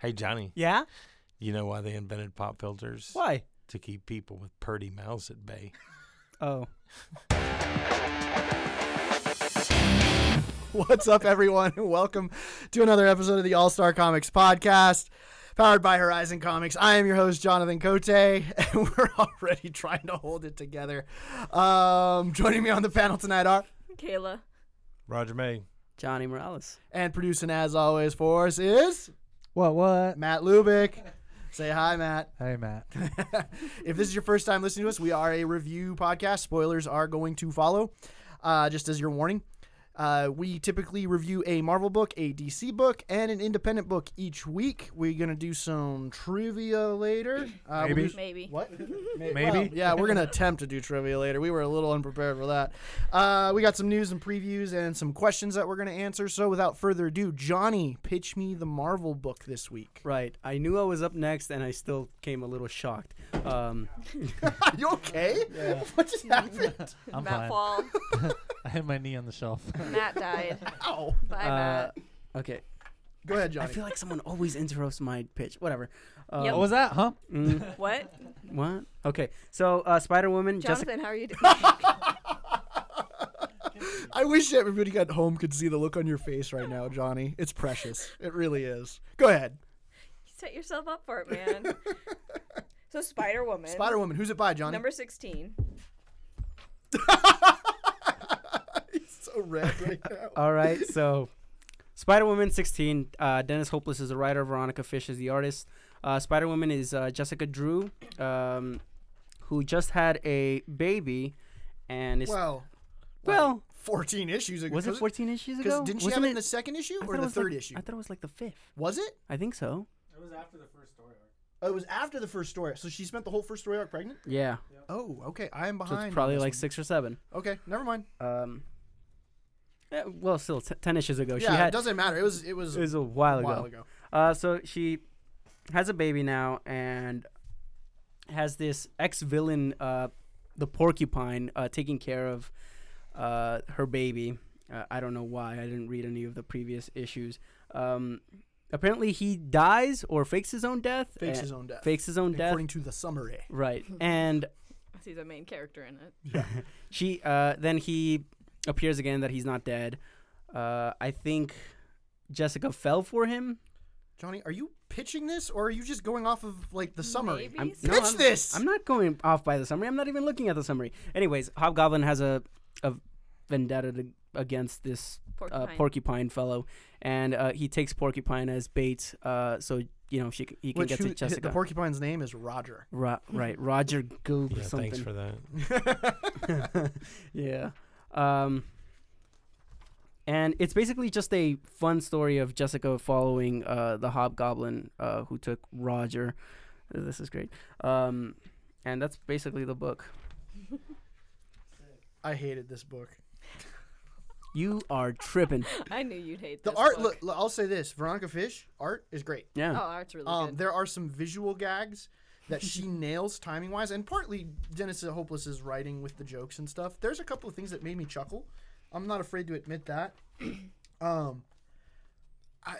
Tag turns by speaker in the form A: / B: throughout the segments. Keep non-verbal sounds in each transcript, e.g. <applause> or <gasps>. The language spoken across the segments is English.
A: Hey Johnny,
B: Yeah?
A: you know why they invented pop filters?
B: Why?
A: To keep people with purty mouths at bay.
B: Oh.
C: <laughs> What's up, everyone? <laughs> and Welcome to another episode of the All Star Comics Podcast, powered by Horizon Comics. I am your host, Jonathan Cote, <laughs> and we're already trying to hold it together. Um, joining me on the panel tonight are,
D: Kayla.
A: Roger May.
B: Johnny Morales.
C: and producing as always for us is
E: What what?
C: Matt Lubick. Say hi, Matt.
E: Hey Matt.
C: <laughs> if this is your first time listening to us, we are a review podcast. Spoilers are going to follow, uh, just as your warning. Uh, we typically review a Marvel book, a DC book, and an independent book each week. We're gonna do some trivia later. Uh, we'll
E: Maybe.
C: do-
D: Maybe.
C: <laughs> what? Maybe.
E: Maybe.
C: yeah, we're gonna attempt to do trivia later. We were a little unprepared for that. Uh, we got some news and previews and some questions that we're gonna answer. So without further ado, Johnny, pitch me the Marvel book this <laughs> week.
B: Right. I knew I was up next and I still came a little shocked. Um,
C: you okay? <laughs> What just happened?
E: I'm fine.
D: Matt Fall.
C: <laughs>
E: I had my knee on the
A: <laughs>
E: shelf.
D: Matt died.
C: Ow.
D: Bye,
B: uh,
D: Matt.
B: okay.
C: Go ahead,
B: I
C: Johnny.
B: feel like someone always interrupts my pitch. Whatever. Uh,
D: Yep.
E: what was that, huh?
B: mm,
D: What?
B: what? Okay. So, uh, Spider Woman, Jessica.
D: Jonathan, how are
B: <laughs>
D: you doing?
C: I wish everybody at home could see the look on your face right now, Johnny. It's precious. It really is. Go ahead.
D: Set yourself up for it,
B: <laughs>
D: man. so Spider Woman.
C: Spider Woman, who's it by, <laughs> Johnny?
D: Number sixteen.
C: He's so red right
B: <laughs>
C: now.
B: All right. So, Spider Woman 16. Uh, Dennis Hopeless is the writer, Veronica Fish is the artist. Uh, Spider Woman is uh, Jessica Drew, um, who just had a baby and is.
C: Well,
B: well
C: 14 issues ago.
B: was it 14 issues ago?
C: Didn't she
B: Wasn't
C: have it
B: it-
C: in the second issue
B: I thought
C: or
B: it
C: the
B: was
C: third
B: like-
C: issue?
B: I thought it was like the fifth.
C: was it?
B: I think so.
C: Oh, it was after the first story arc. So she spent the whole first story arc pregnant?
B: Yeah.
C: Oh, okay. I am
B: So
C: behind.
B: it's
C: on
B: probably
C: this
B: like
C: one.
B: six or seven.
C: Okay, never mind.
B: Um. eh, well, still t- ten issues ago.
C: yeah,
B: she
C: it
B: had.
C: doesn't matter. It was it was,
B: It was a while
C: a
B: ago.
C: while ago.
B: Uh, so she has a baby now and has this ex villain, uh, the porcupine, uh, taking care of uh, her baby. Uh, I don't know why. I didn't read any of the previous issues. Um, apparently, he dies or fakes his own death.
C: Fakes
B: eh,
C: his own death.
B: Fakes his own death.
C: According to the summary. <laughs>
B: Right. And
D: He's a main character in it.
B: she uh then he appears again that he's not dead uh i think jessica fell for him
C: Johnny, are you pitching this or are you just going off of like the summary?
D: Maybe.
B: I'm-
D: so.
B: No,
C: Pitch
B: I'm-
C: this.
B: i'm not going off by the summary i'm not even looking at the summary anyways hobgoblin has a, a vendetta to, against this uh,
D: Porcupine.
B: porcupine fellow and uh, he takes porcupine as bait uh so you know she c- he can
C: Which
B: get
C: who-
B: to
C: hi-
B: jessica
C: The porcupine's name is Roger. <laughs>
B: Ro- right roger goob
A: Yeah,
B: or something
A: thanks for that.
B: yeah. Um, and it's basically just a fun story of Jessica following uh, the hobgoblin uh, who took Roger. This is great. Um, and that's basically the book.
C: I hated this book.
B: You are tripping.
D: I knew you'd hate
C: The
D: this
C: art,
D: book.
C: look, look, I'll say this: Veronica Fish art is great.
D: Oh,
B: Yeah.
D: art's really
C: Um,
D: good.
C: there are some visual gags that
A: <laughs>
C: she nails timing wise, and partly Dennis Hopeless's writing with the jokes and stuff. There's a couple of things that made me chuckle. I'm not afraid to admit
A: <clears throat>
C: that. um, I,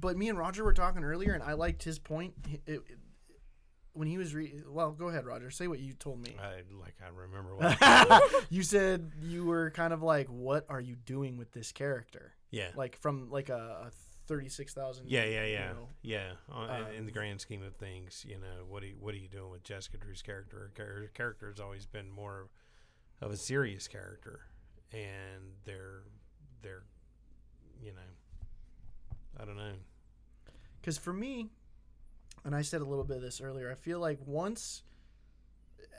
C: but me and Roger were talking earlier, and I liked his point. He- it- it- when he was re- well, go ahead, Roger. Say what you told me.
A: I like I
E: <laughs>
A: remember what
C: You said you were kind of like, "What are you doing with this character?"
A: Yeah.
C: like from like a, a thirty-six thousand.
A: Yeah, yeah, yeah.
C: know.
A: yeah. On,
C: Um,
A: in the grand scheme of things, you know, what are you, what are you doing with Jessica Drew's character? Her char- Her character has always been more of a serious character and they're they're you know I don't know.
C: Because for me, and I said a little bit of this earlier, I feel like once,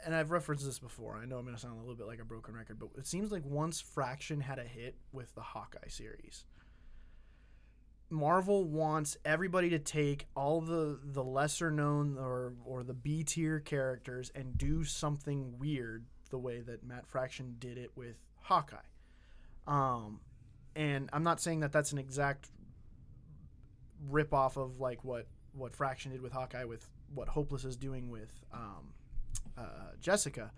C: and I've referenced this before, I know I'm going to sound a little bit like a broken record, but it seems like once Fraction had a hit with the Hawkeye series. Marvel wants everybody to take all the the lesser known or or the B tier characters and do something weird the way that Matt Fraction did it with Hawkeye. Um, and I'm not saying that that's an exact rip off of like what what Fraction did with Hawkeye, with what Hopeless is doing with um, uh, Jessica.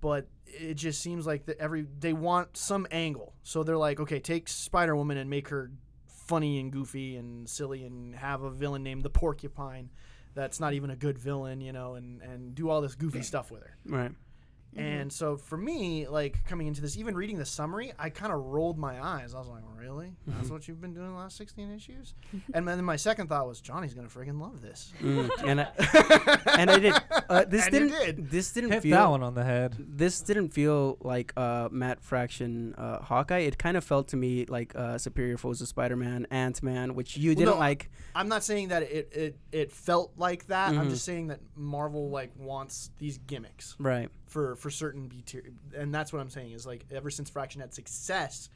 C: But it just seems like that every they want some angle, so they're like, okay, take Spider Woman and make her funny and goofy and silly and have a villain named the Porcupine that's not even a good villain, you know, and and do all this goofy stuff with her.
B: Right. Mm-hmm.
C: And so for me, like coming into this, even reading the summary, I kind of rolled my eyes. I was like, really?
B: Mm-hmm.
C: That's what you've been doing the last 16 issues? and then my second thought was, Johnny's going to friggin' love this.
B: Mm.
C: <laughs>
B: and I, and I did. Uh, this
C: And you
B: didn't.
C: did.
B: This didn't
E: Hit
B: feel.
E: that one on the head.
B: This didn't feel like uh, Matt Fraction uh, Hawkeye. It kind of felt to me like uh, Superior Foes of Spider-Man, Ant-Man, which you didn't
C: no, uh,
B: like.
C: I'm not saying that it, it, it felt like that.
B: Mm-hmm.
C: I'm just saying that Marvel, like, wants these gimmicks
B: Right.
C: for, for certain B tier. And that's what I'm saying is, like, ever since Fraction had success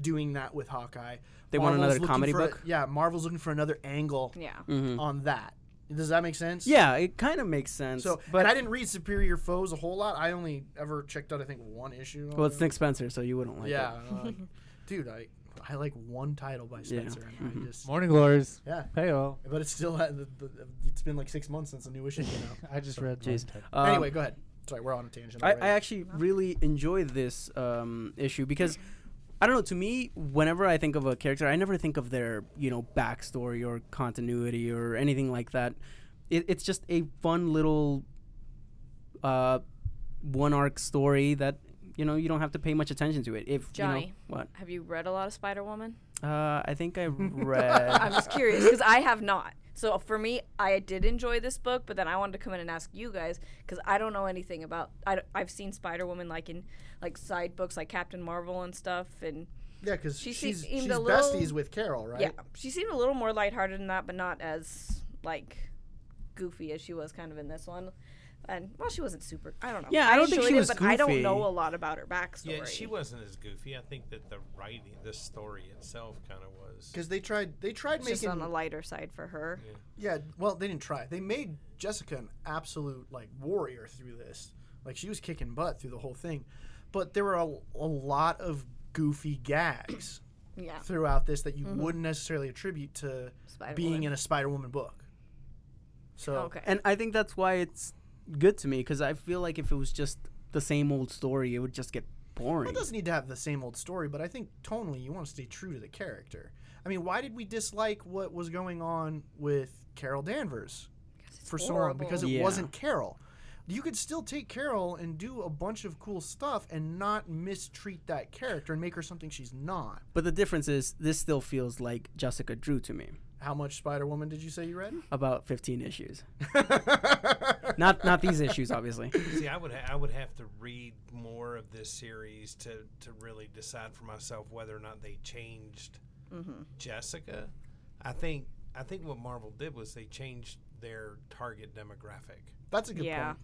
C: doing that with Hawkeye,
B: They want another
C: looking
B: comedy
C: for a-
B: book?
C: yeah, Marvel's looking for another angle
D: Yeah.
C: on that. Does that make sense?
B: Mm-hmm. Yeah, it kind of makes sense.
C: So,
B: but
C: and I didn't read Superior Foes a whole lot. I only ever checked out, I think, one issue.
B: well,
C: on
B: it's
C: it.
B: Nick Spencer, so you wouldn't like
C: yeah,
B: it. <laughs>
C: uh, dude, I I like one title by Spencer, and
B: Mm-hmm.
C: I just
E: Morning glories.
C: yeah.
E: Heyo.
C: But it's still <laughs> had the, the, it's been like six months since a new issue came out.
E: I just read.
B: Jeez.
E: one.
B: Um,
C: anyway, go ahead. Sorry, we're on a tangent.
B: I,
C: already.
B: I actually really enjoy this um, issue because I don't know. To me, whenever I think of a character, I never think of their you know backstory or continuity or anything like that. It, it's just a fun little uh, one arc story that you know you don't have to pay much attention to it. If you know
D: Johnny.
B: what
D: Have you read a lot of Spider Woman?
B: uh, I think I read.
D: I'm just curious because I have not. So for me, I did enjoy this book, but then I wanted to come in and ask you guys because I don't know anything about. I, have seen Spider Woman like in like side books like Captain Marvel and stuff, and
C: yeah, because
D: she
C: she's she's
D: seemed a little-
C: besties with Carol, right?
D: yeah, she seemed a little more lighthearted than that, but not as like goofy as she was kind of in this one. And well, she wasn't super. I don't know.
B: Yeah, I don't think she
D: enjoyed it,
B: was
D: but I don't
B: goofy.
D: know a lot about her backstory.
A: Yeah, she wasn't as goofy. I think that the writing, the story itself, kind of was.
C: Because they tried they tried
D: just
C: making
D: on the lighter side for her.
C: yeah. Well, they didn't try. They made Jessica an absolute like warrior through this. Like she was kicking butt through the whole thing, but there were a, a lot of goofy gags.
D: <clears throat> Yeah, Mm-hmm.
C: throughout this that you wouldn't necessarily attribute to being
D: Spider-Woman.
C: in a Spider Woman book. So
D: Okay.
B: and I think that's why it's good to me because I feel like if it was just the same old story, it would just get boring.
C: it doesn't need to have the same old story, but I think tonally you want to stay true to the character. I mean, why did we dislike what was going on with Carol Danvers for so long?
D: horrible.
C: Because it
B: Yeah.
C: wasn't Carol. You could still take Carol and do a bunch of cool stuff and not mistreat that character and make her something she's not.
B: But the difference is, this still feels like Jessica Drew to me.
C: How much Spider Woman did you say you read?
B: About
C: <laughs>
B: 15 issues. not not these issues, obviously.
A: See, I would ha- I would have to read more of this series to to really decide for myself whether or not they changed Jessica. I think I think what Marvel did was they changed their target demographic.
C: That's a good
D: Yeah.
C: point.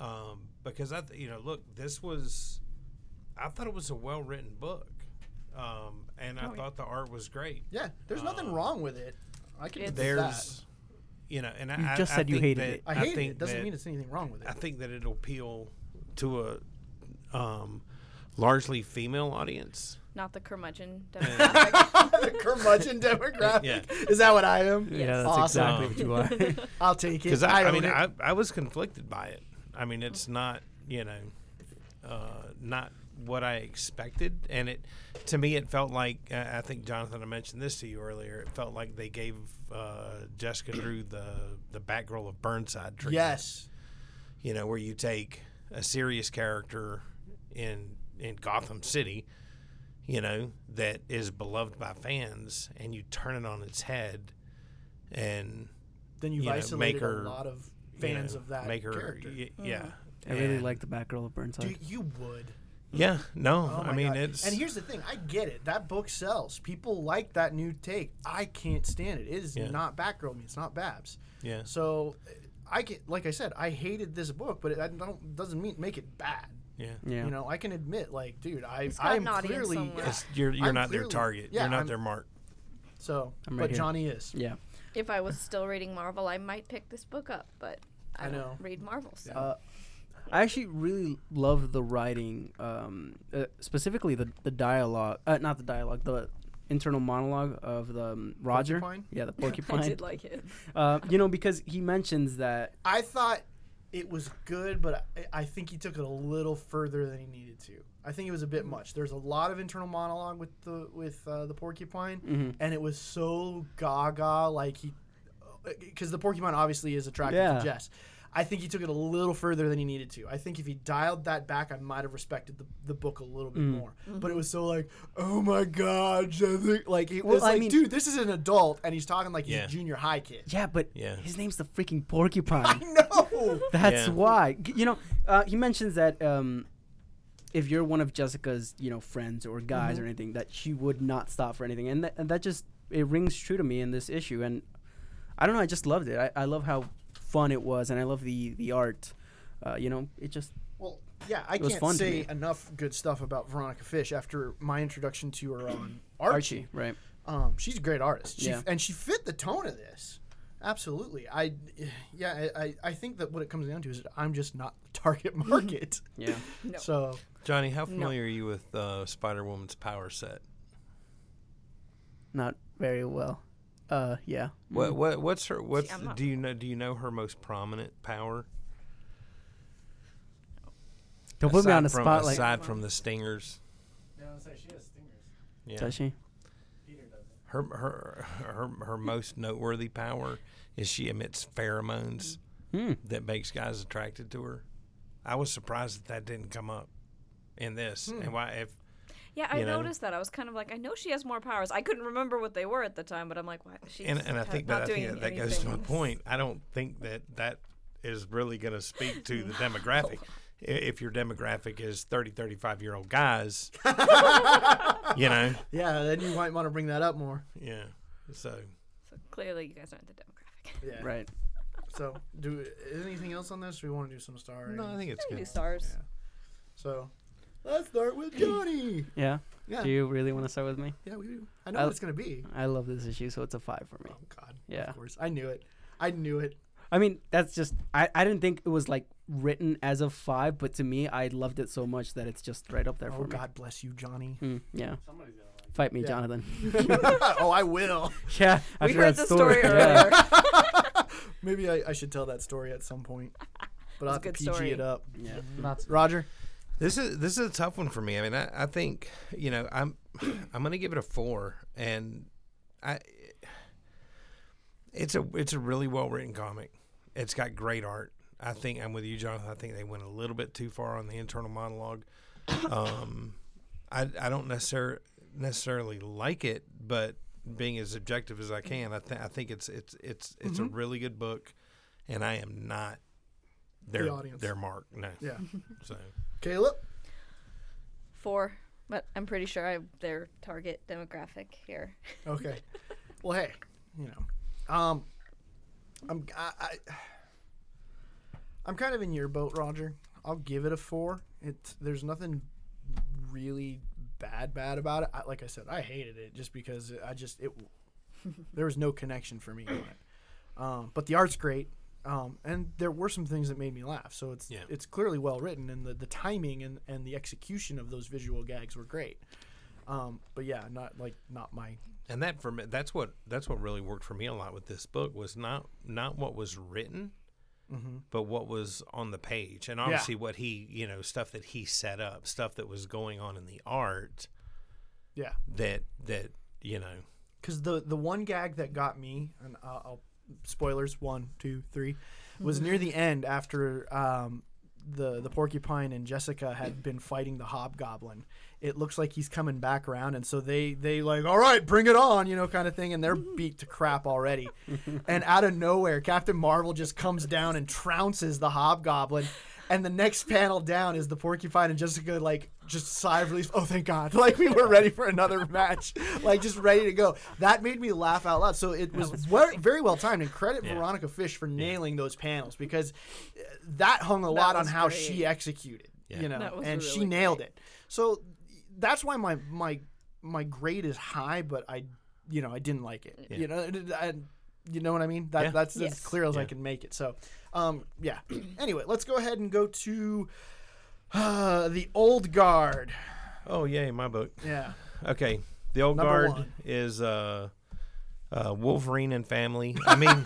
A: um, because I, th- you know, look, this was, I thought it was a well written book, um, and I thought the art was great.
C: Yeah, there's nothing wrong with it. I can. admit that.
A: Oh. There's, you know, and I I-
B: just
A: I
B: said you
A: think
B: hated
A: that-
B: it.
C: I hate
A: think
C: it. Doesn't
A: that-
C: mean it's anything wrong with it.
A: I <laughs> think that it'll appeal to a um, largely female audience.
D: not the curmudgeon demographic.
C: the curmudgeon <laughs> demographic.
A: Yeah.
C: Is that what I am?
D: Yes.
C: awesome.
B: <laughs>
E: you are.
C: I'll take it.
A: Because I, I
C: own
A: mean,
C: it.
A: I, I was conflicted by it. I mean, it's not you know, uh, not what I expected, and it to me it felt like uh, I think Jonathan, I mentioned this to you earlier. It felt like they gave uh, Jessica Drew the the Batgirl of Burnside treatment.
C: yes.
A: you know, where you take a serious character in in Gotham City, you know, that is beloved by fans, and you turn it on its head, and
C: Then you've
A: you know,
C: isolated
A: make her-
C: a lot of
A: you
C: fans
A: know,
C: of that
A: make her,
C: character. Mm-hmm.
A: y- yeah.
B: I really
A: And-
B: like the Batgirl of
C: Dude,
B: Burnside.
C: you would.
A: Yeah, no,
C: Oh my
A: I mean
C: God.
A: it's
C: And here's the thing. I get it. That book sells. People like that new take. I can't stand it. It is
A: Yeah.
C: not Batgirl. I mean, it's not Babs.
A: yeah,
C: So, I get. Like I said, I hated this book, but it I don't doesn't mean make it bad.
A: yeah.
B: yeah.
C: You know, I can admit, like, dude, I
D: got
C: I
D: an
C: am
D: audience
C: clearly
D: somewhere.
A: It's, you're you're
C: I'm
A: not
C: clearly-
A: their target.
C: yeah,
A: you're not
C: I'm-
A: their mark.
C: so.
B: I'm right
C: but
B: here.
C: Johnny is.
B: yeah.
D: if I was still reading Marvel, I might pick this book up, but I,
C: I
D: don't
C: know.
D: read Marvel. So
B: Uh, I actually really love the writing, um, uh, specifically the the dialogue. Uh, not the dialogue, the internal monologue of the um, Roger.
C: Porcupine?
B: Yeah, the
D: <laughs> I
B: porcupine.
C: <laughs>
D: did like it.
B: uh, you know, because he mentions that.
C: I thought it was good, but I, I think he took it a little further than he needed to. I I think it was a bit much. There's a lot of internal monologue with the with uh, the porcupine,
B: Mm-hmm.
C: and it was so gaga like he, because the porcupine obviously is attracted
B: Yeah.
C: to Jess. I think he took it a little further than he needed to. I think if he dialed that back, I might have respected the, the book a little bit
B: Mm.
C: more. But it was so like, oh my god, Jess," like it
B: Well,
C: was
B: I
C: like,
B: mean-
C: dude, this is an adult, and he's talking like
A: Yeah.
C: he's a junior high kid.
B: Yeah, but
A: Yeah.
B: his name's the freaking porcupine.
C: <laughs>
B: <laughs>
C: No.
B: That's
A: Yeah.
B: why. G- You know, uh, he mentions that um, if you're one of Jessica's, you know, friends or guys or anything, that she would not stop for anything, and, that and that just it rings true to me in this issue. And I don't know, I just loved it. I, I love how fun it was, and I love the the art. Uh, you know, it just
C: Well, yeah, I
B: was
C: can't
B: fun to
C: say
B: me.
C: enough good stuff about Veronica Fish after my introduction to her
B: <clears throat>
C: on
B: Archie,
C: Archie.
B: right?
C: Um, she's a great artist. She,
B: Yeah.
C: And she fit the tone of this. Absolutely. I, yeah, I, I- I think that what it comes down to is that I'm just not the
B: <laughs>
C: target market.
B: Yeah.
D: No.
C: So
B: <laughs>
A: Johnny, how familiar are you with uh, Spider Woman's power set?
B: Not very well. Uh, yeah.
C: Hmm.
A: What what what's her what's
D: I'm not-
A: do you know do you know her most prominent power?
B: Don't put me
A: Aside
B: on the
A: from-
B: spotlight.
A: Aside from the stingers,
E: she has stingers.
A: yeah.
B: Does she?
E: Peter doesn't.
A: Her her her her most noteworthy power is she emits pheromones
B: Hmm.
A: that makes guys attracted to her. I was surprised that that didn't come up in this.
D: Hmm.
A: And why if
D: Yeah, I
A: you know?
D: noticed that. I was kind of like, I know she has more powers. I couldn't remember what they were at the time, but I'm like, why? She's
A: and, and I
D: ha-
A: think
D: not
A: that I
D: doing
A: think that, that goes to my
D: anything.
A: point. I don't think that that is really going to speak to
D: <laughs>
A: the demographic. I- If your demographic is 30, 35 year old guys, you
D: <laughs>
A: know,
C: yeah, then you might want to bring that up more.
A: yeah. So
D: So clearly, you guys aren't the demographic.
C: Yeah.
B: Right.
C: So do is anything else on this? Or we want to do some star.
A: no, I
C: ratings?
A: think it's
D: New
A: good.
D: stars.
C: So let's start
B: <clears throat>
C: with Johnny.
B: Yeah.
C: Yeah.
B: <laughs> Do you really want to start with me?
C: Yeah, we do. I know
B: I-
C: what it's gonna be.
B: I love this issue, so it's a five for me.
C: Oh God.
B: Yeah.
C: Of course. I knew it. I knew it.
B: I mean, that's just I, I didn't think it was like written as a five, but to me, I loved it so much that it's just right up there
C: Oh
B: for
C: God bless you, Johnny.
D: <laughs>
C: <laughs>
B: me. Mm, yeah,
E: Somebody's gonna like.
B: fight me,
C: Yeah.
B: Jonathan. <laughs>
C: oh, I will.
B: yeah,
D: we
B: after
D: heard
B: that
D: the story,
B: yeah.
D: earlier.
C: Maybe I, I should tell that story at some
D: <laughs>
C: point. But I'll have to
D: good
C: PG
D: story.
C: it up.
B: Yeah.
E: Not
C: Roger.
A: This is this is a tough one for me. I mean, I, I think you know I'm <clears throat> I'm gonna give it a four, and I it's a it's a really well written comic. It's got great art. I think I'm with you, Jonathan. I think they went a little bit too far on the
C: <coughs>
A: internal monologue. Um, I I don't necessarily necessarily like it, but being as objective as I can, I think I think it's it's it's it's
C: Mm-hmm.
A: a really good book, and I am not their
C: audience.
A: their mark. No,
C: Yeah.
A: so.
C: Caleb.
D: <laughs> Four, but I'm pretty sure I'm their target demographic here.
C: Okay. well, hey, you know, um, I'm I, I, I'm kind of in your boat, Roger. I'll give it a four. It's there's nothing really bad bad about it. I, like I said, I hated it just because I just it there was no connection for me on it. Um, but the art's great. Um, and there were some things that made me laugh, so it's
A: Yeah.
C: it's clearly well written, and the, the timing and, and the execution of those visual gags were great. Um, but yeah, not like not my
A: and that for me that's what that's what really worked for me a lot with this book was not not what was written
C: Mm-hmm.
A: but what was on the page and obviously what he you know stuff that he set up stuff that was going on in the art
C: Yeah,
A: that that you know
C: because the the one gag that got me, and I'll, I'll spoilers one, two, three, was near the end after um, the the porcupine and Jessica had been fighting the hobgoblin. It looks like he's coming back around, and so they they like, all right, bring it on, you know, kind of thing, and they're beat to crap already. and out of nowhere, Captain Marvel just comes down and trounces the hobgoblin. And the next panel down is the porcupine and Jessica like just sigh of relief. Oh, thank God! <laughs> Like we were ready for another match, like just ready to go. That made me laugh out loud. So it was, wer- very well timed, and credit Veronica Fish for nailing those panels because uh, that hung a lot on
D: was
C: how
D: great.
C: she executed. You know,
D: That was
C: and she
D: really
C: nailed
D: great.
C: it. So that's why my my my grade is high, but I you know I didn't like it. You know, it- it- I, you know what I mean. That
A: Yeah.
C: that's as
D: Yes.
C: clear as I can make it. So, um, yeah. <clears throat> anyway, let's go ahead and go to uh, the old guard.
A: oh yay my book
C: Yeah.
A: okay the old
C: Number
A: guard
C: one.
A: is uh uh, Wolverine and family. I mean,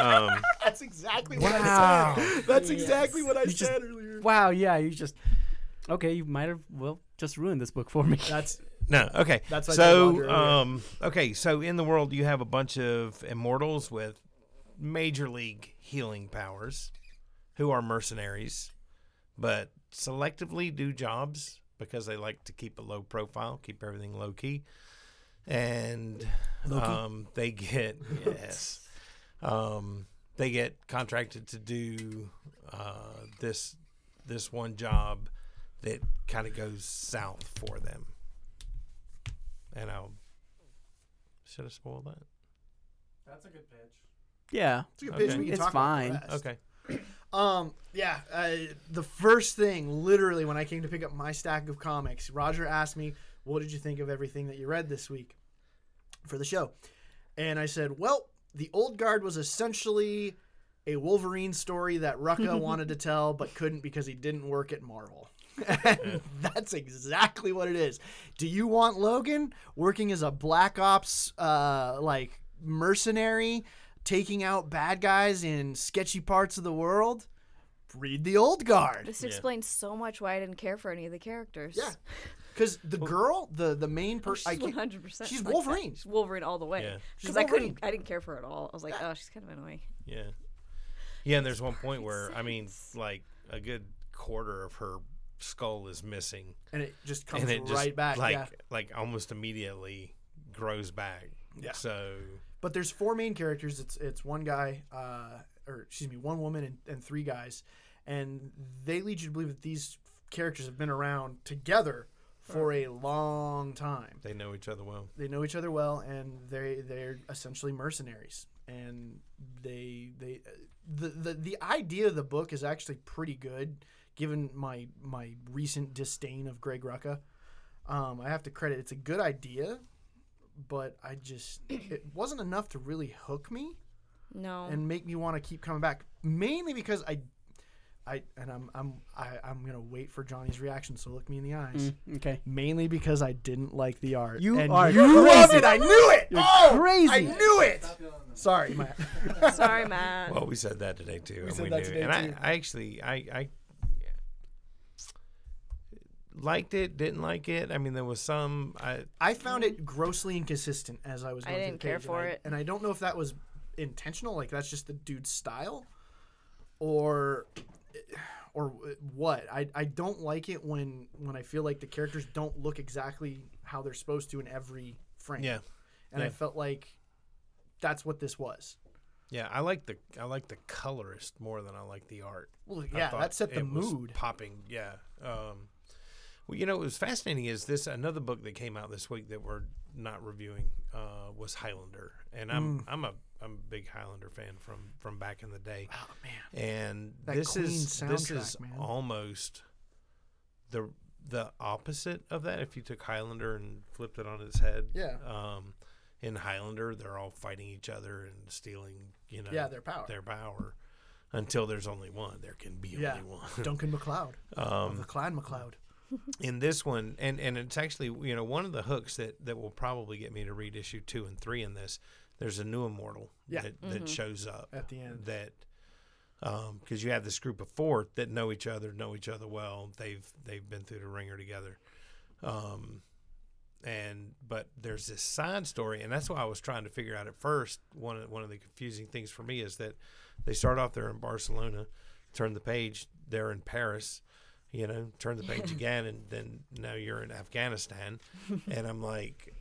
A: um,
C: <laughs> That's exactly what I
B: Wow.
C: said. That's exactly what I said earlier.
B: wow. Yeah, you just Okay, you might have well just ruined this book for me.
C: That's
A: No, okay.
C: That's why I said
A: so.
C: Roger earlier.
A: Um, okay, so in the world, you have a bunch of immortals with major league healing powers, who are mercenaries, but selectively do jobs because they like to keep a low profile, keep everything low key, and um, they get
C: <laughs>
A: yes, um, they get contracted to do uh, this this one job that kind of goes south for them. And I should have spoiled that.
E: That's a good pitch.
B: <laughs> yeah.
C: it's a good
A: Okay.
C: pitch. We can
B: It's
C: talk about
B: fine.
C: the rest.
A: Okay.
C: Um, yeah, uh, the first thing, literally, when I came to pick up my stack of comics, Roger asked me, What did you think of everything that you read this week for the show? And I said, Well, The Old Guard was essentially a Wolverine story that
D: <laughs>
C: Rucka wanted to tell but couldn't because he didn't work at Marvel. And <laughs> that's exactly what it is. Do you want Logan working as a Black Ops uh, like mercenary, taking out bad guys in sketchy parts of the world? Read the Old Guard.
D: This explains so much why I didn't care for any of the characters.
C: Yeah, because the girl, the the main
D: <laughs> Oh,
C: person,
D: she's one hundred percent.
C: she's Wolverine.
D: She's Wolverine all the
A: Yeah.
D: way.
C: She's
D: Because I
C: Wolverine.
D: couldn't, I didn't care for her at all. I was like, oh, she's kind of annoying.
A: Yeah. Yeah, and there's one
C: <laughs>
A: point where I mean, like a good quarter of her skull is missing,
C: and it just comes
A: and it just
C: right back.
A: like
C: yeah,
A: like almost immediately grows back.
C: Yeah.
A: So
C: but there's four main characters. It's it's one guy, uh, or excuse me, one woman and, and three guys, and they lead you to believe that these characters have been around together for a long time.
A: they know each other well.
C: They know each other well, and they they're essentially mercenaries. And they they the, the the idea of the book is actually pretty good, given my my recent disdain of Greg Rucka. Um, I have to credit it's a good idea, but I just it wasn't enough to really hook me
D: No.
C: and make me want to keep coming back. Mainly because I, I and I'm I'm I, I'm gonna wait for Johnny's reaction. So look me in the eyes.
B: Mm, Okay.
C: Mainly because I didn't like the art.
B: You
C: and
B: are
C: you love
B: crazy.
C: it. I knew it.
B: You're
C: oh,
B: crazy.
C: I knew it.
E: Stop yelling at me.
C: Sorry, Matt.
D: Sorry, Matt.
A: Well, we said that today too, and
C: said
A: we
C: that
A: knew.
C: today,
A: and
C: too.
A: I, I actually, I, I liked it, didn't like it. I mean, there was some. I
C: <laughs> I found it grossly inconsistent as I was.
D: I
C: Going through
D: didn't
C: the page,
D: care
C: and
D: for
C: I-
D: it.
C: and I don't know if that was intentional. Like that's just the dude's style, or or what. I I don't like it when when I feel like the characters don't look exactly how they're supposed to in every frame.
A: yeah,
C: and I
A: yeah.
C: felt like that's what this was.
A: yeah. I like the I like the colorist more than I like the art.
C: Well,
A: I
C: yeah,
A: thought
C: that set the
A: it was
C: mood.
A: popping. Yeah. Um, well, you know, what was fascinating is this another book that came out this week that we're not reviewing uh, was Highlander, and
C: Mm.
A: I'm I'm a I'm a big Highlander fan from from back in the day.
C: Oh man.
A: and
C: That
A: this
C: Queen
A: is this
C: soundtrack,
A: is
C: man.
A: almost the the opposite of that. If you took Highlander and flipped it on its head,
C: Yeah.
A: Um, in Highlander, they're all fighting each other and stealing, you know,
C: Yeah, their power.
A: their power. Until there's only one, there can be
C: Yeah.
A: only one.
C: Duncan McLeod
A: <laughs> Um,
C: of the Clan McLeod.
A: in this one and and it's actually you know one of the hooks that that will probably get me to read issue two and three in this there's a new immortal
C: Yeah.
A: that, that shows up
C: At the end.
A: that um because you have this group of four that know each other know each other well they've they've been through the ringer together um and but there's this side story and that's why i was trying to figure out at first one of one of the confusing things for me is that they start off there in barcelona turn the page they're in paris you know turn the page again and then now you're
C: <laughs>
A: in afghanistan and i'm like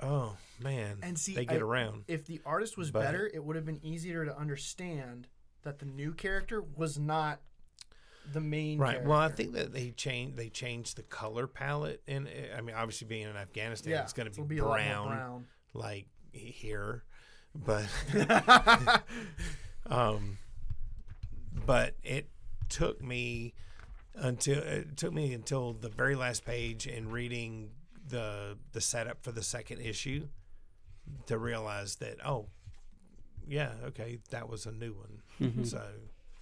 A: oh man
C: And see,
A: they get
C: I-
A: around
C: If the artist was
A: But-
C: better, it would have been easier to understand that the new character was not the main
A: right
C: character.
A: well i think that they changed they changed the color palette and i mean obviously being in afghanistan
C: yeah,
A: it's going to
C: it'll
A: be,
C: a lot more
A: brown,
C: brown.
A: like he- here but um but it took me until it took me until the very last page and reading the the setup for the second issue to realize that oh yeah okay that was a new one
B: Hmm. Mm-hmm.
A: so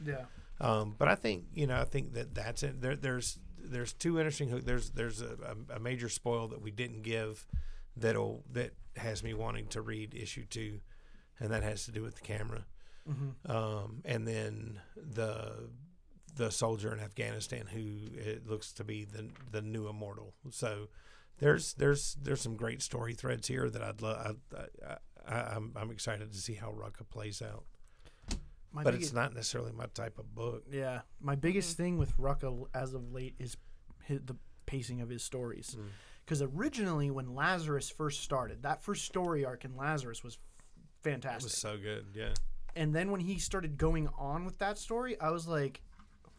C: Yeah.
A: um, but I think you know, I think that that's it. There, there's there's two interesting hook. There's there's a, a, a major spoil that we didn't give that'll that has me wanting to read issue two,
C: mm-hmm.
A: and that has to do with the camera. Um, and then the the soldier in Afghanistan who it looks to be the the new immortal. So there's there's there's some great story threads here that I'd love. I, I, I, I'm I'm excited to see how Rucka plays out,
C: My
A: but
C: biggest-
A: it's not necessarily my type of book.
C: Yeah, my biggest thing with Rucka l- as of late is hi the pacing of his stories.
A: Mm.
C: Because originally, when Lazarus first started, that first story arc in Lazarus was f-
A: It
C: fantastic.
A: was so good, yeah.
C: and then when he started going on with that story, I was like,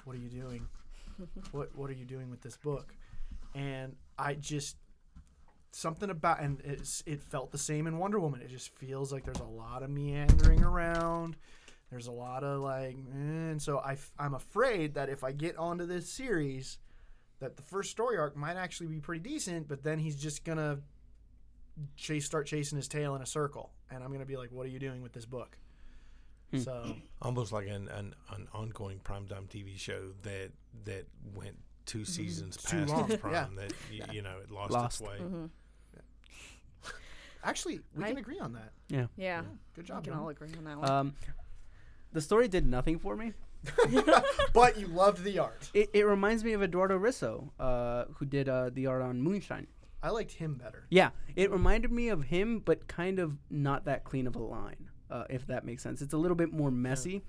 C: "What are you doing? what What are you doing with this book?" And I just something about and it's, it felt the same in Wonder Woman. It just feels like there's a lot of meandering around. There's a lot of like, eh, and so I f- I'm afraid that if I get onto this series, that the first story arc might actually be pretty decent, but then he's just gonna chase start chasing his tail in a circle, and I'm gonna be like, "What are you doing with this book?"
B: Hmm.
C: So
A: almost like an, an, an ongoing primetime TV show that that went two seasons
C: Too
A: past
C: long,
A: its prime.
C: yeah.
A: That you, you know it lost,
B: Lost.
A: its way.
C: Actually, we
D: I-
C: can agree on that.
D: Yeah,
C: Good
D: we
C: job,
D: can
C: John.
D: all agree on that one.
B: Um, the story did nothing for me.
C: But you loved the art.
B: It, it reminds me of Eduardo Risso, uh, who did uh, the art on Moonshine.
C: I liked him better.
B: Yeah, it reminded me of him, but kind of not that clean of a line, uh, if that makes sense. It's a little bit more messy.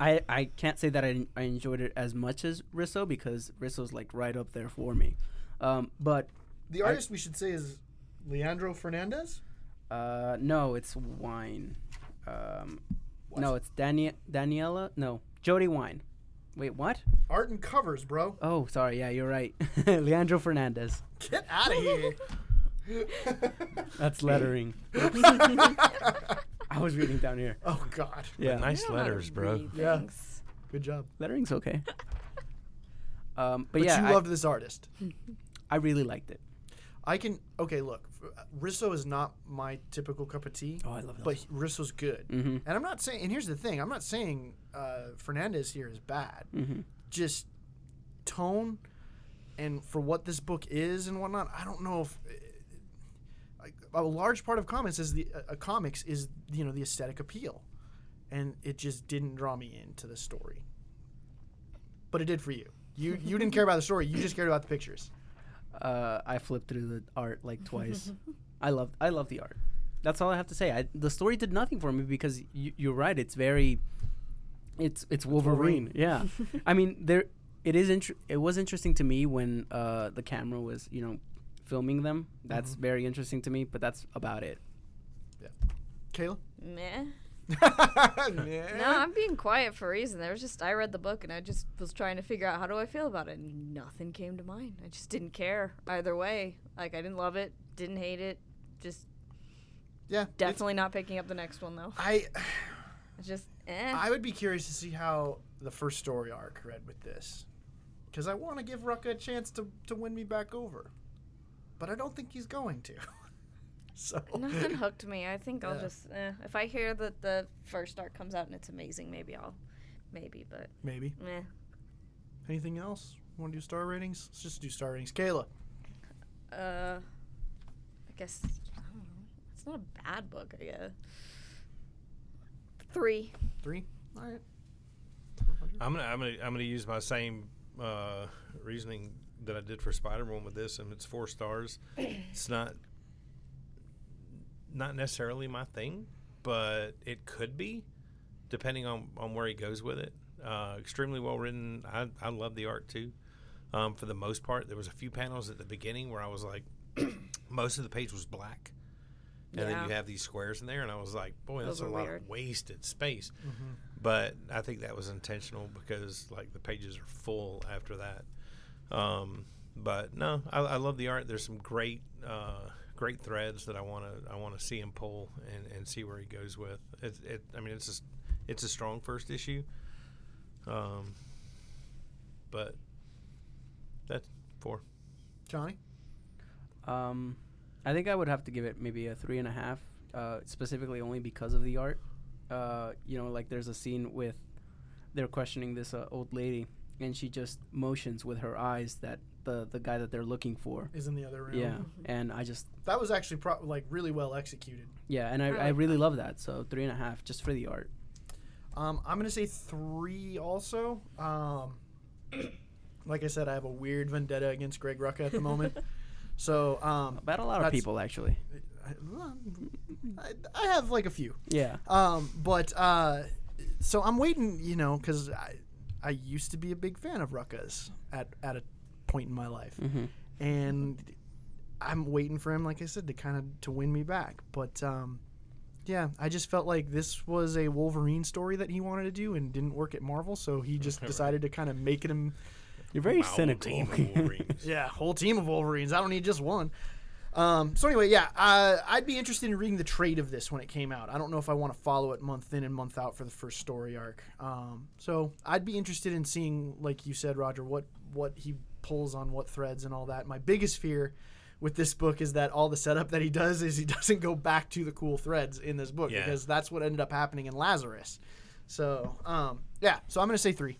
B: I, I can't say that I, I enjoyed it as much as Risso because Risso's like right up there for me. Um, but
C: The artist we should say is Leandro Fernandez.
B: uh, no, it's Wine. Um, no, it's Danie- Daniela. No, Jody Wine. Wait, what?
C: Art and covers, bro.
B: Oh, sorry. Yeah, you're right. <laughs> Leandro Fernandez.
C: Get out of here.
B: That's lettering. I was reading down here.
C: <laughs> oh God.
B: Yeah.
A: But nice letters, bro.
C: Yeah.
D: Thanks.
C: Good job.
B: Lettering's okay. Um, but,
C: But
B: yeah,
C: you
B: I,
C: loved this artist.
B: I really liked it.
C: I can. Okay, look. Risso is not my typical cup of tea.
B: Oh, I love
C: But Risso's good.
B: Mhm.
C: And I'm not saying. And here's the thing. I'm not saying uh, Fernandez here is bad. Just tone, and for what this book is and whatnot. I don't know if uh, a large part of comics is the uh, comics is you know the aesthetic appeal, and it just didn't draw me into the story. But it did for you. You you didn't care about the story. You just cared about the pictures.
B: Uh, I flipped through the art like twice. I love I love the art. That's all I have to say. I, the story did nothing for me because you, you're right. It's very, it's it's Wolverine.
C: Wolverine.
B: Yeah, I mean there. It is. Inter- it was interesting to me when uh, the camera was you know filming them. That's very interesting to me. But that's about it.
C: Kayla.
D: Meh. No,
C: Nah.
D: I'm being quiet for a reason. There was just I read the book and I just was trying to figure out how do I feel about it. And nothing came to mind. I just didn't care either way. Like I didn't love it, didn't hate it. Just
C: Yeah, it's-
D: definitely not picking up the next one though.
C: I
D: It's just eh.
C: I would be curious to see how the first story arc read with this, because I want to give Rucka a chance to to win me back over, but I don't think he's going to. <laughs> so
D: <laughs> Nothing hooked me. I think I'll
C: Yeah.
D: just eh. if I hear that the first art comes out and it's amazing, maybe I'll maybe, but
C: <laughs> maybe.
D: eh.
C: Anything else? Want to do star ratings? Let's just do star ratings. Kayla.
D: Uh, I guess I don't know. It's not a bad book. I guess three.
C: Three. All right.
A: I'm gonna I'm gonna I'm gonna use my same uh, reasoning that I did for Spider Man with this, and it's four stars. it's not not necessarily my thing, but it could be, depending on on where he goes with it. Uh, extremely well written. I I love the art too. Um, for the most part, there was a few panels at the beginning where I was like, <clears throat> most of the page was black. And then
D: Yeah.
A: you have these squares in there, and I was like, "Boy,
D: Those
A: that's a
D: were
A: lot
D: weird.
A: of wasted space." but I think that was intentional because like the pages are full after that. Um, but no, I, I love the art. There's some great, uh, great threads that I want to I want to see him pull and, and see where he goes with. It, it I mean it's a, s- it's a strong first issue. Um, but that's four.
C: Johnny.
B: Um, I think I would have to give it maybe a three and a half, uh, specifically only because of the art. Uh, you know, like there's a scene with they're questioning this uh, old lady, and she just motions with her eyes that the the guy that they're looking for.
C: Is in the other room.
B: Yeah, and I just
C: That was actually pro- like really well executed.
B: yeah, and
D: I
B: I, I,
D: like
B: really love that. So three and a half just for the art.
C: Um, I'm gonna say three also. Um, <coughs> like I said, I have a weird vendetta against Greg Rucka at the moment. so um,
B: About a lot of
C: That's-
B: people, actually.
C: I, I, I have like a few.
B: Yeah.
C: Um, but uh, so I'm waiting, you know, because I, I used to be a big fan of Rucka's at, at a point in my life, and I'm waiting for him, like I said, to kind of to win me back. But um, yeah, I just felt like this was a Wolverine story that he wanted to do and didn't work at Marvel, so he just decided to kind of make it him.
B: You're very
A: Wow,
B: cynical.
A: team <laughs> of Wolverines.
C: Yeah, whole team of Wolverines. I don't need just one. Um, so anyway, yeah, uh, I'd be interested in reading the trade of this when it came out. I don't know if I want to follow it month in and month out for the first story arc. Um, so I'd be interested in seeing, like you said, Roger, what what he pulls on what threads and all that. My biggest fear with this book is that all the setup that he does is he <laughs> doesn't go back to the cool threads in this book
A: Yeah.
C: because that's what ended up happening in Lazarus. So um, yeah, so I'm gonna say three.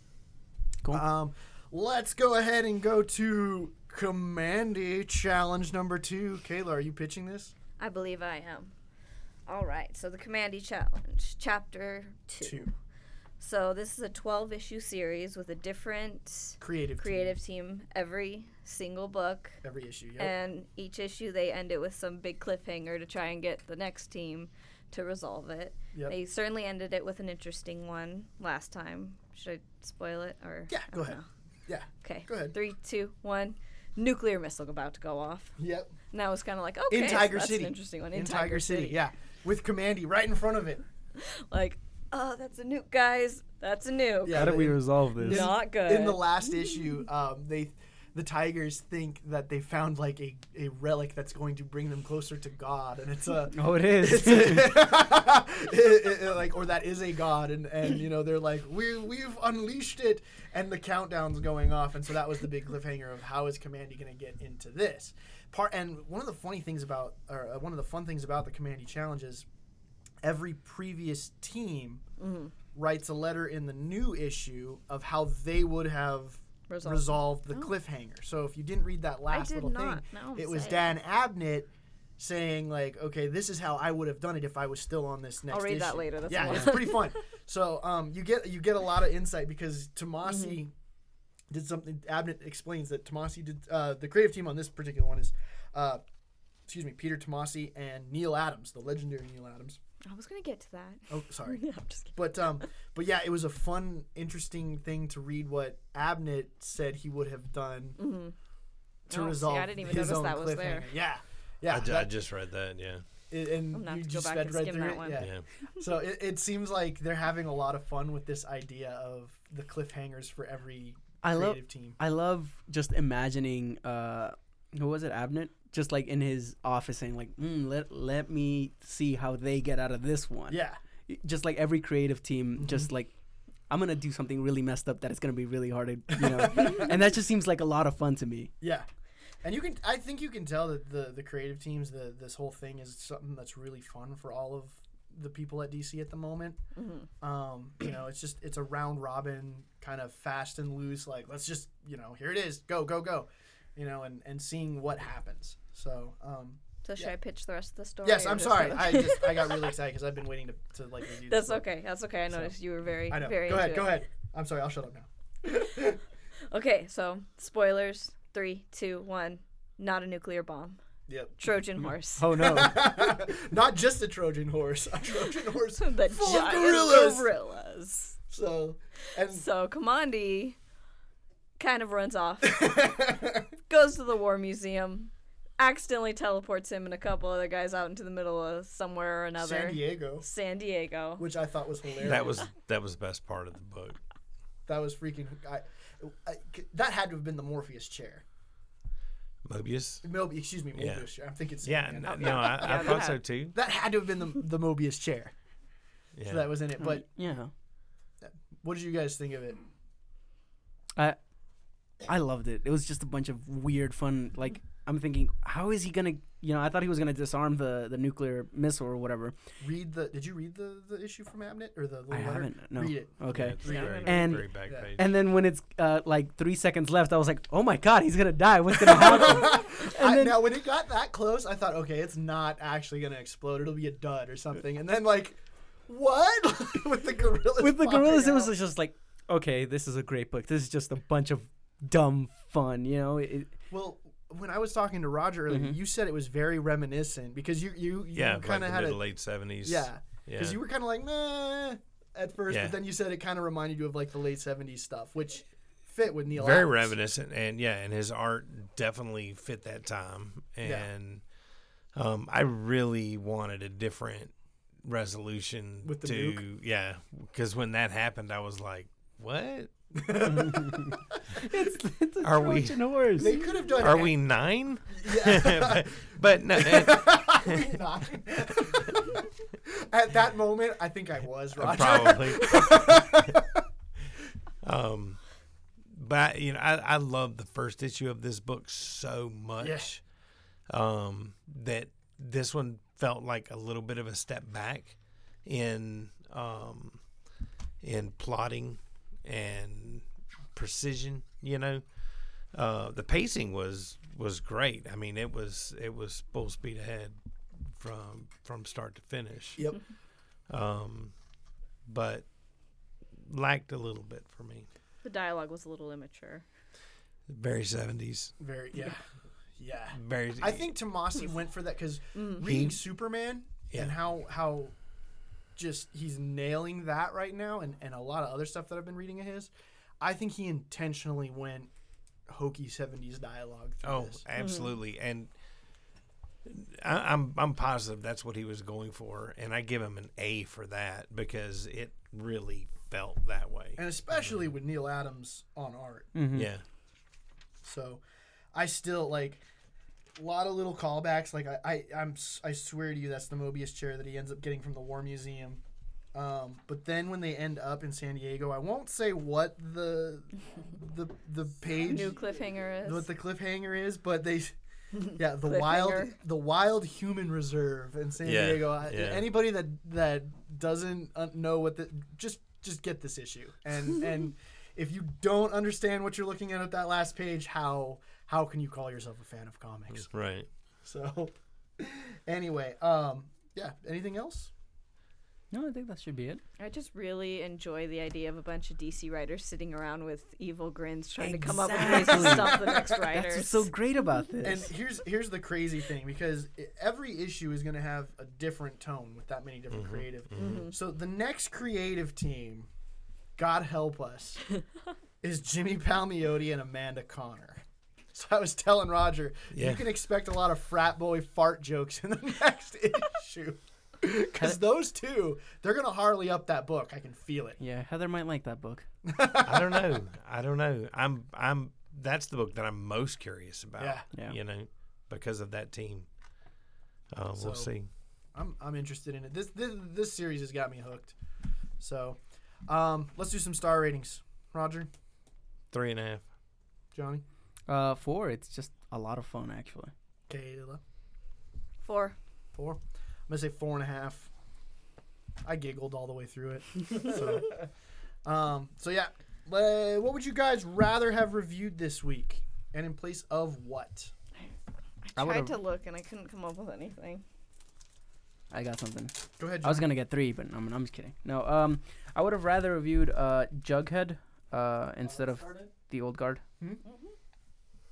B: Cool.
C: Um, let's go ahead and go to Commandy Challenge number two. Kayla, are you pitching this?
D: I believe I am. All right, so the Commandy Challenge, Chapter 2. So this is a 12 issue series with a different
C: Creative. team.
D: creative team every single book.
C: Every issue. Yep.
D: And each issue, they end it with some big cliffhanger to try and get the next team to resolve it.
C: Yep.
D: They certainly ended it with an interesting one last time. Should I spoil it or?
C: Yeah,
D: I
C: go
D: don't
C: ahead.
D: know.
C: Yeah,
D: Okay.
C: go ahead.
D: Three, two, one. Nuclear missile about to go off.
C: Yep.
D: And I was kind of like, okay,
C: In
D: so
C: Tiger
D: that's
C: City.
D: an interesting one.
C: In, Tiger, City. Yeah. With Commandy right in front of it.
D: Like, oh, that's a nuke, guys. That's a nuke.
C: Yeah.
B: <laughs> How do we
C: in-
B: resolve this?
D: Not good.
C: In the last issue, um, they the tigers think that they found like a, a relic that's going to bring them closer to God, and it's a
B: <laughs> Oh, it is.
C: it's
B: <laughs>
C: a- <laughs> it- it- like or that is a god and and you know they're like we we've unleashed it and the countdown's going off and so that was the big cliffhanger of how is commandy going to get into this part and one of the funny things about or uh, one of the fun things about the commandy challenge is every previous team writes a letter in the new issue of how they would have
D: Resolved. Oh.
C: resolved, the cliffhanger so if you didn't read that last
D: did
C: little
D: not.
C: thing
D: Now I'm
C: it was
D: sad.
C: dan abnett saying like, okay, this is how I would have done it if I was still on this next.
D: read that
C: issue.
D: later, that's
C: yeah,
D: fine.
C: it's pretty fun. <laughs> So um, you get you get a lot of insight because Tomasi
D: Mm-hmm.
C: did something. Abnett explains that Tomasi did uh, the creative team on this particular one is, uh, excuse me, Peter Tomasi and Neil Adams, the legendary Neil Adams.
D: <laughs> I was gonna get to that.
C: Oh,
D: <laughs>
C: sorry.
D: I'm just kidding.
C: But um, but yeah, it was a fun, interesting thing to read what Abnett said he would have done to
D: Oh, see, I
C: resolve
D: didn't even
C: his
D: notice
C: own
D: that was
C: cliffhanger.
D: there.
C: Yeah,
A: I
C: yeah.
A: ju- I
C: that-
A: just read that. Yeah,
C: it- and
D: I'm gonna have
C: you
D: to go
C: just
D: back
C: read
D: and
C: right
D: skim
C: through
D: that
C: it.
D: one.
C: Yeah.
A: yeah.
C: So it, it seems like they're having a lot of fun with this idea of the cliffhangers for every
B: I love-
C: creative team.
B: I love just imagining. Uh, who was it? Abnett. Just like in his office, saying like, mm, "Let let me see how they get out of this one."
C: Yeah.
B: Just like every creative team, just like. I'm gonna do something really messed up that it's gonna be really hard to, you know, <laughs> and that just seems like a lot of fun to me.
C: Yeah. And you can I think you can tell that the the creative teams the this whole thing is something that's really fun for all of the people at DC at the moment.
D: Mm-hmm.
C: Um, you know, it's just it's a round robin kind of fast and loose like let's just, you know, here it is. Go, go, go. You know, and and seeing what happens. So, um
D: So should I pitch the rest of the story?
C: yes,
D: or
C: I'm
D: just-
C: sorry.
D: <laughs>
C: I just I got really excited cuz I've been waiting to to like review this
D: That's
C: book.
D: okay. That's okay. I noticed you were very,
C: I know.
D: very.
C: go ahead.
D: into
C: Go
D: it.
C: ahead. I'm sorry. I'll shut up now.
D: Okay, so spoilers. Three, two, one. Not a nuclear bomb.
C: Yep. <laughs>
D: Trojan horse.
B: Oh <laughs> no!
C: Not just a Trojan horse, <laughs> a Trojan horse
D: <laughs> the
C: full of
D: giant
C: gorillas.
D: gorillas.
C: So, and
D: So Commandi kind of runs off, goes to the war museum, accidentally teleports him and a couple other guys out into the middle of somewhere or another.
C: San Diego,
D: San Diego.
C: which I thought was hilarious.
A: That was that was the best part of the book.
C: that was freaking. I, I, that had to have been the Morpheus chair.
A: Mobius.
C: Mob, excuse me, Mobius
A: Yeah.
C: chair. I'm thinking. Sam
A: Yeah,
C: again.
A: n- no, I, I thought so too.
C: That had to have been the, the Mobius chair
A: Yeah.
C: that was in
B: Hmm.
C: it. But
B: yeah,
C: what did you guys think of it?
B: I I loved it. It was just a bunch of weird fun. Like I'm thinking, how is he gonna? You know, I thought he was gonna disarm the the nuclear missile or whatever.
C: Read the. Did you read the, the issue from Abnett or the? Little
B: I
C: letter?
B: haven't. No. Uh,
C: Read it.
B: Okay.
A: It's very,
B: And-
A: very back
C: Yeah.
A: page.
B: And then when it's uh, like three seconds left, I was like, "Oh my god, he's gonna die! What's
C: <laughs>
B: gonna happen?"
C: I,
B: then-
C: now, when it got that close, I thought, okay, it's not actually going to explode. It'll be a dud or something. And then, like, what <laughs> with the gorillas?
B: With the
C: popping
B: gorillas, it
C: out.
B: was just like, okay, this is a great book. This is just a bunch of dumb fun, you know. It,
C: Well, when I was talking to Roger earlier, you said it was very reminiscent because you you, you
A: Mm-hmm. yeah, like
C: kind
A: the
C: of had
A: mid
C: a
A: to late seventies.
C: yeah
A: yeah.
C: because you were kind of like nah at first,
A: Yeah.
C: but then you said it kind of reminded you of like the late '70s stuff, which fit with Neil.
A: very
C: Adams.
A: reminiscent, and yeah, and his art definitely fit that time.
C: Yeah.
A: And um, I really wanted a different resolution
C: With the
A: to yeah, because when that happened, I was like, what?
B: it's, <laughs> it's a
A: Are we-
B: Trojan horse.
C: They could have done. <laughs>
A: Are we nine?
C: Yeah.
A: <laughs> but, but no, eh, and-
C: <laughs> At that moment, I think I was <laughs> Roger.
A: probably.
C: <laughs>
A: <laughs> um, but you know, I, I love the first issue of this book so much um, that this one felt like a little bit of a step back in um, in plotting and precision. You know, uh, the pacing was was great. I mean, it was it was full speed ahead from from start to finish
C: Yep.
A: um, but lacked a little bit for me.
D: The dialogue was a little immature.
A: Very seventies.
C: Very. Yeah. Yeah.
A: Very.
C: I think Tomasi went for that because reading Superman
A: Yeah.
C: and how how just he's nailing that right now, and and a lot of other stuff that I've been reading of his. I think he intentionally went hokey seventies dialogue. Through
A: Oh,
C: this.
A: absolutely. And I, I'm I'm positive that's what he was going for, and I give him an A for that because it really felt that way.
C: and especially
A: Mm-hmm.
C: with Neil Adams on art.
A: Yeah.
C: So I still like a lot of little callbacks. Like I, I, I'm, s- I swear to you, that's the Mobius chair that he ends up getting from the War Museum. Um, but then when they end up in San Diego, I won't say what the the the page
D: New cliffhanger is.
C: what the cliffhanger is, but they. Yeah, the wild,
D: Cliffhanger.
C: the wild human reserve in San
A: Yeah,
C: Diego. I
A: yeah.
C: Anybody that that doesn't uh, know what the just just get this issue, and and if you don't understand what you're looking at at that last page, how how can you call yourself a fan of comics?
A: Right.
C: So, <laughs> anyway, um, yeah. Anything else?
B: No, I think that should be it.
D: I just really enjoy the idea of a bunch of DC writers sitting around with evil grins trying to come up with ways to
B: Exactly.
D: stop the next writers.
B: That's what's so great about this.
C: And here's here's the crazy thing because i- every issue is going to have a different tone with that many
A: Mm-hmm.
C: different creative. So the next creative team, God help us, is Jimmy Palmiotti and Amanda Connor. So I was telling Roger,
A: Yeah.
C: you can expect a lot of frat boy fart jokes in the <laughs> next
A: <laughs>
C: issue. Because those two, they're going to Harley up that book. I can feel it.
B: yeah, Heather might like that book.
A: I don't know. I don't know. I'm I'm. That's the book that I'm most curious about.
C: Yeah.
B: Yeah.
A: You know, because of that team. Uh,
C: So-
A: we'll see.
C: I'm I'm interested in it. This this, this series has got me hooked. So, um, let's do some star ratings. Roger,
A: Three and a half.
C: Johnny,
B: Uh, four. It's just a lot of fun, actually.
C: Kayla,
D: Four.
C: four. I'm gonna say four and a half. I giggled all the way through
E: <laughs>
C: it. so, um, so yeah. Le- What would you guys rather have reviewed this week, and in place of what?
D: I
B: I
D: tried
B: would've-
D: to look and I couldn't come up with anything.
B: I got something.
C: Go ahead.
B: I was
C: Johnny.
B: gonna get three, but I'm, I'm just kidding. No, um, I would have rather reviewed uh Jughead uh instead of
E: Started?
B: the old guard.
C: Hmm?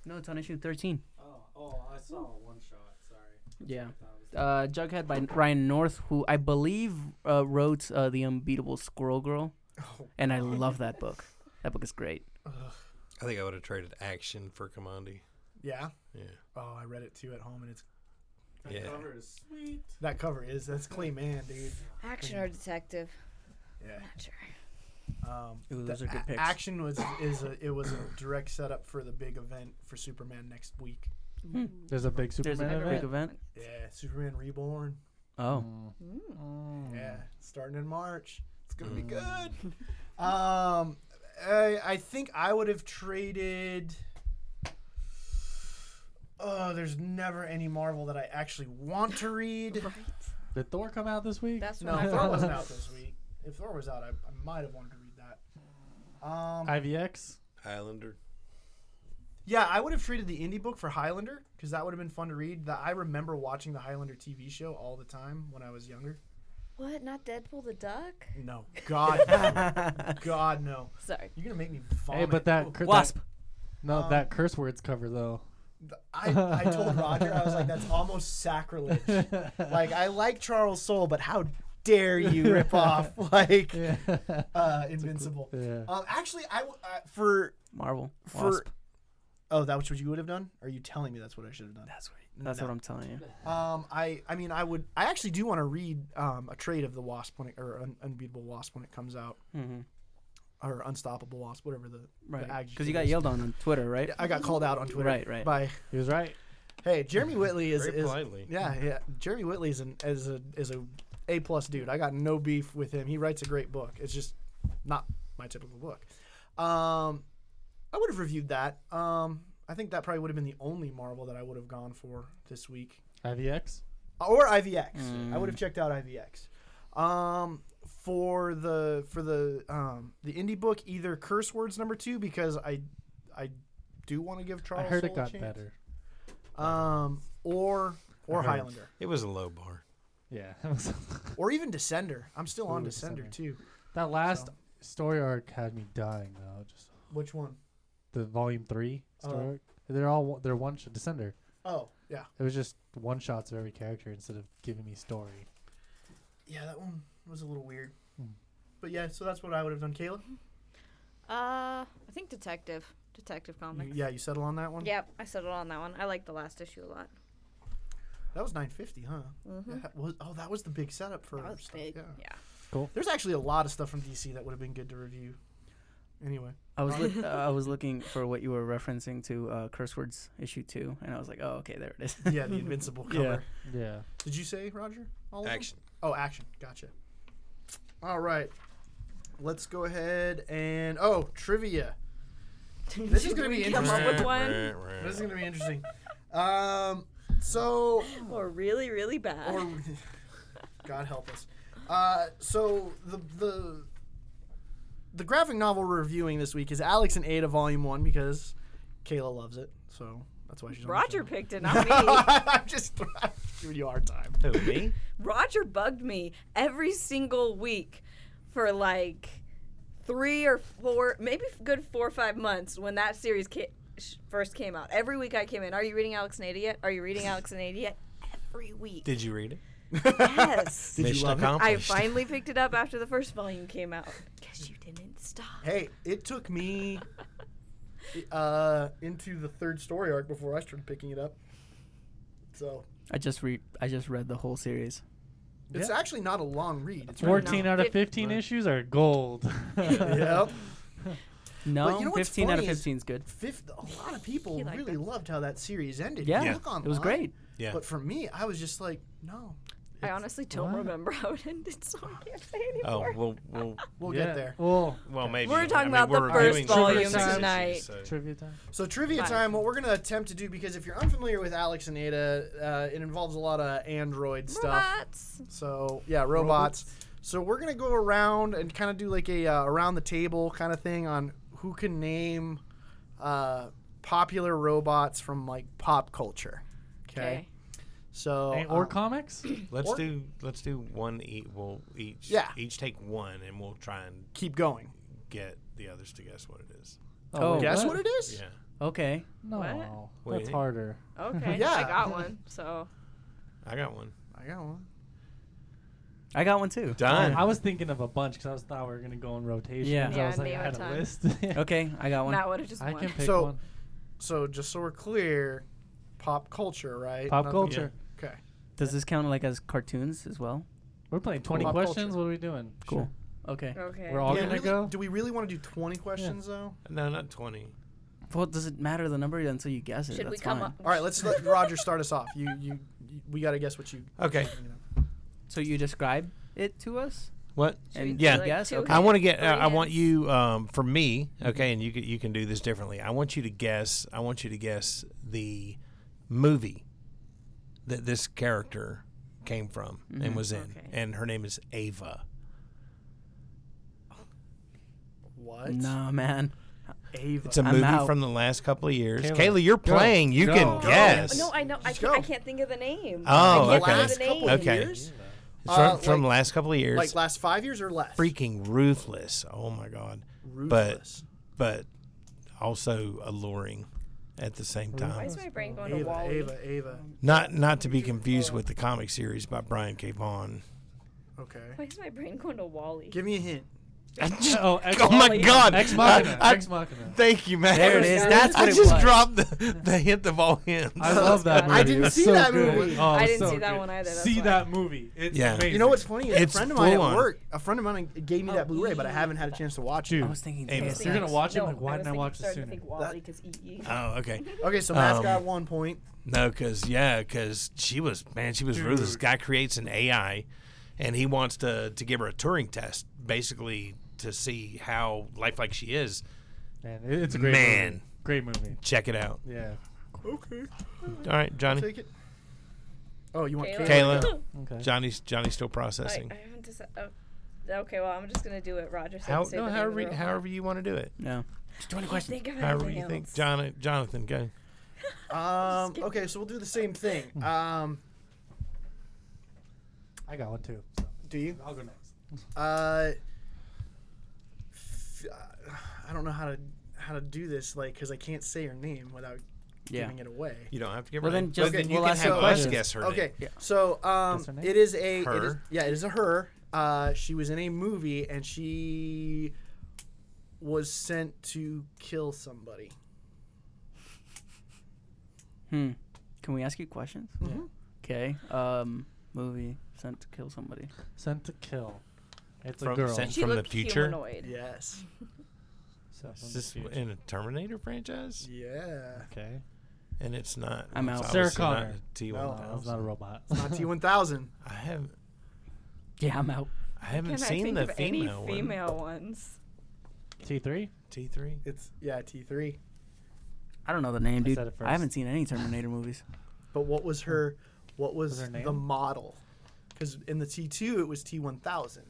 B: No, it's on issue 13.
E: Oh, oh, I saw one shot. Sorry.
B: Yeah.
E: That was-
B: Uh, Jughead by Ryan North, who I believe uh, wrote uh, the unbeatable Squirrel Girl,
C: Oh,
B: and I love that book. That book is great.
C: ugh.
A: I think I would have traded action for Commandi.
C: yeah.
A: Yeah.
C: Oh, I read it too at home, and it's
E: That
A: Yeah.
E: cover is sweet.
C: that cover is that's Clay Man, dude.
D: Action or detective?
C: Yeah.
D: Not sure.
C: Um,
B: Ooh,
C: the
B: those are good
C: a-
B: picks.
C: Action was is a, it was a direct setup for the big event for Superman next week.
F: There's a big
B: There's
F: Superman
B: a big
F: event.
B: event.
C: Yeah, Superman Reborn.
B: Oh,
D: Mm,
C: Yeah, starting in March. It's gonna be good. um, I, I think I would have traded. Oh, there's never any Marvel that I actually want to read.
F: Did Thor come out this week?
D: That's what
C: <laughs> No,
D: I
C: Thor
D: thought.
C: wasn't out this week. If Thor was out, I, I might have wanted to read that. Um,
F: IVX.
A: Highlander.
C: Yeah, I would have traded the indie book for Highlander because that would have been fun to read. The, I remember watching the Highlander TV show all the time when I was younger.
D: What? Not Deadpool the Duck?
C: No, God, no. God, no.
D: Sorry.
C: You're gonna make me vomit. Oh,
F: Hey, but that cur- that-
B: Wasp.
F: no,
C: Um,
F: that curse words cover though.
C: I, I told Roger, I was like, that's almost sacrilege.
F: <laughs>
C: like, I like Charles Soule, but how dare you
F: <laughs>
C: rip off like
F: yeah. <laughs>
C: uh, Invincible?
F: yeah.
C: Um, actually, I w- uh, for
B: Marvel.
C: For-
B: Wasp.
C: oh, that's what you would have done. Are you telling me that's what I should have done?
B: That's what. That's
C: No.
B: what I'm telling you.
C: Um, I I mean, I would. I actually do want to read um, a trade of the Wasp when it, or un- Unbeatable Wasp when it comes out,
B: Mm-hmm.
C: or Unstoppable Wasp, whatever the
B: Right.
C: adjective
B: Because you got
C: is.
B: yelled on on Twitter, right?
C: I got called out on Twitter.
B: Right, right.
C: By
F: He was right.
C: hey, Jeremy Whitley is,
A: Very
C: is
A: politely.
C: Yeah, yeah. Jeremy Whitley is an is a is a A plus dude. I got no beef with him. He writes a great book. It's just not my typical book. Um, I would have reviewed that. Um, I think that probably would have been the only Marvel that I would have gone for this week,
F: IVX.
C: Uh, or IVX. I
F: Mm.
C: would have checked out IVX. Um, for the for the um, the indie book, either curse words number two because I I do want to give
F: I
C: Charles.
F: heard
C: Soule
F: it
C: a
F: got
C: chance.
F: better.
C: Um, or or
F: heard.
C: Highlander.
A: It was a low bar.
F: <laughs> Yeah.
C: or even Descender. I'm still on
F: Ooh,
C: Descender
F: Descender.
C: too.
F: that last
C: So.
F: story arc had me dying though. Just
C: Which one?
F: the volume three
C: Oh.
F: story arc. They're all one- they're one shot descender.
C: Oh, yeah,
F: It was just one shots of every character instead of giving me story.
C: yeah. That one was a little weird.
F: Hmm.
C: But yeah, so that's what I would have done, Caleb.
D: Uh, I think Detective. Detective Comics.
C: Yeah, you settle on that one.
D: Yep, I settled on that one. I like the last issue a lot.
C: that was 950, huh?
D: Mm-hmm.
C: Yeah, that was oh, that was the big setup for
D: That was
C: stuff,
D: big.
C: Yeah.
D: yeah.
C: There's actually a lot of stuff from DC that would have been good to review. Anyway,
B: I was look, uh, I was looking for what you were referencing to uh, curse words issue two, and I was like, oh, okay, there it is. <laughs>
C: yeah, the Invincible
B: Yeah.
C: cover.
F: Yeah.
C: Did you say Roger? All of them?
A: Action.
C: Oh, action. Gotcha. All right. Let's go ahead and oh, trivia. This is
D: <laughs>
C: gonna be
D: Come up with
C: interesting.
D: one,
C: This is gonna be interesting. Um, so
D: or really, really bad.
C: or <laughs> God help us. Uh, so the the the graphic novel we're reviewing this week is Alex and Ada Volume One because Kayla loves it, so that's why she's on the
D: Roger
C: show. <laughs>
D: picked it, not me.
C: I'm just <laughs> I'm giving you a hard time.
A: Who, me?
D: Roger bugged me every single week for like three or four, maybe f- good four or five months when that series ca- sh- first came out. Every week I came in, are you reading Alex and Ada yet? Are you reading Alex and Ada yet? Every week.
A: Did you read it?
D: yes.
C: <laughs> Did you
A: Mission
C: love it?
D: I
A: accomplished.
D: finally picked it up after the first volume came out. Guess you didn't stop.
C: Hey, it took me uh, into the third story arc before I started picking it up. So
B: I just re I just read the whole series.
C: it's actually not a long read. It's really
F: Fourteen
D: No.
F: out of
D: Fif-
F: fifteen issues are gold. <laughs>
C: not. yep.
B: No,
C: you know what's
B: fifteen out of
C: funny is-
B: fifteen is good.
C: Fifth, a lot of people
D: He liked
C: really
D: it.
C: loved how that series ended.
B: Yeah,
C: You look
B: it was
C: online,
B: great.
A: yeah.
C: But for me, I was just like, no,
D: I honestly don't
F: What?
D: remember how it ended, so I can't say
A: Oh,
D: anymore.
A: well, well,
C: we'll
F: Yeah.
C: get there.
F: Well,
A: well, maybe.
D: We're talking about the first
A: reviewing the
F: volume
A: six issues,
D: tonight.
A: so-
F: trivia time.
C: So trivia
D: Fine.
C: time. What we're gonna attempt to do, because if you're unfamiliar with Alex and Ada, uh, it involves a lot of Android stuff.
D: Robots.
C: So yeah, robots. So we're gonna go around and kind of do like a uh, around the table kind of thing on who can name uh, popular robots from like pop culture. Okay.
D: Okay.
C: So
F: Hey, uh, or
C: um,
F: comics?
A: Let's
C: Or-
A: do let's do one each. We'll each
C: Yeah.
A: each take one, and we'll try and
C: keep going.
A: get the others to guess what it is.
B: Oh,
F: wait,
C: Guess what it is?
A: Yeah.
B: Okay,
F: No,
A: What?
F: that's
A: Wait.
F: harder.
D: Okay.
C: Yeah.
D: I got one. So
A: I got one.
C: I got one.
B: I got one too.
A: Done.
F: I was thinking of a bunch because I was thought we were gonna go in rotation.
B: Yeah.
F: I
D: Yeah,
F: was like, I
D: name a
F: had a
D: ton.
F: list. <laughs>
B: Okay, I got one.
D: Matt would have just
F: I
D: won.
F: can pick
C: So-
F: one.
C: So just so we're clear, pop culture, right?
F: Pop
C: Not the-
F: culture.
C: Okay.
B: Does this count like as cartoons as well?
F: We're playing twenty
C: Pop
F: questions.
C: culture.
F: What are we doing?
B: Cool. Okay.
D: Okay.
F: We're all
C: Yeah,
F: gonna
C: really-
F: go.
C: Do we really want to do 20 questions though?
A: no, not twenty.
B: Well, does it matter the number until you guess it?
D: Should
B: That's
D: we come
B: fine.
D: up?
C: All right, let's let Roger start us off. You you, you we got to guess what you
A: Okay.
C: you know.
B: So you describe it to us?
A: What?
D: Should we
B: And-
D: do,
A: Yeah.
D: like,
B: Yes,
D: two
B: okay.
A: I want to get.
D: three
A: Uh, I want
D: hands?
A: you um, for me. Okay, and you can, you can do this differently. I want you to guess. I want you to guess the movie that this character came from and was in,
D: Okay.
A: and her name is Ava.
C: What?
B: Nah, man.
C: Ava.
A: It's a
B: I'm
A: movie
B: out.
A: from the last couple of years.
F: Kayla,
A: Kayla, you're
F: go.
A: playing. You
F: Go.
A: can
F: Go.
A: guess.
D: No, I know. I
C: Just
D: can't, I
C: go.
D: can't think of the name.
A: Oh,
D: I can't
A: okay.
C: Last
D: think of the
C: couple
D: name.
A: Okay.
C: years?
A: from,
C: Uh,
A: from
C: like-
A: the last couple of years.
C: like last five years or less.
A: freaking ruthless. Oh my god.
C: ruthless.
A: But also alluring at the same
D: Why
A: time.
D: is my brain going to
C: Ava,
D: Wally?
C: Ava, Ava.
A: Not not to be confused with the comic series by Brian K.
C: <laughs>
A: Vaughan.
C: Okay.
D: Why is my brain going to Wally?
C: Give me a hint.
A: I just-
F: Oh, ex-
A: oh my
D: Wall-E.
A: god.
F: Ex
A: I-
F: Machina.
A: I-
F: ex Machina.
A: thank you, man.
B: There it is. That's
A: I
B: what it
A: just
B: was.
A: dropped the, the hint of all hints.
F: I love that movie.
C: I didn't
F: It's
C: see
F: so
C: that
F: good.
C: movie.
F: Oh,
D: I
F: it's
D: didn't
F: so
D: see that
F: good.
D: one either, that's
F: See
D: why.
F: that movie? It's
A: Yeah. You
F: amazing.
C: You know what's funny? A
A: It's
C: friend of mine
A: full on.
C: at work, a friend of mine gave me that Blu-ray, but I haven't had a chance to watch
F: Dude.
B: I was thinking.
A: Ava.
B: ASX.
F: You're gonna watch it?
D: No,
F: Like, why
D: was
F: didn't I
D: thinking-
F: watch this
D: starting to
F: sooner?
D: think Wally 'cause EE.
A: Oh, okay.
C: it. Okay, so Matt's
A: Um,
C: got one point.
A: No, because yeah, because she was man, she was ruthless. This guy creates an AI, and he wants to to give her a Turing test, basically to see how lifelike she is.
F: Man, it- it's a great
A: Man.
F: movie. Great movie.
A: Check it out.
F: Yeah.
C: Okay.
A: All right, Johnny.
C: Take it. Oh, you want Kayla?
D: Kayla.
A: Kayla,
F: Okay.
A: Johnny's Johnny's still
D: I,
A: processing.
D: I haven't decided. Oh. Okay, well, I'm just gonna do it. Roger said.
A: How
D: say
A: no,
D: the name of the
A: however
D: robot.
A: however you want to do it.
B: No.
A: Just do any
D: Can't think of
A: However
D: anything
A: you think,
D: else.
A: John, Jonathan, go.
C: Um, okay, so we'll do the same thing. Um,
F: I got one too. So.
C: do you?
F: I'll go next.
C: Uh, f- uh, I don't know how to how to do this, like, because I can't say her name without
B: Yeah.
C: giving it away.
A: You don't have to give
B: Well,
A: her.
B: then
A: name.
B: just-
A: But then you
B: we'll
A: can
B: ask
A: have
C: her
A: us
B: questions.
A: guess her name.
C: Okay,
B: Yeah.
C: so um,
F: Guess her name?
C: it is a it is,
A: Her.
C: yeah, it is a her. Uh, she was in a movie and she was sent to kill somebody.
B: Hmm. Can we ask you questions?
F: Mm-hmm.
C: Mhm.
B: Okay. Um. Movie sent to kill somebody.
F: Sent to Kill. It's
A: From-
F: a girl.
A: sent-
D: She
A: From the
D: looked
A: future?
D: humanoid.
C: Yes.
F: So from
A: Is
F: the
A: this
F: future.
A: in a Terminator franchise?
C: Yeah.
F: okay.
A: And it's not.
B: I'm
A: it's
B: out.
A: obviously
F: Sarah
A: not
F: Connor.
A: a T1000.
C: No,
F: No, it's not a robot.
C: Not T one thousand.
A: I haven't.
B: Yeah, I'm out.
A: I haven't
D: Can I
A: seen
D: think
A: the
D: of any
A: female,
D: female ones?
F: T <laughs> three.
A: T three.
C: It's yeah T three.
B: I don't know the name,
F: I
B: dude.
F: said it
B: I haven't
F: first.
B: seen any Terminator movies.
C: But what was her? What was,
F: her name?
C: the model? Because in the T two it was T one thousand.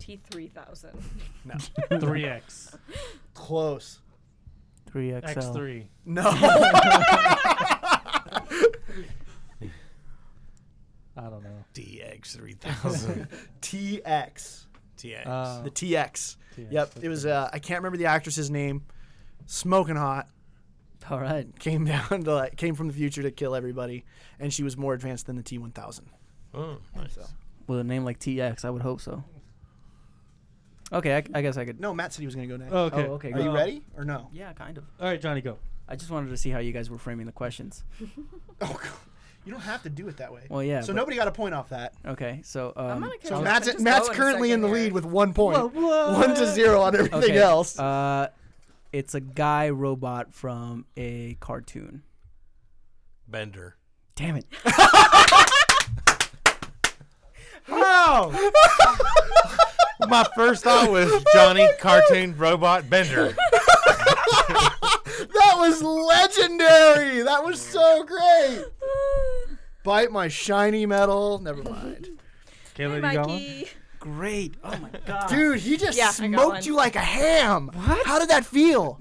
D: T three thousand.
C: No.
F: Three X.
C: Close.
B: Three XL.
F: X three.
C: No. <laughs>
F: I don't know.
A: DX three <laughs> thousand.
C: TX.
A: TX.
F: Uh,
C: The TX.
F: TX,
C: Yep. It was. Uh, I can't remember the actress's name. Smoking hot.
B: All right.
C: Came <laughs> down to like came from the future to kill everybody, and she was more advanced than the T one thousand.
A: oh, nice.
C: So.
B: With a name like TX, I would hope so. Okay, I, I guess I could.
C: No, Matt said he was gonna go next.
F: Oh, okay.
B: Oh, okay,
C: Are you
F: Uh,
C: ready or <laughs> no?
B: Yeah, kind of.
F: All right, Johnny, go.
B: I just wanted to see how you guys were framing the questions.
C: Oh, God. you don't have to do it that way.
B: Well, yeah.
C: so
B: but-
C: nobody got a point off that.
B: Okay, so um,
D: I'm gonna
C: So
D: I'll
C: Matt's
D: just go
C: Matt's
D: in a
C: currently Oh. in the
D: second
C: lead
D: here.
C: with one point.
F: what?
C: One to zero on everything
B: okay,
C: else.
B: Uh, it's a guy robot from a cartoon.
A: Bender.
B: Damn
F: <laughs>
B: it!
A: Oh. My first
D: <laughs>
A: thought was Johnny cartoon robot Bender.
C: that was legendary. That was so great. Bite my shiny metal. Never mind.
F: Kayla,
D: Hey,
F: you got one?
D: Mikey.
B: Great. Oh my god.
C: Dude, he just
D: Yeah, I got one.
C: smoked you like a ham. What? How did that feel?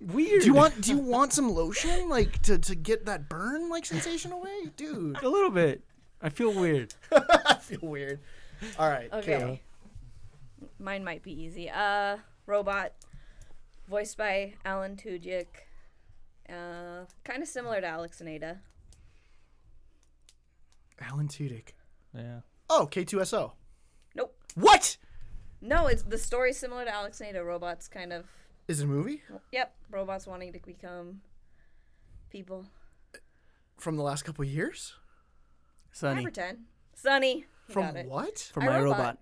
B: weird.
C: Do you want do you want some lotion like to, to get that burn like sensation away? Dude.
B: a little bit? I feel weird.
C: <laughs> I feel weird. All right.
D: Okay. Mine might be easy. Uh, robot, voiced by Alan Tudyk. Uh, kind of similar to Alex and Ada.
C: Kayla. Alan Tudyk.
F: Yeah.
C: Oh, K2SO.
D: Nope.
C: What?
D: No, it's the story's similar to Alex and Ada. Robots kind of.
C: Is it a movie
D: Yep. Robots wanting to become people.
C: from the last couple of years?
B: Sunny
D: I pretend. Sunny. You
C: From
D: got it.
C: what?
B: for
D: I,
B: my
D: Robot.
B: robot.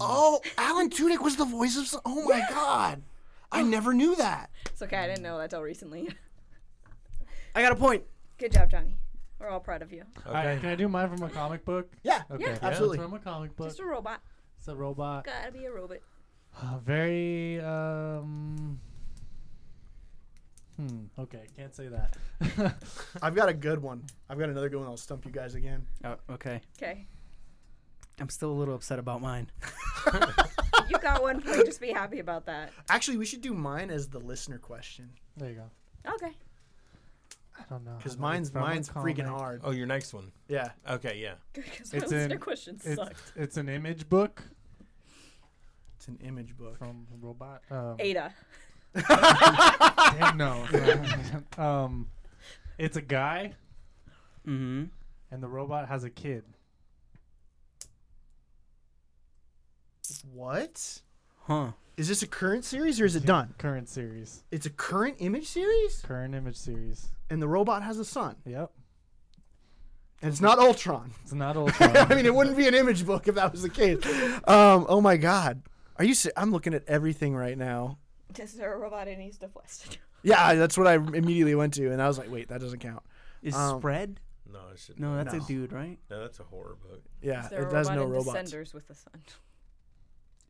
C: Oh, Alan Tudyk was the voice of. some- Oh my God, I never knew that.
D: It's okay. I didn't know that till recently. <laughs>
B: I got a point.
D: Good job, Johnny. We're all proud of you.
F: All right, can I do mine from a comic book?
C: Yeah,
F: Okay.
D: Yeah.
C: absolutely.
F: It's from a comic book.
D: Just a robot.
F: It's a robot.
D: Gotta be a robot.
F: Uh, very um. Hmm. Okay. Can't say that.
C: I've got a good one. I've got another good one. I'll stump you guys again.
B: Oh, okay.
D: Okay.
B: I'm still a little upset about mine.
D: You got one point. Just be happy about that.
C: Actually, we should do mine as the listener question.
D: <laughs>
F: there you go.
D: Okay.
F: I don't know.
C: Because
F: I'm not
C: mine's
F: from a
C: mine's freaking
F: comic.
C: hard.
A: Oh, your next one.
C: Yeah.
A: Okay, yeah.
D: Because
F: It's
D: their
F: in-
D: question
F: It's,
D: sucked.
F: it's an image book
C: It's an image book. <laughs>
F: from Robot. Um,
D: Ada.
F: damn, no. no. um, it's a guy,
B: Mm-hmm.
F: and the robot has a kid.
C: What?
B: Huh.
C: Is this a current series or is it done?
F: Current series.
C: It's a current image series,
F: Current image series.
C: and the robot has a son,
F: Yep.
C: and it's not Ultron. <laughs>
F: It's not
C: I
F: Ultron.
C: mean, it wouldn't be an image book if that was the case. Um, oh my God, are you? Se- I'm looking at everything right now.
D: Is there a robot in East of West?
C: Yeah, that's what I immediately went to, and I was like, wait, that doesn't count.
B: Is
C: Um,
B: spread?
A: No, I should.
B: No, that's
C: no.
B: a dude, right?
A: no, that's a horror book.
C: Yeah,
D: Is there
C: it
D: a
C: does
D: robot
C: no
D: in
C: robots.
D: Descenders with a son?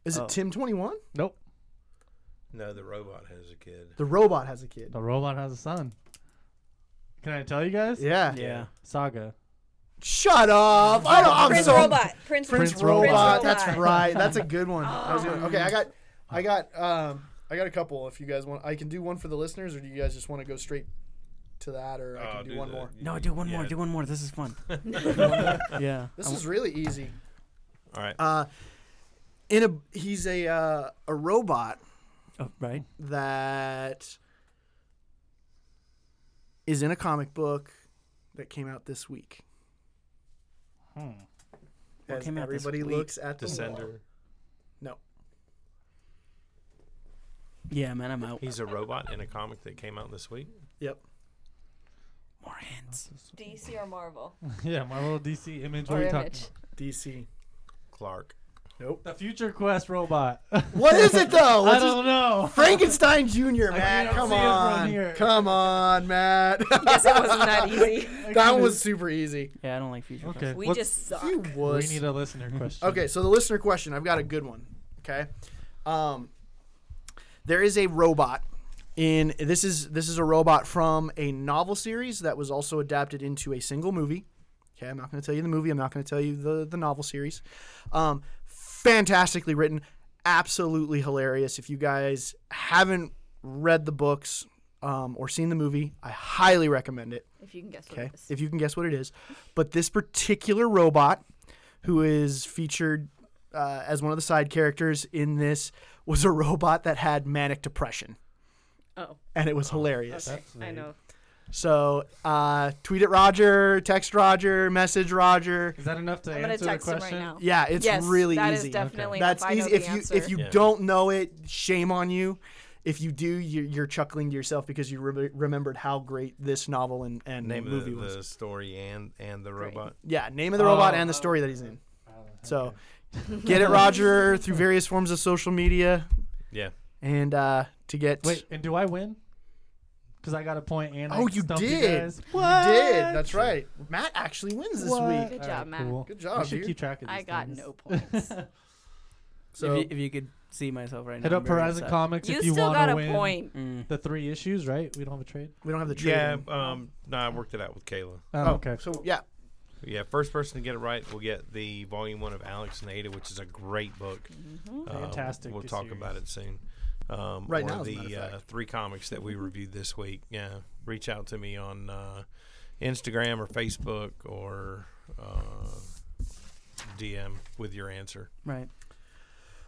C: Is
B: Oh.
C: it Tim Twenty One?
F: nope.
A: No, the robot has a kid.
C: The robot has a kid.
F: The robot has a son. Can I tell you guys?
C: Yeah.
F: Saga. <laughs>
C: Shut up! I don't. I'm
D: Prince
C: so
D: Robot. Prince,
C: Prince,
F: Prince
C: Robot.
F: Robot.
C: That's right. That's a good one. I was gonna- okay, I got, I got, um, I got a couple. If you guys want, I can do one for the listeners, or do you guys just want to go straight to that, or I
A: Oh,
C: can do,
A: do
C: one
A: the-
C: more.
B: No, do one more.
A: Yeah.
B: Do one more. This
C: <laughs>
B: is fun. yeah.
C: This
B: I
C: is really easy.
A: All right.
C: Uh, in a, he's a uh, a robot
B: w- oh, right.
C: that is in a comic book that came out this week.
F: Hmm.
B: What
C: As
B: came out this
C: everybody
B: week?
C: looks at the wall.
A: Descender.
B: Yeah, man, I'm out.
A: He's a robot in a comic that came out this week.
C: Yep.
B: More hands.
D: DC or Marvel?
F: yeah, my little DC image. What
D: or
F: are you talking
D: Image?
F: about?
C: DC.
A: Clark.
F: The Future Quest robot.
C: What is it though?
F: <laughs> I
C: What's his
F: don't know.
C: Frankenstein Jr., Matt.
F: can't
C: Come
F: see it from
C: on.
F: here.
C: Come on, Matt.
D: Guess it wasn't that easy.
C: <laughs> that was super easy.
B: Yeah, I don't like future.
F: Okay.
D: We
F: what's-
D: just suck.
C: You
F: We
C: wuss.
F: need a listener
C: <laughs>
F: question.
C: Okay, so the listener question. I've got a good one. Okay. Um, there is a robot in this is this is a robot from a novel series that was also adapted into a single movie. Okay, I'm not going to tell you the movie. I'm not going to tell you the the novel series. Um, fantastically written, absolutely hilarious. If you guys haven't read the books um, or seen the movie, I highly recommend it.
D: If you can guess what
C: Okay.
D: it is.
C: If you can guess what it is. But this particular robot, who is featured uh, as one of the side characters in this, was a <laughs> robot that had manic depression.
D: Oh,
C: And it was hilarious.
D: okay. I
F: vague.
D: know.
C: So uh, tweet at Roger, text Roger, message Roger.
F: Is that enough to
D: I'm gonna
F: answer
D: text
F: the
D: him right
F: question?
D: now.
C: Yeah, it's
D: yes,
C: really
D: that is
C: easy.
D: definitely.
C: That's
D: if I know
C: easy.
D: the
C: If you if
D: answer.
C: you
A: Yeah.
C: don't know it, shame on you. If you do, you're, you're chuckling to yourself because you re- remembered how great this novel and, and
A: Name of
C: movie
A: the,
C: was.
A: the story and and the
D: Great.
A: robot.
C: Yeah, name of the robot
F: Oh,
C: and the
F: oh,
C: story that he's in.
F: Oh, okay.
C: So get <laughs> it, Roger, through various forms of social media,
A: Yeah.
C: and uh, to get
F: Wait, and do I win? Because I got a point and I
C: Oh, you
F: stumped
C: did.
F: guys.
C: you did. That's right. Matt actually wins this
F: What?
C: week.
D: Good job, Matt.
F: Cool.
C: Good
F: We
C: job,
F: should
C: Oh, dude.
F: keep track of these
D: I got
F: things.
D: no points.
C: So
B: if, you, if you could see myself right
F: Hit
B: now.
F: up Horizon Comics
D: you
F: if you
D: still
F: want
D: got
F: to
D: a
F: win
D: point.
B: Mm.
F: the three issues, right? We don't have a trade.
C: we don't have the trade.
A: Yeah.
C: in.
A: Um. No, I worked it out with Kayla.
F: Oh,
C: Oh,
F: okay.
C: So yeah,
A: Yeah. First person to get it right will get the volume one of Alex and Ada, which is a great book. Um,
F: Fantastic
A: we'll talk
F: series.
A: about it soon. Um,
C: Right
A: or
C: now, as a matter
A: the
C: of
A: uh,
C: fact.
A: three comics that we reviewed this week. Yeah. Reach out to me on uh, Instagram or Facebook or uh, DM with your answer.
B: <laughs> Right.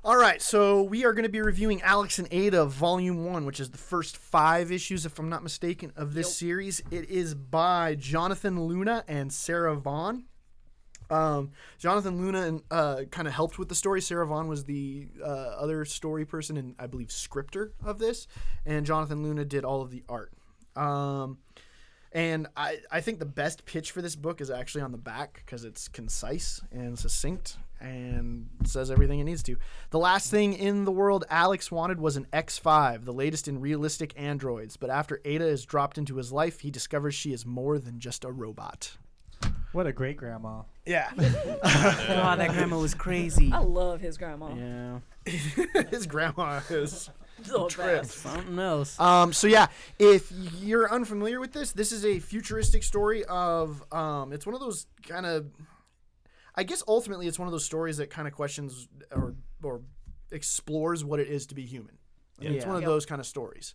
C: All right, so we are going to be reviewing Alex and Ada Volume 1, which is the first five issues, if I'm not mistaken, of this series. It is by Jonathan Luna and Sarah Vaughn. Um, Jonathan Luna uh, kind of helped with the story. Sarah Vaughn was the uh, other story person and I believe scripter of this. And Jonathan Luna did all of the art. Um, and I, I think the best pitch for this book is actually on the back because it's concise and succinct and says everything it needs to. The last thing in the world Alex wanted was an X5, the latest in realistic androids. But after Ada is dropped into his life, he discovers she is more than just a robot.
F: What a great grandma.
C: Yeah.
B: God, that grandma was crazy.
D: I love his grandma.
B: yeah.
C: <laughs> his grandma is.
D: The best.
B: Something else.
C: Um, so yeah, if you're unfamiliar with this, this is a futuristic story of um, it's one of those kind of I guess ultimately it's one of those stories that kind of questions or or explores what it is to be human. I mean, It's
B: Yeah.
C: one of
D: Yep.
C: those kind of stories.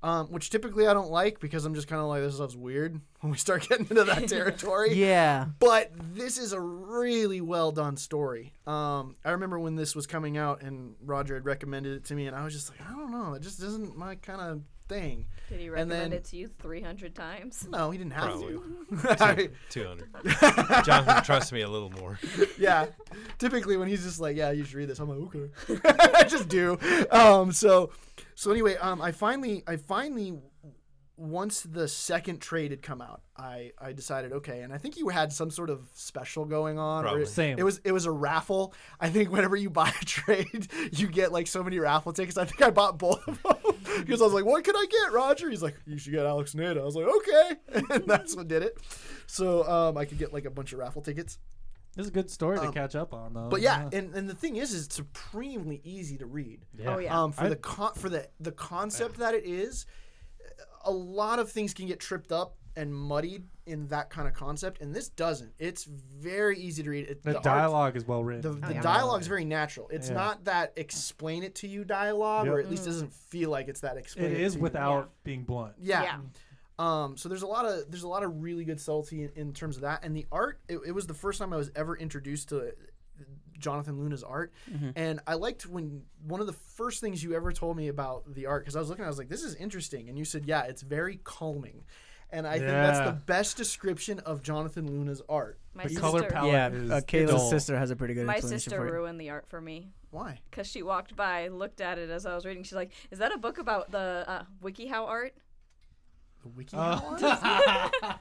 C: um, which typically I don't like because I'm just kind of like this stuff's weird <laughs> when we start getting into that
B: <laughs>
C: territory.
B: Yeah.
C: But this is a really well done story. Um, I remember when this was coming out and Roger had recommended it to me, and I was just like, I don't know, that just isn't my kind of thing.
D: Did he
C: And then-
D: recommend it to you 300 times?
C: No, he didn't have
A: Probably.
C: <laughs> to.
A: Two hundred. Jonathan trusts me a little more.
C: <laughs> yeah. Typically, when he's just like, "Yeah, you should read this," I'm like, "Okay," <laughs> I just do. Um, so, so anyway, um, I finally, I finally, once the second trade had come out, I, I decided, okay, and I think you had some sort of special going on.
A: Probably.
C: it,
F: Same.
C: It was, it was a raffle. I think whenever you buy a <laughs> trade, you get like so many raffle tickets. I think I bought both of them <laughs> because I was like, "What can I get, Roger?" He's like, "You should get Alex Nada." I was like, "Okay," <laughs> and that's what did it. So um, I could get like a bunch of raffle tickets.
F: This is a good story
C: Um,
F: to catch up on, though.
C: But yeah, and, and the thing is, is it's supremely easy to read.
F: yeah.
D: Oh, yeah.
C: Um, for
F: I-
C: the con- for the the concept that it is, a lot of things can get tripped up and muddied in that kind of concept, and this doesn't. It's very easy to read. It,
F: The,
C: art-
F: dialogue is well written.
C: the, the
D: yeah.
C: dialogue is very natural. It's
F: Yeah.
C: not that explain it to you dialogue, or
F: Yep.
C: at least doesn't feel like it's that explain.
F: it
C: It,
F: is
C: to
F: without being blunt.
C: You. Yeah.
D: Yeah.
C: Um, so there's a lot of there's a lot of really good subtlety in, in terms of that, and the art. It, it was the first time I was ever introduced to Jonathan Luna's art,
D: Mm-hmm.
C: and I liked when one of the first things you ever told me about the art because I was looking, I was like, this is interesting, and you said, yeah, it's very calming, and I think that's
F: Yeah.
C: the best description of Jonathan Luna's art.
D: My
F: The
D: sister,
F: color palette
B: yeah,
F: is
B: uh, Kayla's
F: dull.
B: sister has a pretty good
D: my
B: explanation
D: sister
B: for it.
D: ruined the art for me
C: Why?
D: because she walked by, looked at it as I was reading. She's like, "Is that a book about the uh, WikiHow art?" <laughs>
C: The wiki.
F: Uh,
D: it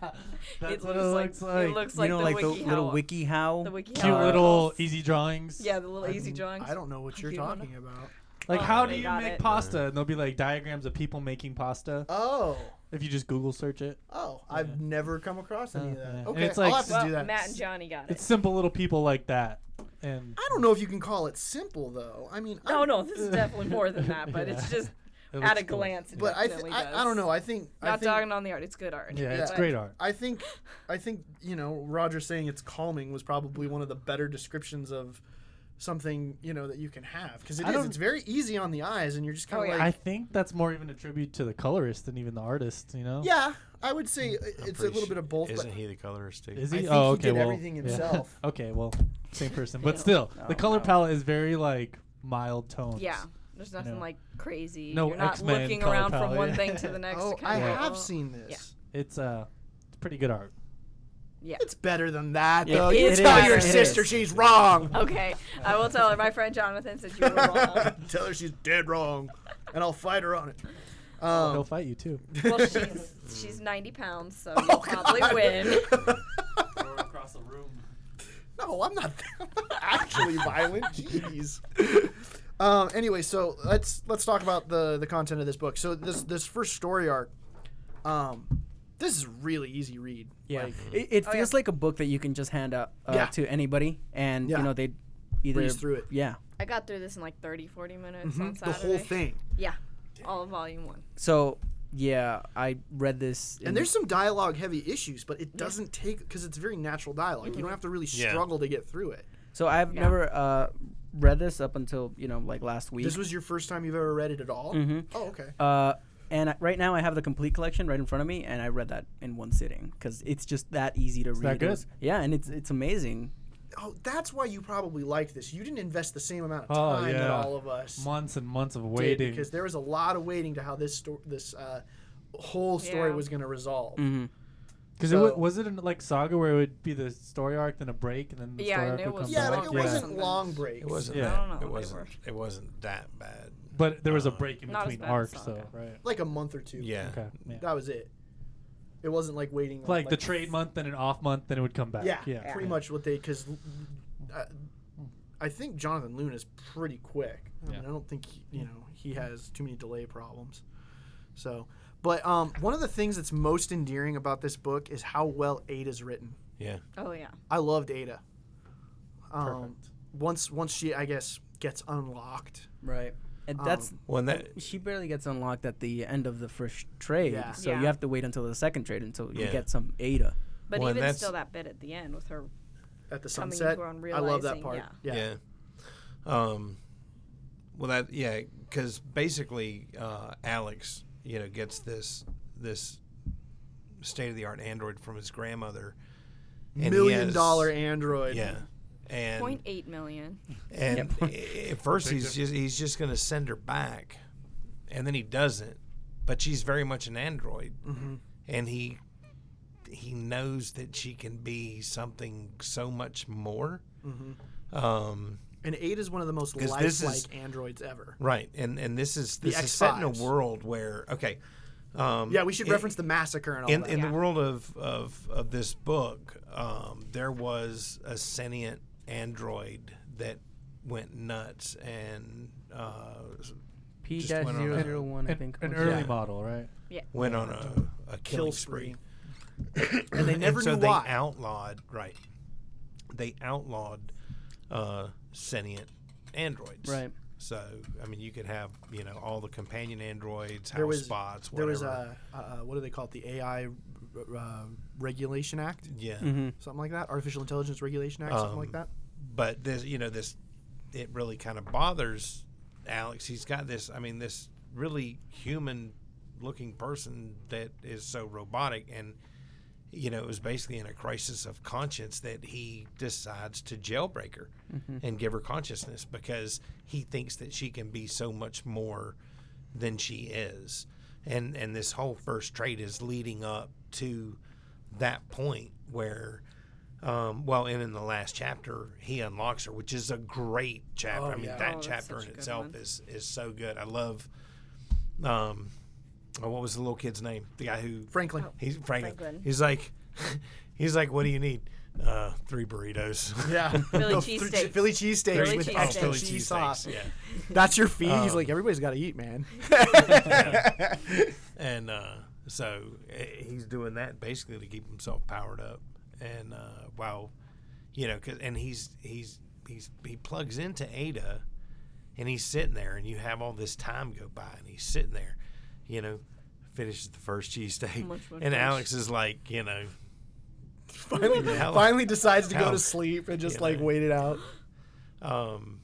F: That's what it
D: looks
F: looks like.
D: It looks
B: you
D: like
B: know,
D: the
B: like
D: WikiHow.
B: the little wiki how.
D: the WikiHow.
F: Cute
D: art.
F: little easy drawings.
D: Yeah, the little easy
C: I'm- <laughs>
D: drawings.
C: I don't know what you're
D: You wanna-
C: talking about.
F: Like,
D: Oh,
F: how
D: they
F: do you
D: got
F: make
D: it.
F: pasta? And there'll be like diagrams of people making pasta
C: Oh,
F: if you just Google search it.
C: oh, I've never come across any of
F: Uh,
C: that.
F: yeah. And
C: Okay,
F: it's
C: I'll
F: like-
C: have to
D: well,
C: do that.
D: Matt and Johnny got it. <laughs>
F: It's simple little people like that. And
C: I don't know if you can call it simple though. I mean,
D: Oh, No,
C: I,
D: no, this is definitely more than that, but it's just
F: it
D: at
F: looks
D: a
F: cool.
D: glance. It
C: but I, th-
D: definitely does.
C: I, I don't know. I think
D: Not
C: I think,
D: dogging on the art. It's good art.
F: Yeah, it's
D: but-
F: great art.
C: I think, I think you know, Roger saying it's calming was probably one of the better descriptions of something you know that you can have because it
F: I
C: is.
F: don't-
C: It's very easy on the eyes, and you're just kind
D: Oh,
C: of
D: yeah.
C: like,
F: I think that's more even a tribute to the colorist than even the artist, you know?
C: yeah. I would say it-
A: I'm
C: it's a
A: pretty
C: little
A: sure-
C: bit of both.
A: Isn't
C: but
A: he the colorist too?
F: Is
C: I
F: he?
C: think
F: oh,
C: he
F: okay.
C: did
F: well,
C: everything
F: yeah.
C: himself.
F: okay, well, same person,
D: Ew.
F: but still,
B: No,
F: the color
B: no.
F: palette is very like mild tones.
D: Yeah. There's nothing
F: No.
D: like crazy.
F: No
D: You're not
F: X-Men
D: looking
F: color
D: around from
F: palette.
D: one thing to the next.
C: oh,
D: to
C: I
D: kinda go,
C: have
D: "Oh."
C: seen this.
F: It's uh, it's pretty good art.
D: Yeah.
C: It's better than that,
B: Yeah,
C: though.
D: it
C: You
D: is
C: tell
D: better.
C: your
D: It
C: sister
B: is.
C: she's wrong. <laughs>
D: Okay, I will tell her. My friend Jonathan said you were wrong.
C: Tell her she's dead wrong, and I'll fight her on it.
F: He'll
C: Um,
F: fight you too.
C: <laughs>
D: Well, she's she's 90 pounds, so you'll probably
C: Oh, God. <laughs>
D: win.
E: Throw it across the room.
C: no, I'm not, <laughs> I'm not <laughs> actually violent. Jeez. <laughs> Um, anyway, so let's let's talk about the the content of this book. So this this first story arc, um, this is a really easy read.
B: Yeah,
C: Like,
B: it, it
D: Oh, yeah.
B: feels like a book that you can just hand out uh,
C: Yeah.
B: to anybody, and
C: Yeah.
B: you know they either
C: Breeze through it.
B: Yeah.
D: I got through this in like 30, 40 minutes on
C: Mm-hmm. the
D: Saturday.
C: whole thing.
D: Yeah, all of volume one.
B: So yeah, I read this. in-
C: And there's some dialogue heavy issues, but it doesn't take because it's very natural dialogue. You don't have to really
A: Yeah.
C: struggle to get through it.
B: so I've
D: Yeah.
B: never uh, read this up until you know like last week.
C: This was your first time you've ever read it at all.
B: Mhm.
C: Oh, okay.
B: uh, and I, right now I have the complete collection right in front of me, and I read that in one sitting because it's just that easy to
F: that
B: read. It
F: good?
B: was- yeah, and it's it's amazing.
C: Oh, that's why you probably like this. You didn't invest the same amount of
F: Oh,
C: time that
F: yeah.
C: all of us
F: Months and months of
C: did
F: waiting.
C: because there was a lot of waiting to how this sto- this uh, whole story
D: Yeah.
C: was going to resolve.
B: Mm.
F: Because it wa-
C: So-
F: was it in, like Saga where it would be the story arc, then a break, and then the
D: Yeah,
F: story
D: and
F: arc
D: it
F: would
D: was
F: come
C: Yeah,
F: back.
C: like it
D: Yeah.
C: wasn't long breaks.
A: It wasn't.
F: Yeah.
A: That,
D: I don't know
A: It
D: what they
A: wasn't. It wasn't that bad.
F: But there was
C: Uh,
F: a break in
D: Not as
F: between
D: bad as
F: arcs, though,
D: Saga.
F: right?
C: like a month or two.
A: Yeah.
F: Okay. Yeah.
C: that was it. It wasn't like waiting
F: Like, the trade month, then an off month, then it would come back.
C: Yeah,
F: yeah.
C: pretty much what they because uh, I think Jonathan Loon is pretty quick. I, mean,
F: Yeah.
C: I don't think he, you know he has too many delay problems. So, but um, one of the things that's most endearing about this book is how well Ada's written.
A: Yeah.
D: Oh yeah,
C: I loved Ada. Um, once once she I guess gets unlocked.
B: Right.
C: Um,
B: And that's
A: Well, and that
B: she barely gets unlocked at the end of the first trade,
C: Yeah.
B: so
D: Yeah.
B: you have to wait until the second trade until you
A: Yeah.
B: get some Ada.
D: but
A: Well, and
D: even
A: that's-
D: still, that bit at the end with her.
C: At the
D: Coming
C: sunset,
D: to her and
C: I love that
D: realizing,
C: part. Yeah,
A: Yeah. Um, well, that yeah, because basically, uh, Alex you know, gets this this state of the art android from his grandmother. and he
C: Million
A: has-
C: dollar android.
A: Yeah. And
D: Point eight million.
A: and i- at first he's
G: Addictive.
A: just he's just going to send her back, and then he doesn't. But she's very much an android,
C: Mm-hmm.
A: and he he knows that she can be something so much more.
C: Mm-hmm.
A: Um,
C: And eight is one of the most
A: 'Cause this
C: lifelike
A: is-
C: androids ever.
A: right, and and this is
C: The
A: this is set in a
C: X5s.
A: world where okay, um,
C: Yeah, we should
A: i-
C: reference the massacre and all
A: in,
C: that.
A: in
D: Yeah.
A: the world of, of, of this book, um, there was a sentient android that went nuts and uh,
B: P
A: Just went on a-
B: 001, I
F: An,
B: think.
F: an
B: was-
F: early
A: Yeah.
F: model, right?
A: went on a, a killing
C: Kill
A: spree.
C: spree.
A: <coughs>
C: and they never
A: and so
C: knew
A: they
C: why.
A: outlawed, right? They outlawed uh, sentient androids.
B: Right.
A: So, I mean, you could have, you know, all the companion androids, house
C: There was-
A: bots,
C: there
A: whatever.
C: was a, uh, uh, what do they call it? The AI r- uh, Regulation Act,
A: yeah.
C: something like that. Artificial Intelligence Regulation Act, something
A: Um,
C: like that.
A: but this you know this it really kind of bothers alex he's got this i mean this really human looking person that is so robotic and you know it was basically in a crisis of conscience that he decides to jailbreak her
D: Mm-hmm.
A: and give her consciousness because he thinks that she can be so much more than she is and and this whole first trait is leading up to that point where um, well, and in the last chapter, he unlocks her, which is a great chapter. I mean,
C: yeah.
A: that
D: Oh, that's
A: chapter
D: such
A: in
D: a good
A: itself
D: one.
A: is is so good. I love, um, oh, what was the little kid's name? The guy who
C: Franklin.
D: Oh.
A: he's Franklin.
D: Franklin.
A: He's like, <laughs> he's like, what do you need? Uh, three burritos.
C: <laughs>
A: <laughs>
C: Yeah.
D: Philly
C: <laughs> No,
D: cheese
C: th-
D: steaks.
C: Philly cheesesteaks
D: Philly
C: with
D: cheese steaks.
A: oh,
C: extra
A: Philly
C: cheese,
A: cheese
C: sauce.
A: steaks, Yeah.
C: That's your feed. He's
A: Um,
C: like, everybody's got to eat, man.
A: and uh, so eh, he's doing that basically to keep himself powered up, and uh, while you know, 'cause- and he's he's he's he plugs into Ada, and he's sitting there, and you have all this time go by, and he's sitting there, you know, finishes the first cheesesteak,
D: Much, much,
A: and
D: much.
A: Alex is like, you know,
C: finally,
A: <laughs> How-
C: finally decides to
A: how-
C: go to sleep and just
A: Yeah.
C: like wait it out.
A: Um,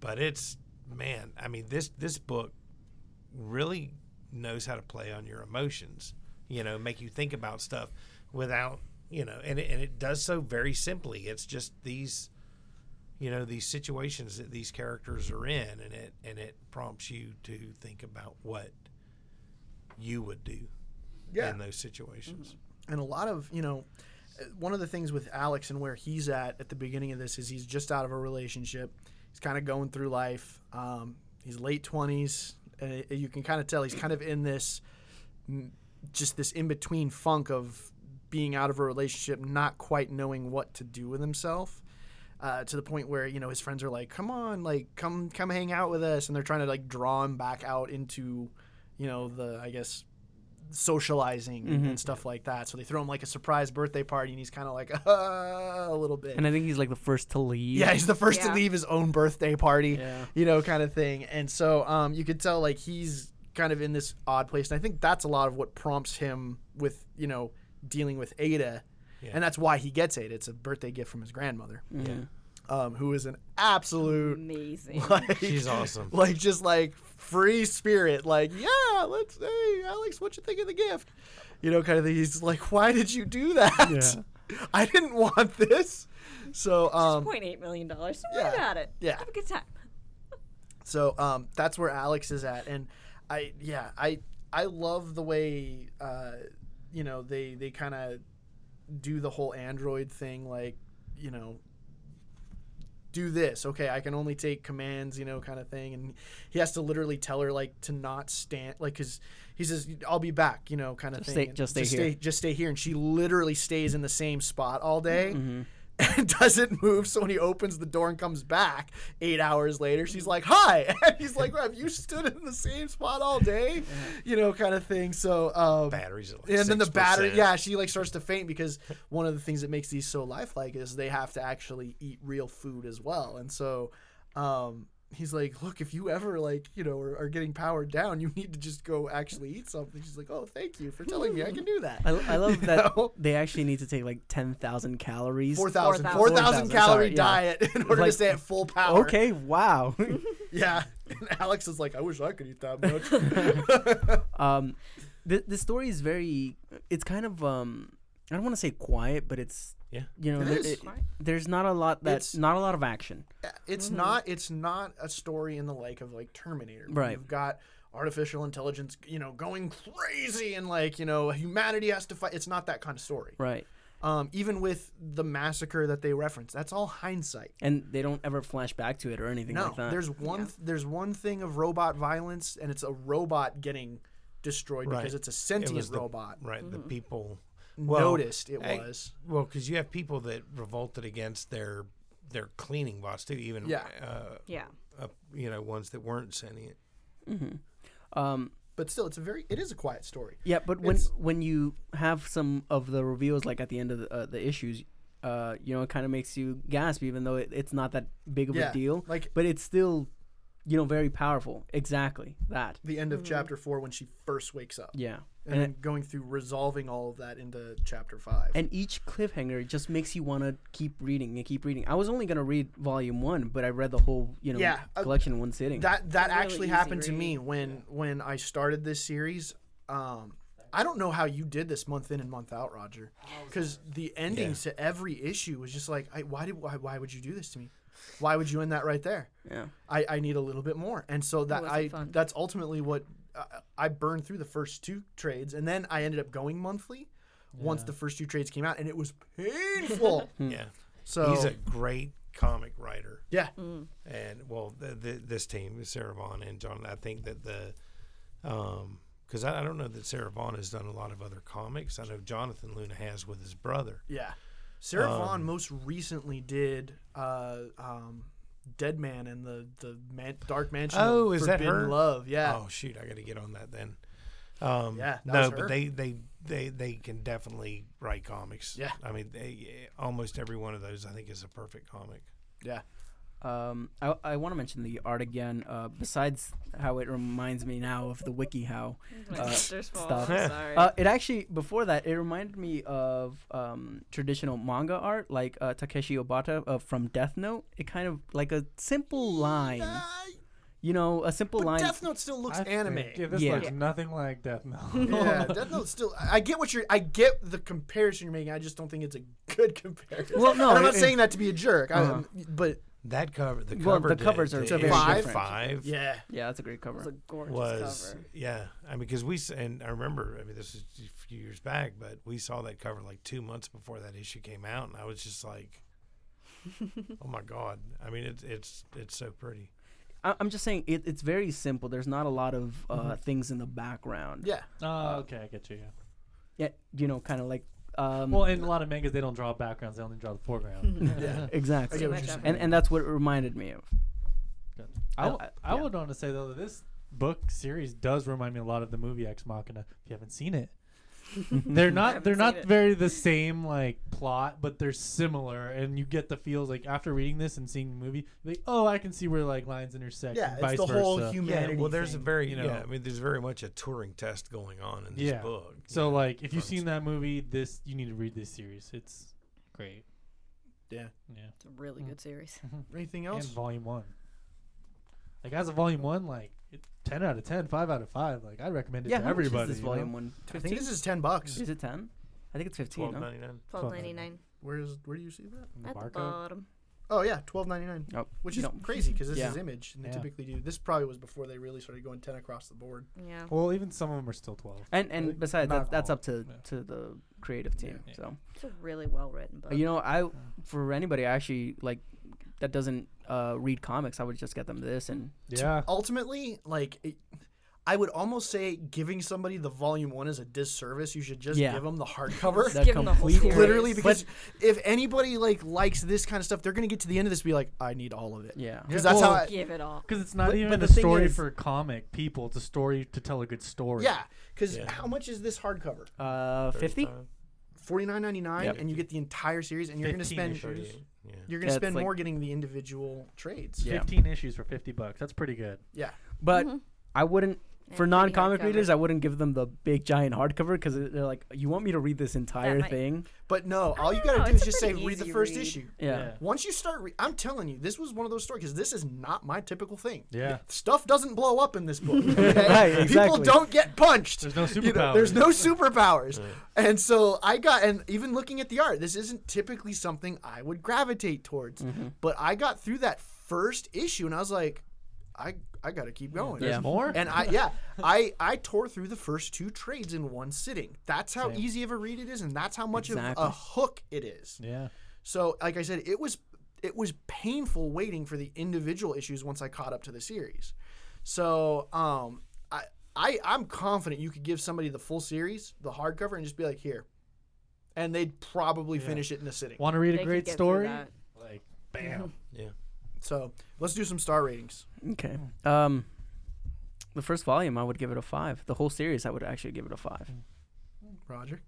A: but it's man, I mean this this book really knows how to play on your emotions. You know, make you think about stuff without you know, and it, and it does so very simply. It's just these, you know, these situations that these characters are in, and it and it prompts you to think about what you would do
C: Yeah. Mm-hmm.
A: in those situations.
C: and a lot of you know uh, one of the things with alex and where he's at at the beginning of this is he's just out of a relationship he's kind of going through life um, he's late 20s and it- you can kind of tell he's kind of in this mm, just this in-between funk of being out of a relationship not quite knowing what to do with himself uh, to the point where you know his friends are like come on like come come hang out with us and they're trying to like draw him back out into you know the i guess socializing and- and stuff like that. So they throw him like a surprise birthday party, and he's kind of like <laughs> uh, a little bit.
B: And I think he's like the first to leave.
C: yeah, he's the first
D: Yeah.
C: to leave his own birthday party,
B: Yeah.
C: you know, kind of thing. And so um, you could tell like he's kind of in this odd place, and I think that's a lot of what prompts him with you know dealing with Ada, and that's why he gets Ada. It's a birthday gift from his grandmother, um, who is an absolute
D: Amazing.
C: like,
A: She's awesome.
C: like just like free spirit like yeah let's hey alex what you think of the gift you know kind of thing he's like why did you do that <laughs> i didn't want this so um
D: Point eight million dollars.
C: Yeah.
D: Yeah. About it.
C: Yeah.
D: Have a good time.
C: so um that's where alex is at and i yeah i i love the way uh you know they they kind of do the whole android thing like you know do this okay i can only take commands you know kind of thing and he has to literally tell her like to not stand like because he says i'll be back you know kind of thing
B: Just stay-
C: and
B: just stay
C: just
B: here.
C: stay just stay here and she literally stays in the same spot all day
B: Mm-hmm.
C: <laughs> and doesn't move so when he opens the door and comes back eight hours later she's like hi <laughs> and he's like have you stood in the same spot all day you know kind of thing so um,
A: Batteries at like
C: and then the battery
A: 6%.
C: yeah she like starts to faint because one of the things that makes these so lifelike is they have to actually eat real food as well and so um he's like, look, if you ever like, you know, are, are getting powered down, you need to just go actually eat something. She's like, oh, thank you for telling me I can do that.
B: I, I love
C: You
B: that
C: know?
B: they actually need to take like ten thousand calories. <laughs>
C: 4,000
D: 4,000.
C: 4,000 calorie
B: Sorry, yeah.
C: diet in order to
B: Like-
C: stay at full power.
B: Okay, wow.
C: Yeah. And Alex is like, I wish I could eat that
B: <laughs>
C: much.
B: um, the the story is very. It's kind of um. I don't want to say quiet, but it's
A: Yeah.
B: You know,
C: It
B: there-
C: is.
B: it- there's not a lot
C: It's-
B: that's not a lot of action.
C: it's not it's not a story in the like of like Terminator. where
B: Right.
C: You've got artificial intelligence, you know, going crazy and like, you know, humanity has to fight. It's not that kind of story.
B: Right.
C: Um, even with the massacre that they reference, that's all hindsight.
B: And they don't ever flash back to it or anything
C: No,
B: like that.
C: there's one th- there's one thing of robot violence, and it's a robot getting destroyed
A: Right.
C: because it's a
A: It
C: sentient
A: was the-
C: robot.
A: right? The people well,
C: Noticed it
A: I-
C: was
A: Well, because you have people that revolted against their their cleaning boss too. Even
C: Yeah.
A: uh,
D: Yeah.
A: uh, you know ones that weren't sentient.
B: um,
C: but still it's a very it is a quiet story
B: Yeah, but when
C: It's-
B: when you have some of the reveals like at the end of the, uh, the issues, uh, you know, it kind of makes you gasp, even though it, it's not that big of
C: Yeah,
B: a deal.
C: like-
B: but it's still, you know, very powerful. Exactly that.
C: the end of chapter four when she first wakes up
B: Yeah,
C: and,
B: and
C: then going through resolving all of that into chapter five
B: and each cliffhanger just makes you want to keep reading and keep reading. I was only gonna read volume one, but I read the whole you know
C: Yeah, uh,
B: collection in one sitting.
C: that that
D: a really
C: actually
D: easy
C: happened to
D: read.
C: me when when i started this series um i don't know how you did this month in and month out roger
D: Oh,
C: because the endings to every issue was just like I, why did why, why would you do this to me why would you end that right there
B: yeah,
C: I, I need a little bit more. And so that
D: wasn't
C: I
D: fun.
C: that's ultimately what uh, I burned through the first two trades and then I ended up going monthly once the first two trades came out and it was
D: <laughs>
C: painful.
A: Yeah,
C: Mm. so
A: he's a great comic writer,
C: yeah.
A: and well, the, the, this team, Sarah Vaughn and John. I think that the um because I, I don't know that Sarah Vaughn has done a lot of other comics. I know Jonathan Luna has with his brother.
C: Yeah. Sarah
A: Um,
C: Vaughn most recently did uh um Dead Man and the the man- Dark Mansion. of
A: Oh, is that
C: Forbidden
A: her?
C: Love? Yeah.
A: Oh shoot, I got to get on that then. Um,
C: Yeah, that
A: no,
C: was her.
A: but they, they they they can definitely write comics.
C: Yeah.
A: I mean, they, almost every one of those I think is a perfect comic.
C: Yeah.
B: um, I I want to mention the art again. Uh, besides how it reminds me now of the wiki how.
D: My
B: Uh,
D: sister's fault.
B: stuff.
D: I'm sorry.
B: Uh, it actually before that it reminded me of um, traditional manga art like uh, Takeshi Obata uh, from Death Note. It kind of like a simple line, you know, a simple
C: but
B: line.
C: Death Note still looks
F: I
C: anime.
F: think- Yeah, this
B: Yeah.
F: looks nothing like
D: <laughs>
F: Death Note.
C: <laughs>
A: <laughs>
C: yeah, Death Note's still. I get what you're. I get the comparison you're making. I just don't think it's a good
A: <laughs>
C: comparison.
B: Well,
A: Oh,
B: no,
C: and <laughs> I'm not
B: it-
C: saying that to be a jerk. I-
B: Uh-huh.
C: but
A: That cover, the
B: Well,
A: cover,
B: the
A: to-
B: covers are
A: to
B: very
A: issue
C: different.
A: Five,
C: yeah,
B: yeah, that's a great
D: it was
B: cover.
D: a gorgeous
A: was
D: cover.
A: yeah. I mean, because we s- and I remember. I mean, this is a few years back, but we saw that cover like two months before that issue came out, and I was just like, "Oh my god!" I mean, it's it's it's so pretty.
B: I- I'm just saying it, it's very simple. There's not a lot of uh, things in the background.
C: Mm-hmm.
F: <laughs>
C: yeah.
F: oh, okay, I get you. Yeah.
B: Yeah, you know, kind of like. Um,
F: Well, in a lot of mangas, they don't draw backgrounds; they only draw the foreground.
B: <laughs> exactly.
C: I get what
D: Too
C: you're
D: much
B: and and that's what it reminded me of.
F: Good. I, w-
B: I-
F: I
B: yeah.
F: would want to say though that this book series does remind me a lot of the movie Ex Machina. If you haven't seen it, they're not
D: haven't
F: they're
D: seen
F: not
D: it.
F: very the same like plot, but they're similar, and you get the feels like after reading this and seeing the movie, like oh, I can see where like lines intersect.
C: Yeah,
F: and
C: it's
F: vice
C: the
F: versa.
C: whole
A: Yeah,
C: humanity.
A: well, there's a
C: thing.
A: very
F: you
A: yeah.
F: know.
A: I mean, there's very much a Turing test going on in this
F: Yeah.
A: book.
F: So like, if you've
A: Right.
F: seen that movie, this you need to read this series. It's great.
C: Yeah.
F: Yeah.
D: It's a really good series.
C: anything else.
F: And volume one. Like as a volume one, like it, ten out of 10, 5 out of five. Like I recommend it
B: Yeah,
F: to
B: how much is
F: everybody.
B: this
F: you know?
B: volume one?
C: I think
B: Fifteen?
C: this is ten bucks.
B: Is it ten? I think it's fifteen.
A: twelve
B: no?
A: ninety nine.
D: Twelve ninety nine
C: Where is where do you see that?
F: And the
D: at the
F: barcode.
D: bottom.
C: Oh yeah, twelve ninety nine.
B: Oh,
C: Which
B: you
C: is
B: know.
C: crazy because this
B: Yeah.
C: is image, and they
F: Yeah.
C: typically do. This probably was before they really started going ten across the board.
D: Yeah.
F: Well, even some of them are still twelve.
B: And and besides,
F: Not
B: that, that's
F: all,
B: up to
F: yeah.
B: to the creative team.
F: Yeah.
B: So
D: It's a really well written book.
B: you know, I for anybody actually like that doesn't uh, read comics, I would just get them this and
F: Yeah.
C: Ultimately, like. It, I would almost say giving somebody the volume one is a disservice. You should just
B: Yeah.
C: give
B: <laughs>
C: them the hardcover. <laughs>
B: that
D: give 'em the whole
B: complete-
D: series.
C: literally
D: But-
C: because if anybody like likes this kind of stuff they're gonna get to the end of this and be like i need all of it
B: yeah. Oh,
C: because
F: Yeah.
C: that's
F: Well,
C: how I,
D: Give it all.
F: Because it's not
B: But-
F: even
B: but
F: a
B: the thing
F: story
B: is-
F: for comic people. It's a story to tell a good story.
C: yeah because
A: Yeah.
C: how much is this hardcover
B: Uh, fifty.
A: 35.
C: forty nine ninety nine,
B: Yep.
C: and you get the entire series, and you're going to
F: 15
C: spend
F: issues.
A: Yeah.
C: you're going to
B: Yeah, it's
C: spend
B: like-
C: more getting the individual trades.
B: Yeah.
F: 15 issues for 50 bucks. That's pretty good.
C: Yeah.
B: But I wouldn't
D: Mm-hmm. Yeah,
B: for
D: pretty
B: non-comic
D: hardcover.
B: readers. I wouldn't give them the big giant hardcover because they're like, "You want me to read this entire
D: might-
B: thing?"
C: But no, all you got
D: don't know,
C: to do is
D: it's a
C: just say
D: pretty
C: read the
D: easy
C: first
D: read.
C: issue.
B: Yeah.
C: Once you start, re- I'm telling you, this was one of those stories because this is not my typical thing.
F: Yeah.
C: Stuff doesn't blow up in this book.
D: <laughs>
C: Okay?
B: Right,
C: People
B: exactly.
C: don't get punched.
F: There's no
C: You know, there's
F: superpowers.
C: no superpowers. And so I got, and even looking at the art, this isn't typically something I would gravitate towards.
D: Mm-hmm.
C: But I got through that first issue and I was like, I, I got to keep going.
B: There's Yeah.
F: More?
C: And I yeah, I I tore through the first two trades in one sitting. That's how easy of a read it is and that's how much
B: Exactly.
C: of a hook it is.
F: yeah.
C: So like I said, it was it was painful waiting for the individual issues once I caught up to the series. So um I I I'm confident you could give somebody the full series, the hardcover, and just be like here. And they'd probably finish it in a sitting.
F: Want to read
D: They
F: a
D: could
F: great
D: get through
F: story?
D: that.
F: Like, bam.
A: Yeah.
C: So let's do some star ratings.
B: Okay.
F: Hmm.
B: Um, the first volume, I would give it a five. The whole series, I would actually give it a five.
C: Roger.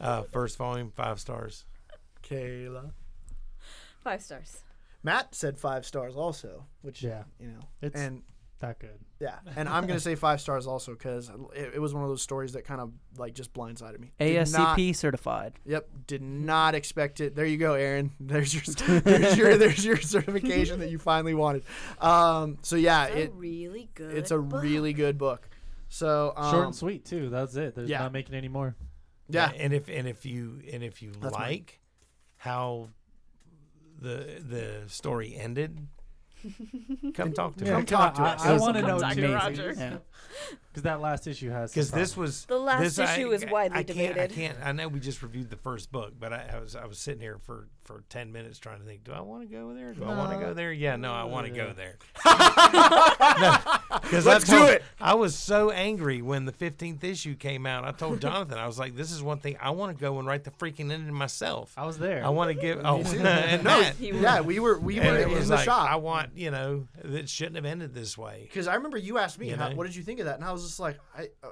A: Uh, first volume, five stars.
C: Kayla.
D: Five stars.
C: Matt said five stars also, which
F: Yeah.
C: you know.
F: It's-
C: and
F: Not good.
C: Yeah, and I'm gonna
F: <laughs>
C: say five stars also because it, it was one of those stories that kind of like just blindsided me. Did not-
B: ASCP certified.
C: yep, did not expect it. There you go, Aaron. <laughs> There's
F: <laughs>
C: your there's your, there's your certification that you finally wanted. Um, so yeah,
D: It's a
C: it
D: really good.
C: it's a
D: book.
C: really good book. So um,
F: Short and sweet, too. That's it. They're
C: yeah.
F: not making any more.
C: Yeah,
A: And if and if you and if you
C: That's mine.
A: like how the the story ended,
C: <laughs>
A: come talk to
F: Yeah,
A: me.
C: come talk to
F: I-
C: us.
F: I, want to
D: Come
F: know,
D: talk to
F: too.
D: Roger.
B: Yeah.
F: Because that last issue has. some
A: Because this
F: problems.
A: was
D: The last
A: this-
D: issue was widely
A: I can't,
D: debated.
A: I can't. I know we just reviewed the first book, but I, I was I was sitting here for for ten minutes trying to think. Do I want to go there? Do I want to go there? Yeah, no, I want to go <laughs> there. Because
C: Let's do it.
A: I was so angry when the fifteenth issue came out. I told Jonathan, I was like, "This is one thing I want to go and write the freaking ending myself.
F: I was there.
A: I want
C: <laughs>
A: to give." Oh,
C: too.
A: <laughs>
C: <laughs>
A: and
C: No,
A: that.
D: He
C: yeah, we were we
A: And
C: were
A: it
C: in
A: was
C: the
A: like, I
C: shop
A: want, you know, that shouldn't have ended this way.
C: because I remember you asked me
A: You
C: how,
A: know?
C: what did you think of that, and I was just like I I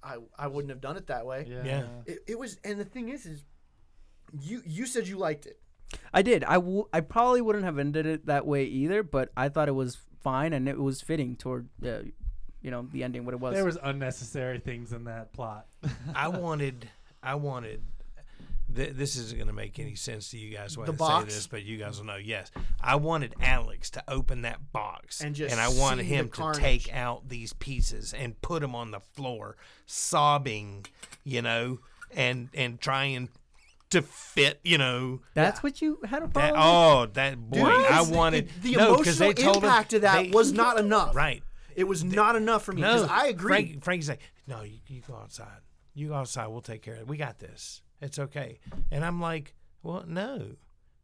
C: I, I wouldn't have done it that way.
F: Yeah.
A: Yeah.
C: It, it was, and the thing is, is you you said you liked it.
B: I did. I, w- I probably wouldn't have ended it that way either, but I thought it was fine and it was fitting toward the, you know, the ending what it was.
F: There was unnecessary things in
C: <laughs>
F: that plot.
A: I wanted, I wanted. Th- this isn't going to make any sense to you guys when
C: The
A: I
C: box?
A: say this, but you guys will know. Yes, I wanted Alex to open that box,
C: And just
A: I wanted
C: see the
A: him to
C: carnage.
A: take out these pieces and put them on the floor, sobbing, you know, and and trying to fit, you know.
B: That's what you had a
A: That,
B: problem. with?
A: oh, that boy! I
C: The-
A: wanted
C: the,
A: no, 'cause
C: emotional
A: they told him-
C: impact of that
A: they-
C: was not enough.
A: right.
C: It was not enough for me because
A: No,
C: I agree.
A: Frank, Frankie's like, no, you, you go outside. You go outside. We'll take care of it. We got this. It's okay. And I'm like, well, no,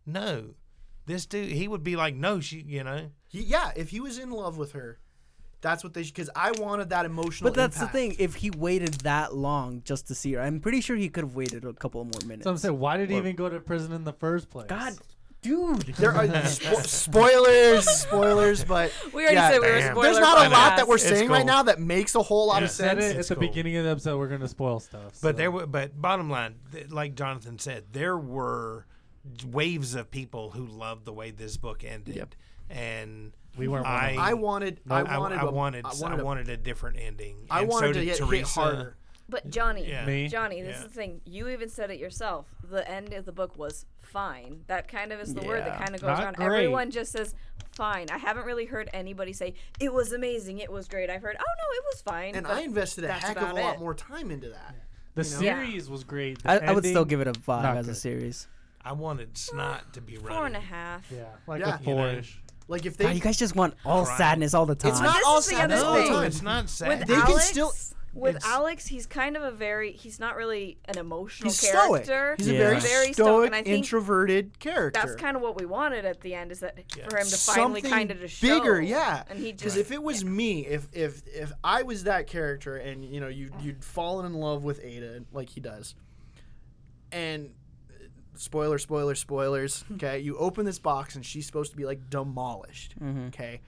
A: no. This dude, he would be like, no, she, you know,
C: He- yeah, if he was in love with her, that's what they because I wanted that emotional.
B: But that's
C: impact.
B: the thing. If he waited that long just to see her, I'm pretty sure he could have waited a couple more minutes.
F: So I'm saying, why did he even go to prison in the first place?
B: God, dude.
C: There
A: <laughs>
C: are spo- spoilers, spoilers, but
D: <laughs> We already
C: yeah,
D: said we were
A: Damn.
D: spoiler
C: There's not a lot that
D: podcast.
C: we're
A: It's
C: saying right
A: cool.
C: now that makes a whole lot
A: Yeah.
C: of
F: said
C: sense.
F: it at
A: It's
F: the
A: cool.
F: beginning of the episode. We're gonna spoil stuff.
A: But
F: so.
A: there were, but bottom line, th- like Jonathan said, there were waves of people who loved the way this book ended,
B: Yep.
A: and
F: We weren't one of
A: I,
F: them.
C: I wanted, I
A: I,
C: wanted,
A: I
C: a-
A: wanted,
C: I
A: s- I
C: wanted, a-
A: wanted a different ending.
C: I
A: And
C: wanted
A: so
C: to
A: did
C: get hit
A: Teresa.
C: harder.
D: But Johnny,
A: Yeah.
F: me.
D: Johnny, this
A: Yeah.
D: is the thing. You even said it yourself. The end of the book was fine. That kind of is the word that
B: Yeah.
D: kind of goes
F: Not
D: around.
F: great.
D: Everyone just says fine. I haven't really heard anybody say it was amazing, it was great. I've heard, oh no, it was fine.
C: and
D: but
C: I invested a
D: that's
C: heck of a
D: about
C: lot
D: it.
C: more time into that.
F: the
C: you know?
D: Yeah.
F: series was great. The
B: I, I would still
F: ending-
B: give it a five
F: not
B: as a
F: good.
B: series.
A: I wanted Snot to be running.
D: four and a half.
F: Yeah, like
C: Yeah.
F: a
A: You know?
F: four-ish.
C: Like if they,
B: God, you guys just want all
A: Crying.
B: sadness all the time.
C: it's not
D: This
C: all
D: is the
C: sad.
D: other
C: it's all
D: thing.
A: No,
C: time.
A: it's not sad.
D: With
C: They can
D: Alex,
C: still-
D: with
A: it's-
D: Alex, he's kind of a very he's not really an emotional
C: He's stoic.
D: character.
C: He's
B: Yeah.
C: a very, stoic,
D: and I think
C: introverted character.
D: that's kind of what we wanted at the end is that
A: Yeah.
D: for him to finally
C: Something
D: kind of just show
C: bigger, yeah.
D: And he
C: Because
D: just
C: if it was me, if if if I was that character, and you know you you'd fallen in love with Ada like he does, and uh, spoiler, spoiler, spoilers.
D: Hmm.
C: Okay, you open this box and she's supposed to be like demolished.
D: Mm-hmm.
C: Okay,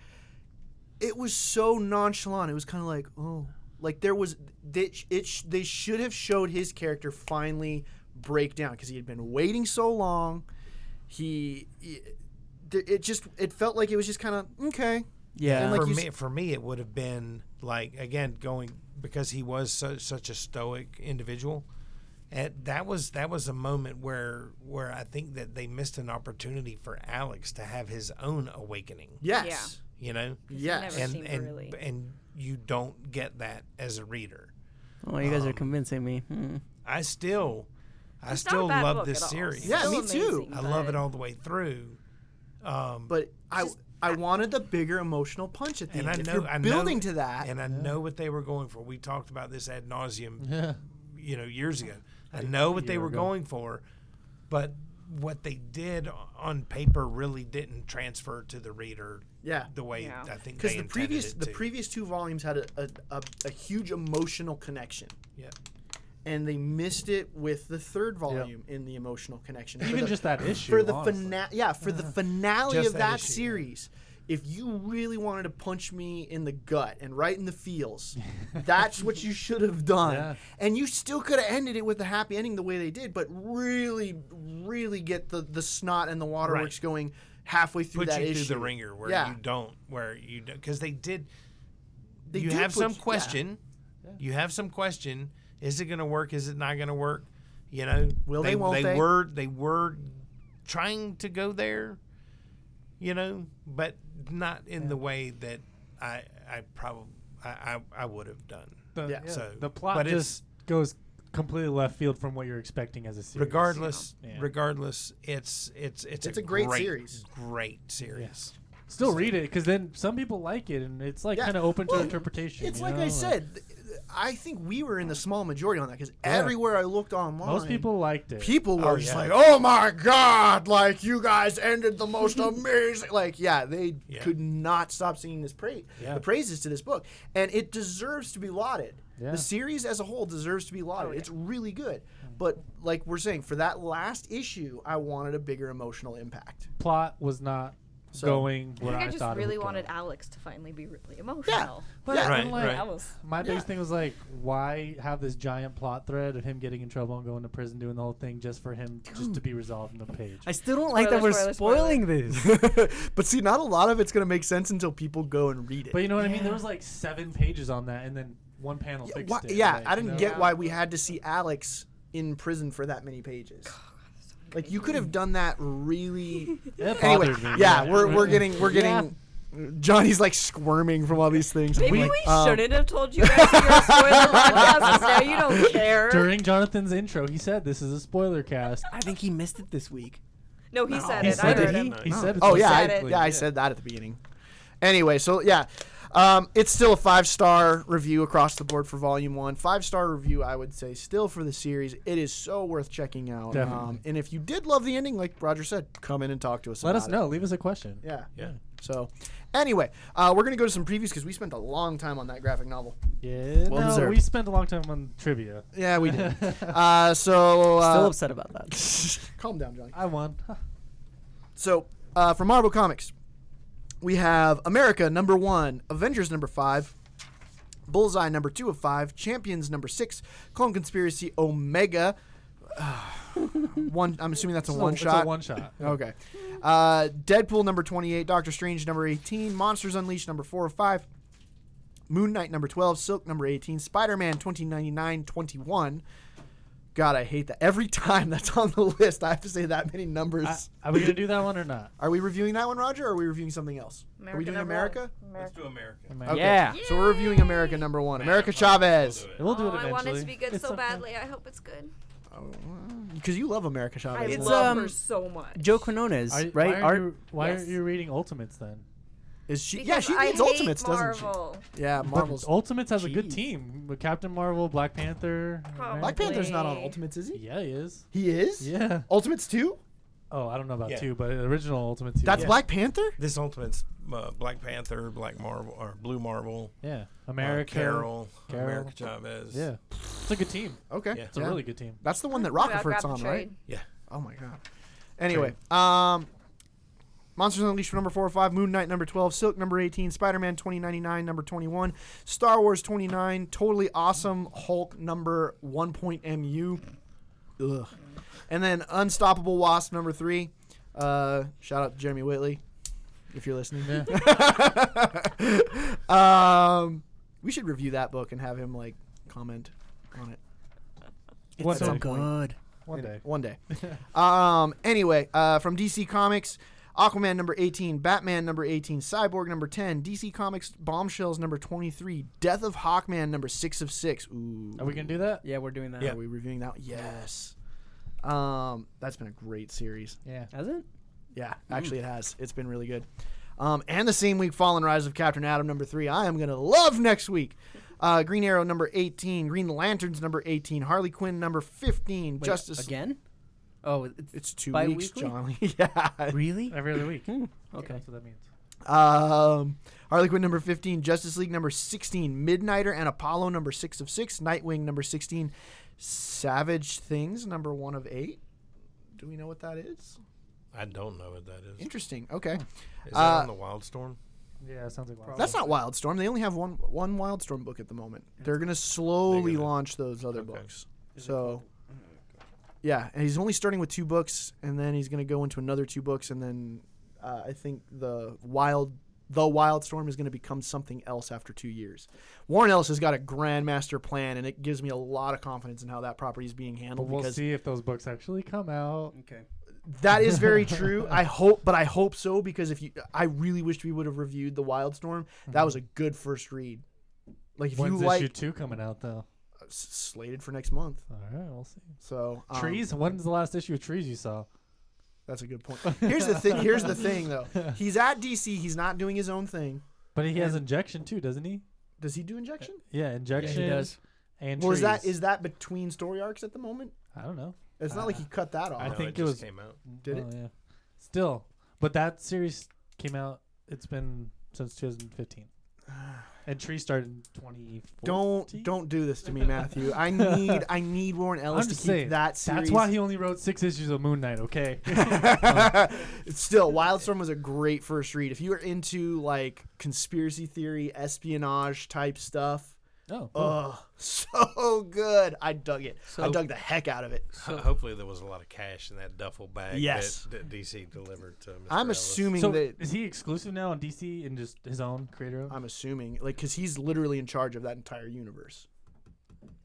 C: it was so nonchalant. It was kind of like oh, like there was they, it sh- they should have showed his character finally break down because he had been waiting so long. He, he- th- it just it felt like it was just kind of okay.
B: Yeah.
C: And, like,
A: for
C: you
A: me, for me, it would have been like again going because he was so, such a stoic individual. And that was that was a moment where where I think that they missed an opportunity for Alex to have his own awakening.
C: Yes.
A: You know,
C: Yes.
D: Never
A: and
D: seemed
A: and
D: really-
A: and you don't get that as a reader.
B: oh, you guys are convincing me. Hmm.
A: I still, I
D: It's not a
A: still
D: bad
A: love
D: book at
A: this
D: all.
A: series.
C: Yeah,
D: Still
C: me too.
D: amazing,
A: I love
D: but-
A: it all the way through. Um,
C: But I I wanted the bigger emotional punch at the
A: and I
C: end. if
A: know
C: you're
A: I know-
C: building to that,
A: and I know what they were going for. We talked about this ad nauseum,
F: <laughs>
A: you know, years ago. I know what they
F: year
A: were
F: ago.
A: going for, but what they did on paper really didn't transfer to the reader
C: yeah.
A: the way
D: Yeah.
A: I think
C: Because
A: they
C: the
A: intended
C: previous
A: it
C: the
A: to.
C: previous two volumes had a, a, a, a huge emotional connection,
A: yeah.
C: and they missed it with the third volume in the emotional connection. For
F: Even
C: the-
F: just that issue.
C: for the
F: honestly.
C: finale. Yeah, for the finale
A: Uh-huh. Just
C: of that,
A: that issue, yeah.
C: series. If you really wanted to punch me in the gut and right in the feels, that's what you should
A: <laughs>
C: have done.
F: Yeah.
C: And you still could have ended it with a happy ending the way they did, but really, really get the, the snot and the waterworks
A: Right.
C: going halfway through
A: Put
C: that
A: you
C: issue.
A: through the ringer where
C: Yeah.
A: you don't, where you don't, because they did.
C: They
A: you
C: do
A: have
C: put
A: some
C: you- yeah.
A: question. You have some question. Is it going to work? Is it not going to work? You know,
C: Will they, won't they?
A: were they were trying to go there, you know, but not in the way that I I probably I I, I would have done.
F: The,
C: Yeah.
A: So,
F: the plot
A: but
F: just goes completely left field from what you're expecting as a series.
A: Regardless,
F: Yeah.
A: regardless, it's it's it's,
C: It's a great series.
A: great series.
F: Still read it because then some people like it and it's like
C: Yeah.
F: kind of open
C: Well,
F: to interpretation.
C: It's
F: you
C: like
F: know?
C: I said, th- th- I think we were in the small majority on that because everywhere I looked online,
F: most people liked it.
C: people were
A: Oh,
C: just
A: yeah.
C: like, "Oh my god!" Like you guys ended the most amazing. Like, yeah, they
A: Yeah.
C: could not stop singing this praise,
A: Yeah.
C: the praises to this book, and it deserves to be lauded.
F: Yeah.
C: The series as a whole deserves to be lauded. It's really good, but like we're saying, for that last issue, I wanted a bigger emotional impact.
F: plot was not
C: So-
F: going
D: I
F: where
D: think
F: I,
D: I just
F: thought
D: really
F: it would
D: wanted
F: Go.
D: Alex to finally be really emotional.
F: But
C: Yeah.
F: I'm
A: Right,
F: like,
A: right.
D: That was
F: My
C: Yeah.
F: biggest thing was like, why have this giant plot thread of him getting in trouble and going to prison, doing the whole thing just for him, just to be resolved in the page?
B: I still don't like that
D: Spoiler, spoiler,
B: we're
D: spoiler.
B: spoiling this.
C: <laughs> but see, not a lot of it's gonna make sense until people go and read it.
F: But you know what I mean? There was like seven pages on that, and then one panel
C: yeah,
F: fixed
C: why-
F: it.
C: yeah,
F: like,
C: I
F: you
C: didn't
F: know?
C: get why we had to see Alex in prison for that many pages. Like you could have done that
D: <laughs>
C: really <laughs>
F: It
C: anyway,
F: bothered me,
C: yeah, we're, we're
F: Mm-mm.
C: getting we're getting Johnny's like squirming from all these things.
D: Maybe
C: I'm
D: we
C: like, um,
D: shouldn't have told you guys we were
C: <laughs>
D: a spoiler podcast. Now you don't care.
F: <laughs> During Jonathan's intro, he said this is a spoiler cast.
B: <laughs> I think he missed it this week.
D: no, he said
F: He
D: it.
F: said
D: I heard
F: it. He,
D: him.
F: he said it.
C: Oh yeah,
D: said
C: I,
D: it.
C: yeah, I said that at the beginning. Anyway, so yeah, um, it's still a five star review across the board for Volume One. Five star review, I would say, still for the series. It is so worth checking out.
F: Definitely.
C: Um, and if you did love the ending, like Roger said, come in and talk to us.
F: Let
C: about
F: us
C: it.
F: know. Leave us a question.
C: Yeah.
A: Yeah.
C: So, anyway, uh, we're gonna go to some previews because we spent a long time on that graphic novel.
F: Yeah.
C: Well
F: no,
C: deserved.
F: we spent a long time on trivia.
C: Yeah, we did. <laughs> uh, so uh,
B: Still upset about that.
C: calm down, Johnny.
F: I won.
C: So, uh, from Marvel Comics, we have America number one, Avengers number five, Bullseye number two of five, Champions number six, Clone Conspiracy Omega. <sighs> one, I'm assuming that's a
F: It's a-
C: one
F: it's a
C: shot.
F: one shot.
C: Okay. Uh, Deadpool number 28, Doctor Strange number 18, Monsters Unleashed number 4 of 5, Moon Knight number 12, Silk number 18, Spider Man 2099 21. God, I hate that. Every <laughs> time that's on the list, I have to say that many numbers.
F: I- are we gonna do that one
C: <laughs>
F: or not?
C: Are we reviewing that one, Roger, or are we reviewing something else? are we
D: America
C: doing
D: number
C: America?
D: one.
E: Let's do America.
C: Okay.
B: Yeah.
C: So we're reviewing America number one. America Chavez.
F: We'll do it
D: Oh,
F: eventually.
D: I want it to be good
F: It's
D: so
F: okay.
D: badly. I hope it's good.
C: Because you love America
D: I
C: Chavez.
B: It's,
C: huh?
D: love
B: um,
D: her so much.
B: Joe Quinones,
F: Are,
B: right?
F: Why are
B: Art-
F: you, why aren't
D: Yes.
F: you reading Ultimates then?
C: Is she?
D: Because
C: Yeah, she
D: I
C: reads
D: hate
C: Ultimates, doesn't
D: Marvel.
C: she? Yeah, Marvel's.
F: But Ultimates has a good
B: Jeez.
F: team. With Captain Marvel, Black Panther.
D: Probably.
C: Black Panther's not on
D: Wait.
C: Ultimates, is he?
F: Yeah, he is.
C: He is.
F: Yeah.
C: Ultimates two.
F: Oh, I don't know about
A: Yeah.
F: two, but the original Ultimates.
C: That's
F: yeah.
C: Black Panther.
A: This Ultimate's uh, Black Panther, Black Marvel, or Blue Marvel,
F: Yeah.
A: uh,
F: America.
A: Carol,
F: Carol.
A: America Chavez.
F: Yeah. It's a good team.
C: Okay.
A: Yeah.
F: It's a really good team.
C: That's the one that
D: Maybe I'll
C: Rockefeller's
D: grab
C: on,
D: the
C: right?
D: trade.
A: yeah.
C: Oh my god. Anyway, um, Monsters Unleashed number four or five, Moon Knight number twelve, Silk number eighteen, Spider Man twenty ninety nine number twenty one, Star Wars twenty nine, Totally Awesome Hulk number one point mu. Ugh. And then Unstoppable Wasp number three. Uh, shout out to Jeremy Whitley, if you're listening. <laughs> um, we should review that book and have him like comment on it
F: It's What
C: at some
F: the-
C: point.
F: One day.
C: One day. <laughs> um, anyway, uh, from DC Comics, Aquaman number 18, Batman number 18, Cyborg number 10, DC Comics Bombshells number 23, Death of Hawkman number 6 of 6. Ooh.
F: Are we gonna do that?
B: Yeah, we're doing that.
C: Are we reviewing that? Yes. Um, that's been a great series.
F: Yeah.
B: Has it?
C: Yeah,
B: Mm.
C: actually, it has. It's been really good. Um, and the same week, Fallen Rise of Captain Adam number three. I am gonna love next week. Uh, Green Arrow number eighteen, Green Lanterns number eighteen, Harley Quinn number fifteen,
B: Wait,
C: Justice.
B: again? Oh,
C: <laughs>
B: it's,
C: It's 2 weeks,
B: Bi-weekly?
C: John. <laughs> yeah.
B: really?
F: Every other week.
B: Hmm,
F: Okay.
B: okay.
F: That's what that means.
C: Um, Harley Quinn number 15, Justice League number 16, Midnighter and Apollo number 6 of 6, Nightwing number 16, Savage Things number 1 of 8. Do we know what that is?
A: I don't know what that is.
C: Interesting. Okay.
A: Is that
C: Uh,
A: on the Wildstorm?
F: Yeah, it sounds like
C: That's not Wildstorm. They only have one one Wildstorm book at the moment. They're going to slowly
A: They're gonna-
C: launch those other
A: Okay.
C: books. So Yeah, and he's only starting with two books and then he's going to go into another two books and then uh, I think the Wild the Wildstorm is going to become something else after 2 years. Warren Ellis has got a grandmaster plan and it gives me a lot of confidence in how that property is being
F: But
C: handled
F: we'll
C: because
F: see if those books actually come out.
B: Okay.
C: that is very
F: <laughs>
C: true. I hope, but I hope so because if you, I really wished we would have reviewed the Wildstorm. That was a good first read. Like if
F: Mm-hmm. When's
C: you like uh,
F: issue two coming out though?
C: s- slated for next month,
F: All right, we'll see.
C: so um,
F: trees. When's the last issue of Trees you saw?
C: That's a good point. Here's the thing. Here's the thing
F: <laughs>
C: though. He's at DC. He's not doing his own thing.
F: But he has injection too, doesn't he?
C: Does he do injection?
F: Yeah, injection.
B: does.
F: And
C: Well, is that
F: Uh, Trees.
C: is that between story arcs at the moment?
F: I don't know.
C: It's not like he cut that off.
F: Uh, I
A: No,
F: think it
A: just
F: was-
A: came out.
C: Did
F: oh, Yeah. Still, but that series came out. It's been since 2015.
C: <sighs>
F: And Tree started in 2014.
C: don't don't do this to me, Matthew. I need I need
F: <laughs>
C: Warren
F: I'm
C: Ellis to keep
F: just saying,
C: that series.
F: That's why he only wrote six issues of Moon Knight. Okay.
C: <laughs>
F: <laughs>
C: Still, Wildstorm was a great first read. If you are into like conspiracy theory, espionage type stuff,
F: oh.
C: oh, <laughs> so good. I dug it. I
B: So-
C: dug the heck out of it.
A: Ho- Hopefully, there was a lot of cash in that duffel bag
C: Yes.
A: that, that DC delivered to. Mr.
C: I'm
A: Ellis.
C: assuming
F: So
C: that
F: is he exclusive now on DC and just his own creator? owned?
C: I'm assuming like because he's literally in charge of that entire universe.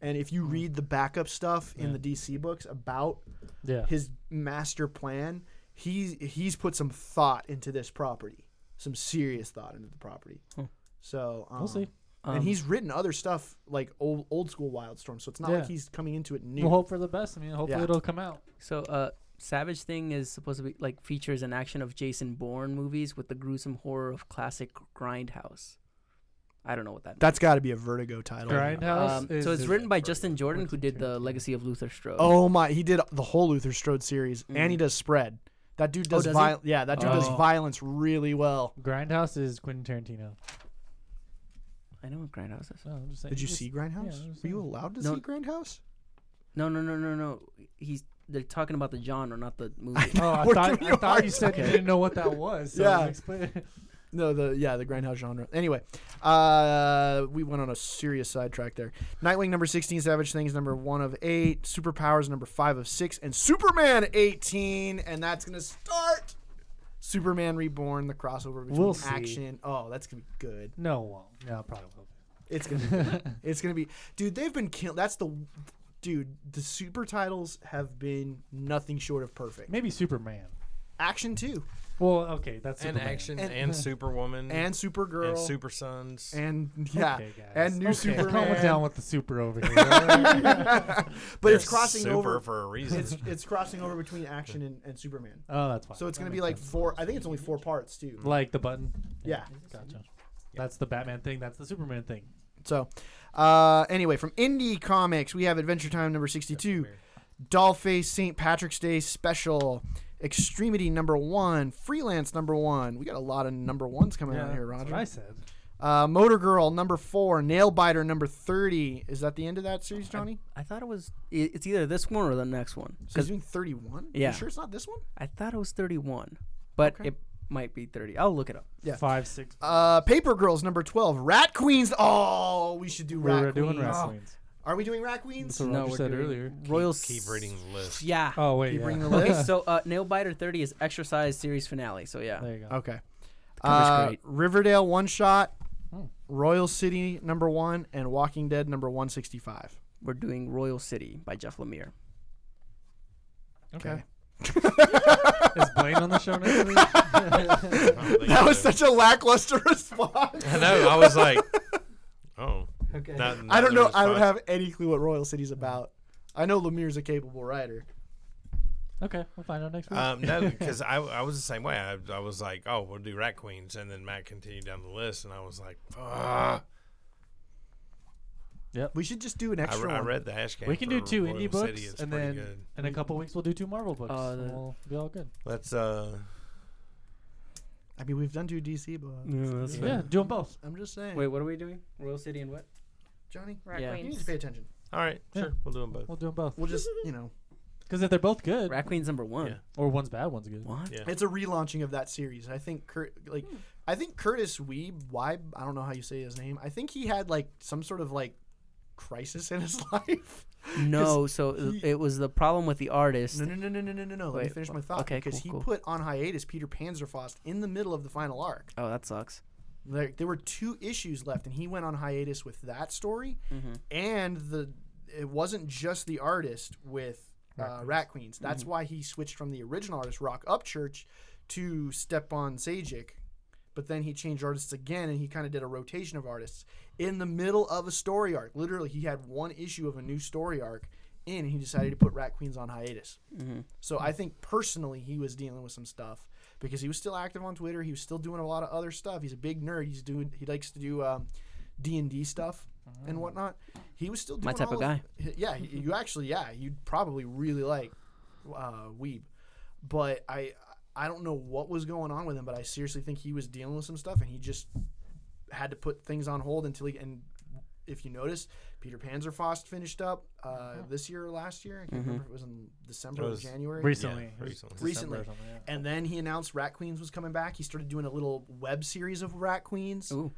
C: And if you read the backup stuff in
F: Yeah.
C: the DC books about
F: yeah.
C: his master plan, he's he's put some thought into this property, some serious thought into the property.
B: Huh.
C: So um,
F: We'll see.
B: Um,
C: and he's written other stuff like old old school Wildstorm, so it's not
F: Yeah.
C: like he's coming into it new.
F: We'll hope for the best. I mean, hopefully
C: Yeah.
F: it'll come out.
B: So, uh, Savage Thing is supposed to be like features an action of Jason Bourne movies with the gruesome horror of classic Grindhouse. I don't know what that.
C: That's got to be a Vertigo title.
F: Grindhouse.
B: Um,
F: is
B: so it's
F: his-
B: written by Justin Jordan, who
F: Quentin
B: did the
F: Tarantino.
B: Legacy of Luther Strode.
C: Oh my! He did the whole Luther Strode series,
B: Mhm.
C: and
F: Mm.
C: he does spread. That
F: Oh,
C: dude does,
B: does he?
C: viol- yeah. That dude does
B: Oh.
C: violence really well.
F: Grindhouse is Quentin Tarantino.
B: I know what Grindhouse is.
F: No, I'm just saying,
C: Did you
F: it's-
C: see Grindhouse?
F: yeah, I was
C: Were you
F: saying.
C: allowed to
B: No.
C: see Grindhouse?
B: No, no, no, no, no. He's they're talking about the genre, not the movie.
F: Oh, I <laughs>
C: We're
F: thought,
C: giving
F: I
C: you a
F: thought
C: hard
F: you said you
B: time.
F: didn't know what that was. So
C: Yeah.
F: explain it.
C: No, the yeah, the Grindhouse genre. Anyway, uh, we went on a serious sidetrack there. Nightwing number sixteen, Savage Things number one of eight, Superpowers number five of six, and Superman eighteen, and that's gonna start. Superman Reborn, the crossover between
F: We'll see.
C: action. Oh, that's gonna be good.
F: No, it won't. No, it probably will.
C: It's gonna be
F: <laughs>
C: good. it's gonna be dude, they've been killed that's the dude, the super titles have been nothing short of perfect.
F: Maybe Superman.
C: Action too.
F: Well, okay, that's
A: and
F: Superman.
A: action
C: And- <laughs>
A: and, Superwoman
C: And Supergirl.
A: and Super Sons.
C: and yeah,
F: Okay, guys.
C: and new
F: okay,
C: Superman.
F: Calm down with the super over <laughs> here. alright?
C: but it's
A: They're
C: crossing
A: super
C: over.
A: for a reason.
C: It's it's crossing over between action and, and Superman.
F: oh, that's fine.
C: So it's
F: That
C: gonna be
F: makes
C: like
F: sense.
C: four. I think it's only four parts too.
F: like the button.
C: Yeah.
F: Gotcha. That's the Batman thing. That's the Superman thing.
C: So, uh, anyway, from indie comics, we have Adventure Time number sixty-two, Dollface St. Patrick's Day Special, Extremity number one, Freelance number one. We got a lot of number ones coming out here,
F: that's
C: Roger.
F: what I said.
C: Uh, Motor Girl number four, Nailbiter number thirty. Is that the end of that series, Johnny?
B: I thought it was. i- It's either this one or the next one.
C: So he's
B: Because
C: doing thirty-one.
B: Yeah.
C: You sure it's not this one?
B: I thought it was thirty-one, but
C: Okay.
B: it might be thirty. I'll look it up.
C: Yeah.
F: Five, six.
C: Uh, Paper Girls number twelve, Rat Queens. Oh, we should do
F: we
C: Rat
F: were doing
C: Queens.
F: Rat Queens.
C: Are we doing Rackwings?
F: That's what
B: No,
F: Roger
B: we're
F: said
B: doing-
F: earlier.
B: Royal
A: Keep reading the list.
B: Yeah.
F: Oh wait,
C: You
F: yeah.
C: bring the list.
F: <laughs>
B: okay, so uh, Nail Biter 30 is exercise series finale. So yeah.
F: there you go.
C: Okay.
B: cover's
C: Uh,
B: great.
C: Riverdale one shot,
F: Hmm.
C: Royal City number one, and Walking Dead number one sixty five.
B: We're doing Royal City by Jeff Lemire.
F: Okay. <laughs> Is Blaine on the show next
C: <laughs>
F: week?
C: <laughs>
F: <laughs>
C: That was such a lackluster response.
A: I know. I was
C: <laughs>
A: like, oh.
B: Okay.
A: Not,
C: I don't
A: another
C: know. I don't
A: response.
C: have any clue what Royal City's about. I know Lemire's a capable writer.
F: okay, we'll find out next
C: Uh,
F: week.
A: Um, no, because I, I was the same way. I, I was like, oh, we'll do Rat Queens. And then Matt continued down the list, and I was like, fuck.
C: We should just do an
A: I,
C: extra
A: re- I
C: one.
A: read the Ash Can.
F: we can do
A: for
F: two
A: Royal
F: indie
A: City.
F: books,
A: It's
F: and
A: pretty
F: then
A: good.
F: in a couple weeks we'll do two Marvel books.
C: uh,
B: Oh,
F: and
B: the-
F: we'll be all good.
A: Let's uh,
C: I mean, we've done two DC books.
B: that's
F: Yeah, do them both.
C: I'm just saying.
B: Wait, what are we doing? Royal City and what?
C: Johnny,
D: Rat
B: Yeah.
C: you need
D: Queens.
C: to pay attention.
A: all right,
F: Yeah.
A: sure, we'll do them both.
F: We'll do them both.
C: We'll just, you know,
F: Because if they're both good,
B: Rat Queen's number one.
A: Yeah.
F: or one's bad, one's good.
B: What?
A: Yeah.
C: it's a relaunching of that series. I think Kurt, like,
B: Hmm.
C: I think Curtis Weeb, Weib, I don't know how you say his name. I think he had like some sort of like crisis in his <laughs> life.
B: No, so uh,
C: he-
B: it was the problem with the artist.
C: No, no, no, no, no, no, no, no. Let me
B: Wait,
C: finish
B: wha-
C: my thought.
B: okay,
C: because
B: cool,
C: he
B: cool.
C: put on hiatus Peter Panzerfaust in the middle of the final arc.
B: Oh, that sucks.
C: Like there were two issues left, and he went on hiatus with that story,
B: Mm-hmm.
C: and the it wasn't just the artist with uh, Rat Queens. That's why he switched from the original artist Rock Upchurch to Stepan Sajic, but then he changed artists again, and he kind of did a rotation of artists in the middle of a story arc. Literally, he had one issue of a new story arc in, and he decided to put Rat Queens on hiatus.
B: Mm-hmm.
C: So I think personally, he was dealing with some stuff because he was still active on Twitter. He was still doing a lot of other stuff. He's a big nerd. He's doing. He likes to do um, D and D stuff and whatnot. He was still doing
B: Mm. My type
C: all
B: of
C: hi- yeah, y- you actually yeah, you'd probably really like uh, Weeb, but I I don't know what was going on with him, but I seriously think he was dealing with some stuff and he just had to put things on hold until he and if you notice, Peter Panzerfaust finished up uh, this year or last year. I can't remember if it was in December
A: Mm-hmm. It
C: or
A: was
C: January.
A: Yeah,
F: Recently,
A: recently.
C: Recently.
F: December or something, yeah.
C: And then he announced Rat Queens was coming back. He started doing a little web series of Rat Queens.
B: Ooh.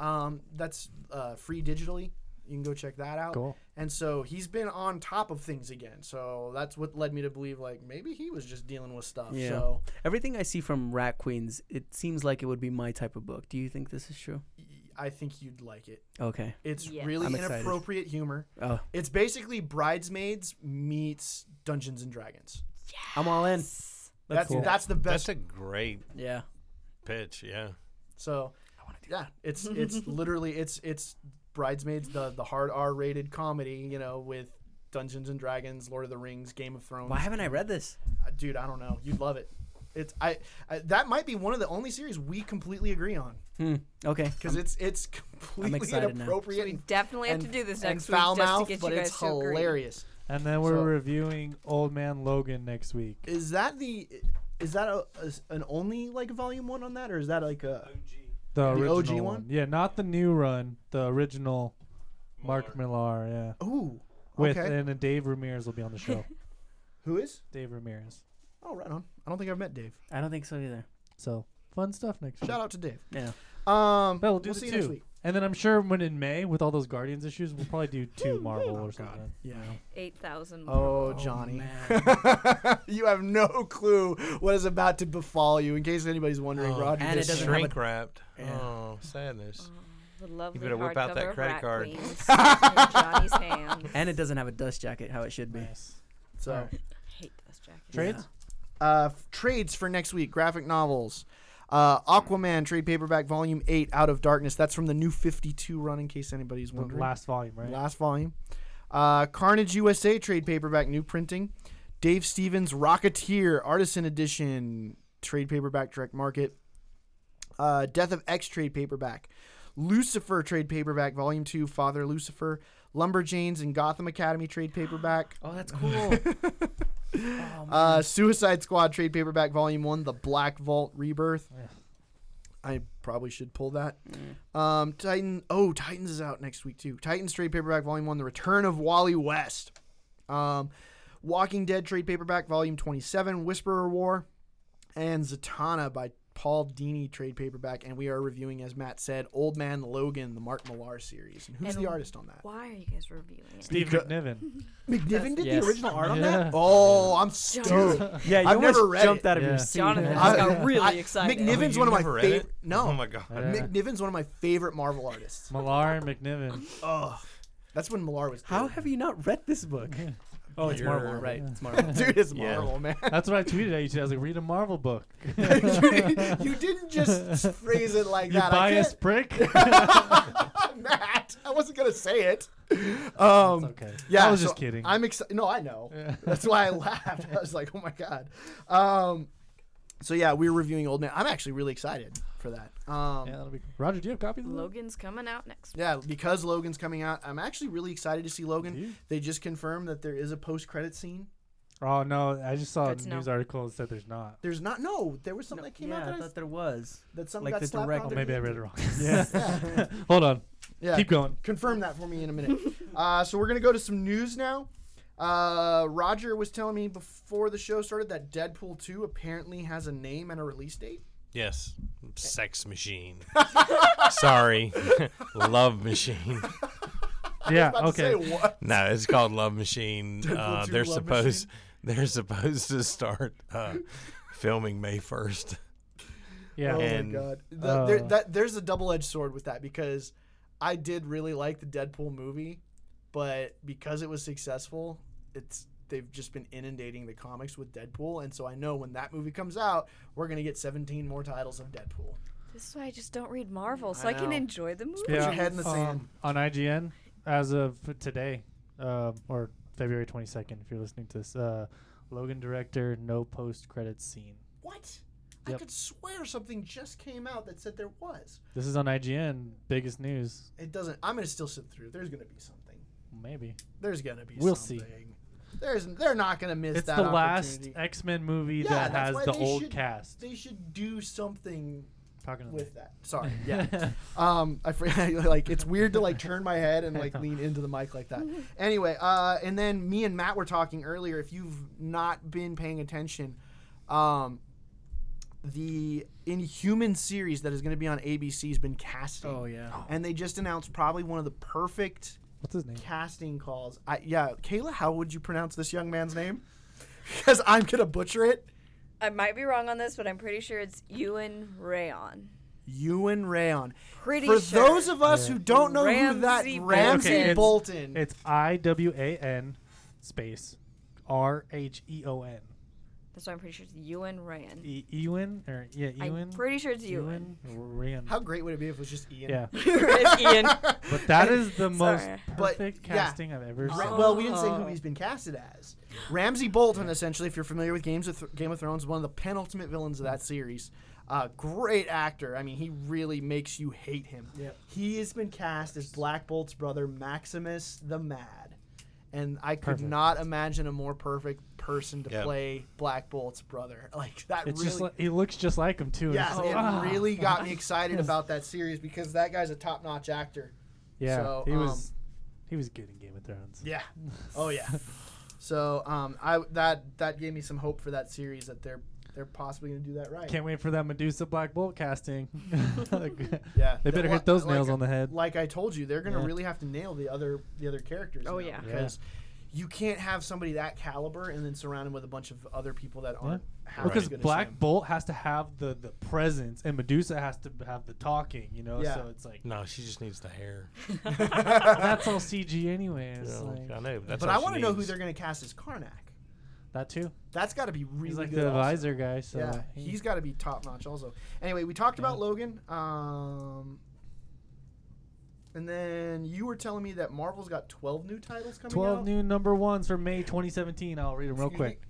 C: Um, that's uh, free digitally. You can go check that out.
F: Cool.
C: And so he's been on top of things again. So that's what led me to believe like maybe he was just dealing with stuff.
B: Yeah.
C: So
B: Everything I see from Rat Queens, it seems like it would be my type of book. Do you think this is true?
C: y- I think you'd like it.
B: Okay.
C: It's
D: Yes.
C: really
B: I'm excited.
C: inappropriate humor.
B: Oh,
C: It's basically Bridesmaids meets Dungeons and Dragons.
B: I'm all in.
C: That's
F: cool.
C: that's the best.
A: That's a great
B: Yeah.
A: pitch. Yeah,
C: So, yeah,
B: <laughs>
C: it's it's literally it's it's bridesmaids the the hard R rated comedy, you know, with Dungeons and Dragons, Lord of the Rings, Game of Thrones.
B: Why haven't I read this?
C: Uh, Dude, I don't know. You'd love it. It's I, I that might be one of the only series we completely agree on
B: Hmm. Okay.
C: because it's it's completely
B: excited now.
C: inappropriate
D: We
C: and,
D: definitely have
C: and,
D: to do this
C: and
D: next week
C: foul
D: just
C: mouth,
D: to get
C: but
D: you guys
C: it's
D: to agree.
C: hilarious.
F: And then we're
C: So-
F: reviewing Old Man Logan next week.
C: Is that the is that a, a- an only like volume one on that or is that like a
F: The,
C: The
F: original
C: OG
F: one?
C: one?
F: Yeah, not the new run. The original Mark Millar, yeah.
C: ooh
F: With
C: okay
F: and then Dave Ramirez will be on
C: <laughs>
F: the show.
C: who is
F: Dave Ramirez.
C: oh right on I don't think I've met Dave
B: I don't think so either.
F: So fun stuff next week.
C: shout out to Dave
B: Yeah.
C: um
F: But we'll do
C: we'll
F: the
C: see you
F: two.
C: next week.
F: And then I'm sure when in May with all those Guardians issues, we'll probably do two Marvel or something.
C: Oh, Yeah.
D: Eight thousand.
C: Oh, Johnny.
B: man.
C: <laughs> you have no clue what is about to befall you. In case anybody's wondering,
A: Oh,
C: Roger
B: and it
C: just
B: doesn't
C: shrink.
A: shrink <laughs> wrapped.
B: Yeah.
A: Oh, sadness.
D: The lovely
A: better whip out
D: hardcover
A: that
D: of
A: credit
D: Rat
A: card.
D: Queens
C: <laughs>
D: in Johnny's hand.
B: And it doesn't have a dust jacket how it should be.
F: Nice.
C: So,
D: hate this jacket.
F: Trades?
C: uh, f- trades for next week: graphic novels, uh, Aquaman trade paperback volume eight, Out of Darkness. That's from the new Fifty Two run. In case anybody's
F: The
C: wondering,
F: last volume, right?
C: Last volume, uh, Carnage USA trade paperback, new printing, Dave Stevens Rocketeer Artisan Edition trade paperback, direct market, uh, Death of X trade paperback, Lucifer trade paperback, volume two, Father Lucifer, Lumberjanes and Gotham Academy trade paperback.
B: Oh, that's cool. oh, man.
C: Uh, Suicide Squad trade paperback volume one, The Black Vault Rebirth.
F: Yeah.
C: I probably should pull that. Um, Titan. Oh, Titans is out next week too. Titans trade paperback volume one, The Return of Wally West. Um, Walking Dead trade paperback volume twenty seven, Whisperer War, and Zatanna by Paul Dini trade paperback, and we are reviewing, as Matt said, Old Man Logan, the Mark Millar series. And who's
D: And
C: the artist on that?
D: Why are you guys reviewing it?
F: Steve
C: Because- <laughs>
F: McNiven.
C: McNiven did
B: Yes.
C: the original art on
F: Yeah.
C: that. Oh, I'm stoked.
B: Yeah, you
C: I've
B: almost
C: never read
B: jumped
C: it.
B: out of
F: Yeah.
B: your seat.
D: Jonathan
B: man.
D: just
C: <laughs>
D: got really excited.
A: Oh,
C: McNiven's
A: you
C: one of my
A: never read it?
C: favorite. No, Uh,
A: Oh my god.
F: Yeah.
C: McNiven's one of my favorite Marvel artists.
F: Millar and McNiven.
C: Oh, that's when Millar was.
B: How
C: good.
B: have you not read this <laughs> book? Oh, it's Marvel,
A: You're-
B: right? It's
C: <laughs>
B: Marvel.
C: dude it's
A: Yeah.
C: Marvel, man. <laughs>
F: That's what I tweeted at you today. I was like, read a Marvel book. <laughs>
C: you, you didn't just phrase it like
F: You
C: that. I
F: biased prick.
C: can't- <laughs> Matt, I wasn't gonna say it. Um,
F: okay.
C: Yeah,
F: I was
C: so
F: just kidding.
C: I'm excited. No, I know. That's why I laughed. I was like, oh my god. Um, so yeah, we were reviewing Old Man. I'm actually really excited for that. Um,
F: yeah,
C: yeah.
F: that'll be Roger, do you have copies of those?
D: Logan's coming out next.
C: because Logan's coming out, I'm actually really excited to see Logan.
F: Do you?
C: They just confirmed that there is a post-credit scene.
F: Oh, no. I just saw a
D: Good to know.
F: news article that said there's not.
C: There's not. No, there was something that came
B: yeah,
C: out
B: I
C: that, I,
B: thought there was.
C: that something
B: like
C: got
B: the
C: slapped
B: direct-
C: on
F: Oh,
C: there.
F: maybe I read it wrong.
C: <laughs> Yeah.
F: <laughs> Hold on.
C: yeah.
F: Keep going.
C: confirm that for me in a minute. <laughs> uh, so we're gonna go to some news now. Uh, Roger was telling me before the show started that Deadpool 2 apparently has a name and a release date. <laughs>
A: Yes. Sex machine. Sorry. <laughs> Love machine.
F: Yeah,
C: About to
F: okay.
C: say what?
A: No, it's called Love Machine. Uh,
C: two
A: they're
C: Love
A: supposed they're supposed to start uh, filming May first.
F: Yeah.
C: Oh
A: And,
C: my god, The- there-
F: uh,
C: that, there's a double-edged sword with that because I did really like the Deadpool movie, but because it was successful, it's they've just been inundating the comics with Deadpool, and so I know when that movie comes out, we're gonna get 17 more titles of Deadpool.
D: This is why I just don't read Marvel, so
C: I
D: I, can
C: know.
D: enjoy the movie.
C: your head in the sand.
F: on IGN as of today, uh, or February 22nd, if you're listening to this. Uh, Logan director, no post credits scene.
C: What? I
F: Yep.
C: could swear something just came out that said there was.
F: This is on IGN. Biggest news,
C: It doesn't. I'm gonna still sit through. There's gonna be something.
F: maybe.
C: There's gonna be.
F: We'll see.
C: something. There's. They're not gonna miss
F: It's
C: that
F: the last e-
C: opportunity.
F: X Men movie
C: Yeah,
F: that
C: that's
F: has
C: why
F: the
C: they
F: old
C: should-
F: cast.
C: They should do something
F: Talking to
C: with
F: them.
C: that.
B: <laughs>
C: Sorry. Yeah. um. I fr- <laughs> like. It's weird to like turn my head and like lean into the mic like <laughs> that. Anyway. Uh. And then me and Matt were talking earlier. If you've not been paying attention, um. The Inhuman series that is going to be on ABC has been casting.
B: Oh yeah.
C: and they just announced probably one of the perfect
F: What's his name?
C: casting calls. I, yeah, Kayla, how would you pronounce this young man's name? <laughs> Because I'm gonna butcher it.
D: I might be wrong on this, but I'm pretty sure it's Ewan Rayon.
C: Ewan Rayon.
D: Pretty
C: For
D: sure.
C: those of us who don't know who that
D: Ramsey
C: Ramsey
F: Bolton.
C: Bolton.
F: It's I W A N space R H E O N.
D: That's why I'm pretty sure it's Ewan Rayon.
F: E- Ewan or yeah, Ewan.
D: I'm pretty sure it's Ewan.
F: Ewan. Ryan.
C: how great would it be if it was just Ian?
F: Yeah,
C: <laughs>
D: it's <laughs> Ian.
F: but that is the most
D: Sorry.
C: But,
F: perfect
C: yeah.
F: casting I've ever
C: Ra-
F: seen.
C: Well, we didn't say
D: Oh.
C: who he's been casted as. Ramsey Bolton, essentially, if you're familiar with Games of Th- Game of Thrones, one of the penultimate villains of that series. Uh, great actor. I mean, he really makes you hate him.
B: Yep.
C: He has been cast as Black Bolt's brother, Maximus the Mad. And I could
F: Perfect.
C: not imagine a more perfect person to
A: Yep.
C: play Black Bolt's brother. <laughs> Like, that
F: It's
C: really.
F: just like, he looks just like him too. and
C: yeah,
F: it's like,
C: it "Oh,
F: ah.
C: really got me excited about that series because that guy's a top notch actor.
F: Yeah,
C: So,
F: he
C: um,
F: was he was good in Game of Thrones.
C: <laughs> Yeah. Oh yeah. so um, I that that gave me some hope for that series that they're they're possibly gonna do that right.
F: Can't wait for that Medusa Black
C: <laughs>
F: Bolt casting. <laughs>
C: yeah.
F: They better
C: Like-
F: hit those
C: like-
F: nails on the head.
C: Like I told you, they're gonna
F: Yeah.
C: really have to nail the other the other characters. now,
D: Oh, yeah.
F: Yeah.
C: Because you can't have somebody that caliber and then surround him with a bunch of other people that aren't. half as
F: Because
C: good as
F: Black
C: him.
F: Bolt has to have the, the presence, and Medusa has to have the talking. You know,
C: Yeah.
F: so it's like
A: No, she just needs the hair.
F: that's all CG anyway. It's
A: Yeah,
F: like,
A: I know. That's
C: But
A: all
C: I
A: she
C: want to know who
A: needs.
C: they're gonna cast as Karnak.
F: that too.
C: That's got to be really
F: He's like
C: good.
F: the
C: also.
F: advisor guy. So
C: yeah,
F: he-
C: he's got to be top notch. Also, anyway, we talked about Logan, um, and then you were telling me that Marvel's got twelve new titles coming
F: twelve
C: out. Oh,
F: new number ones for May 2017. I'll read them real
C: Excuse me.
F: quick.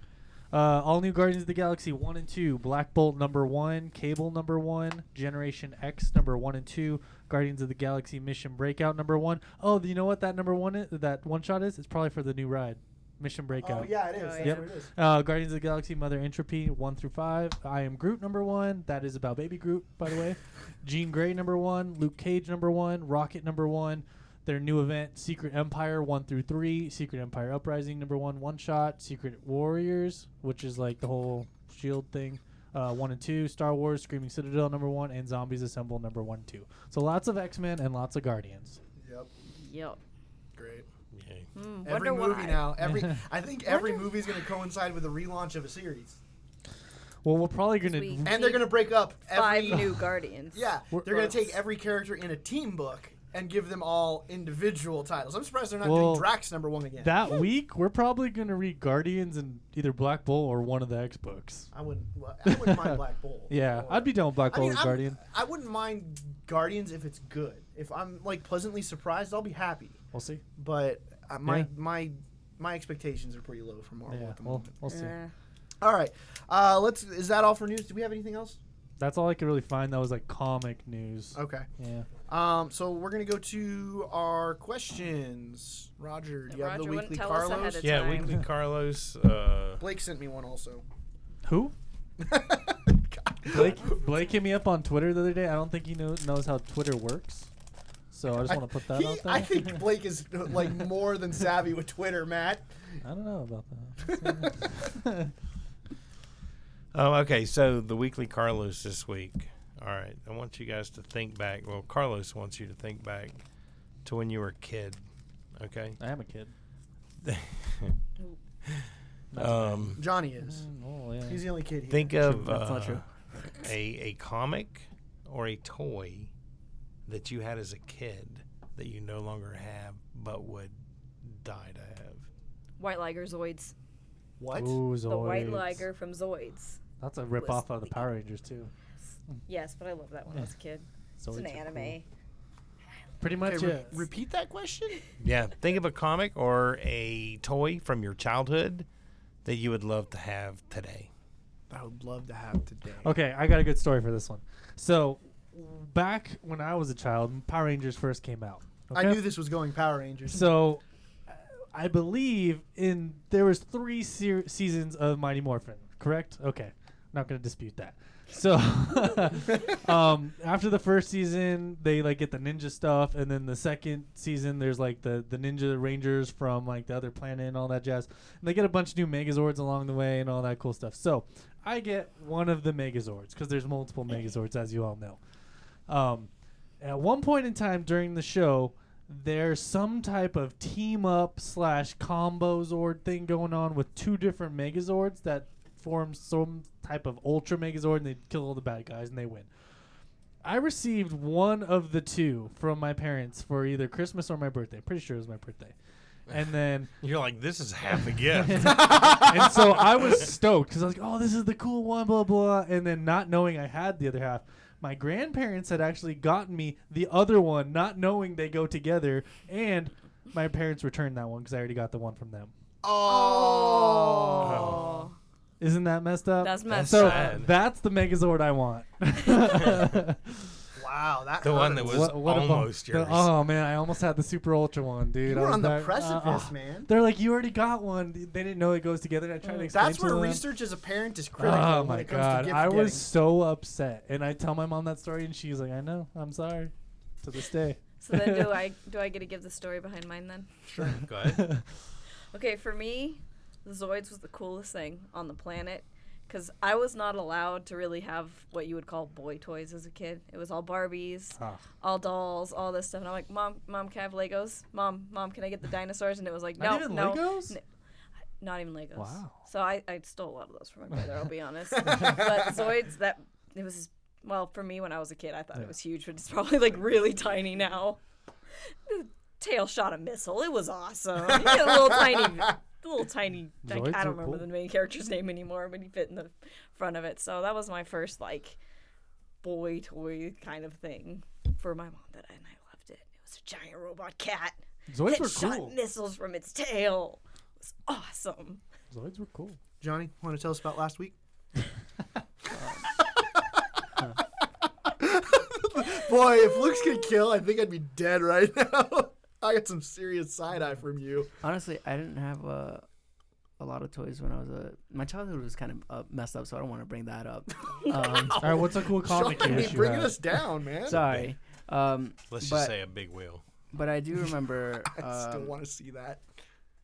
F: Uh, all new Guardians of the Galaxy one and two, Black Bolt number one, Cable number one, Generation X number one and two, Guardians of the Galaxy Mission Breakout number one. Oh, you know what that number one is, that one shot is? It's probably for the new ride, Mission Breakout.
C: Oh yeah, it is.
D: Oh,
C: That's
F: yeah.
C: what it is.
F: Uh, Guardians of the Galaxy Mother Entropy one through five. I am Groot number one. That is about baby Groot, by the way. Jean Grey number one. Luke Cage number one. Rocket number one. Their new event Secret Empire one through three. Secret Empire Uprising number one. One shot. Secret Warriors, which is like the whole Shield thing. uh, one and two, Star Wars, Screaming Citadel number one, and Zombies Assemble number one and two. So lots of X Men and lots of Guardians.
C: Yep.
D: Yep.
C: Great.
A: Yay.
D: Hmm,
C: Every
D: wonder
C: movie
D: why.
C: now.
D: <laughs>
C: Every I think every
D: Wonder-
C: movie's going to coincide with the relaunch of a series,
F: Well, we're probably
D: Because
F: gonna
D: we
C: and they're
D: need
C: going to break up <laughs>
D: five
C: every.
D: new Guardians.
C: Yeah,
F: We're- uh,
C: they're going to take every character in a team book and give them all individual titles. I'm surprised they're not
F: Well,
C: doing Drax number one again.
F: that week we're probably gonna read Guardians and either Black Bull or one of the X books.
C: I wouldn't. well, I wouldn't mind Black Bolt.
F: <laughs> Yeah,
C: or-
F: I'd be down with Black
C: I
F: Bull
C: mean,
F: and
C: I'm-
F: Guardian.
C: I wouldn't mind Guardians if it's good. If I'm like pleasantly surprised, I'll be happy.
F: We'll see.
C: But uh, my
F: Yeah.
C: my my expectations are pretty low for Marvel
F: Yeah,
C: at the
F: we'll,
C: moment.
F: we'll see.
D: Uh,
C: All right, uh, let's. Is that all for news? Do we have anything else?
F: That's all I could really find that was like comic news.
C: Okay.
F: Yeah.
C: Um, so we're gonna go to our questions. Roger, do you have
D: Roger
C: the
D: wouldn't
C: weekly
D: tell us ahead
C: Carlos?
D: of-
A: Yeah,
D: time.
A: Weekly Carlos. Uh,
C: Blake sent me one also. <laughs>
F: Who?
C: God.
F: Blake Blake hit me up on Twitter the other day. I don't think he knows knows how Twitter works. So I just want to put that
C: He-
F: out there.
C: I
F: <laughs>
C: think Blake is like more than savvy with Twitter, Matt.
F: I don't know about that.
A: oh, okay. So the Weekly Carlos this week. All right. I want you guys to think back. Well, Carlos wants you to think back to when you were a kid. Okay.
F: I am
A: <laughs>
F: a kid. That's
A: um,
C: Johnny
F: right.
C: is.
F: Oh, yeah.
C: He's the only kid here.
A: think of
B: That's not
A: uh,
B: true.
A: a a comic or a toy that you had as a kid that you no longer have but would die to have.
D: White Liger Zoids.
C: what?
F: Ooh,
D: The White
F: Zoids.
D: Liger from Zoids.
F: That's a rip off of the Power Rangers too.
D: Yes, but I loved that when I was a kid. It's
F: Zoids
D: an
F: are cool.
D: anime.
F: Pretty much
C: Okay, re-
F: it.
C: repeat that question.
A: Yeah, think of a comic or a toy from your childhood that you would love to have today.
C: I would love to have today.
F: Okay, I got a good story for this one. So, back when I was a child, Power Rangers first came out.
C: I
F: okay?
C: knew this was going Power Rangers.
F: So, uh, I believe in there was three ser- seasons of Mighty Morphin, correct? Okay, not gonna dispute that. So, <laughs>
C: <laughs>
D: <laughs>
F: um, after the first season, they like get the ninja stuff, and then the second season, there's like the the ninja rangers from like the other planet and all that jazz. And they get a bunch of new Megazords along the way and all that cool stuff. So, I get one of the Megazords because there's multiple Megazords, as you all know. Um, at one point in time during the show, there's some type of team up slash combo Zord thing going on with two different Megazords that form some type of Ultra Megazord, and they kill all the bad guys and they win. I received one of the two from my parents for either Christmas or my birthday. Pretty sure it was my birthday. And then
A: You're like, this is half a <laughs> gift.
F: and so I <laughs> was stoked because I was like, "Oh, this is the cool one," blah blah. And then not knowing I had the other half, my grandparents had actually gotten me the other one, not knowing they go together. And my parents returned that one because I already got the one from them.
C: Oh.
D: Oh.
F: Isn't that messed up?
D: That's
A: That's
D: messed
F: so
D: up.
A: sad.
F: that's the Megazord I want. <laughs>
D: <laughs>
C: Wow, that
A: The one that
C: hurts.
A: was-
F: a bump.
A: almost
F: The-
A: yours.
F: oh man, I almost had the Super Ultra one, dude.
C: You
F: I
C: were
F: was
C: on the
F: back-
C: precipice,
F: uh, uh.
C: man.
F: They're like, you already got one. They didn't know it goes together. I tried to explain
C: Mm. That's
F: to
C: where
F: them.
C: research as a parent is critical
F: Oh
C: when
F: my
C: it comes
F: god,
C: to gift
F: I
C: getting.
F: was so upset, and I tell my mom that story, and she's like, "I know, I'm sorry." To this day,
D: So then do I do I get to give the story behind mine then?
A: sure, go ahead.
D: Okay, for me, the Zoids was the coolest thing on the planet because I was not allowed to really have what you would call boy toys as a kid. It was all Barbies,
F: Ah.
D: all dolls, all this stuff. And I'm like, Mom, Mom, can I have Legos? Mom, Mom, can I get the dinosaurs? And it was like, No,
F: not even
D: no,
F: Legos.
D: n- not even Legos.
F: Wow.
D: So I, I stole a lot of those from my brother. I'll be
F: <laughs>
D: honest. but Zoids, that it was well for me when I was a kid. I thought
F: Yeah.
D: it was huge, but it's probably like really tiny now. The tail shot a missile. It was awesome. You get a little
F: <laughs>
D: tiny, little tiny. Like,
F: Zoids
D: I
F: are
D: don't remember
F: cool.
D: the main character's name anymore, but he fit in the front of it. So that was my first like boy toy kind of thing for my mom. That and I loved it. It was a giant robot cat
F: Zoids
D: that
F: were
D: shot
F: cool.
D: missiles from its tail. It was awesome.
F: Zoids were cool.
C: Johnny, want to tell us about last
F: <laughs>
C: week? Boy, if looks could kill, I think I'd be dead right now. <laughs> I got some serious side eye from you.
B: Honestly, I didn't have a a lot of toys when I was a. My childhood was kind of uh, messed up, so I don't want to bring that up.
C: <laughs>
B: Um,
F: All right, what's a cool comic
C: Johnny,
F: you
C: you're
F: wish you
C: bringing
F: had?
C: us down, man.
B: sorry, um,
A: Let's
B: But-
A: just say a big wheel.
B: but I do remember
C: I still
B: um,
C: want to see that.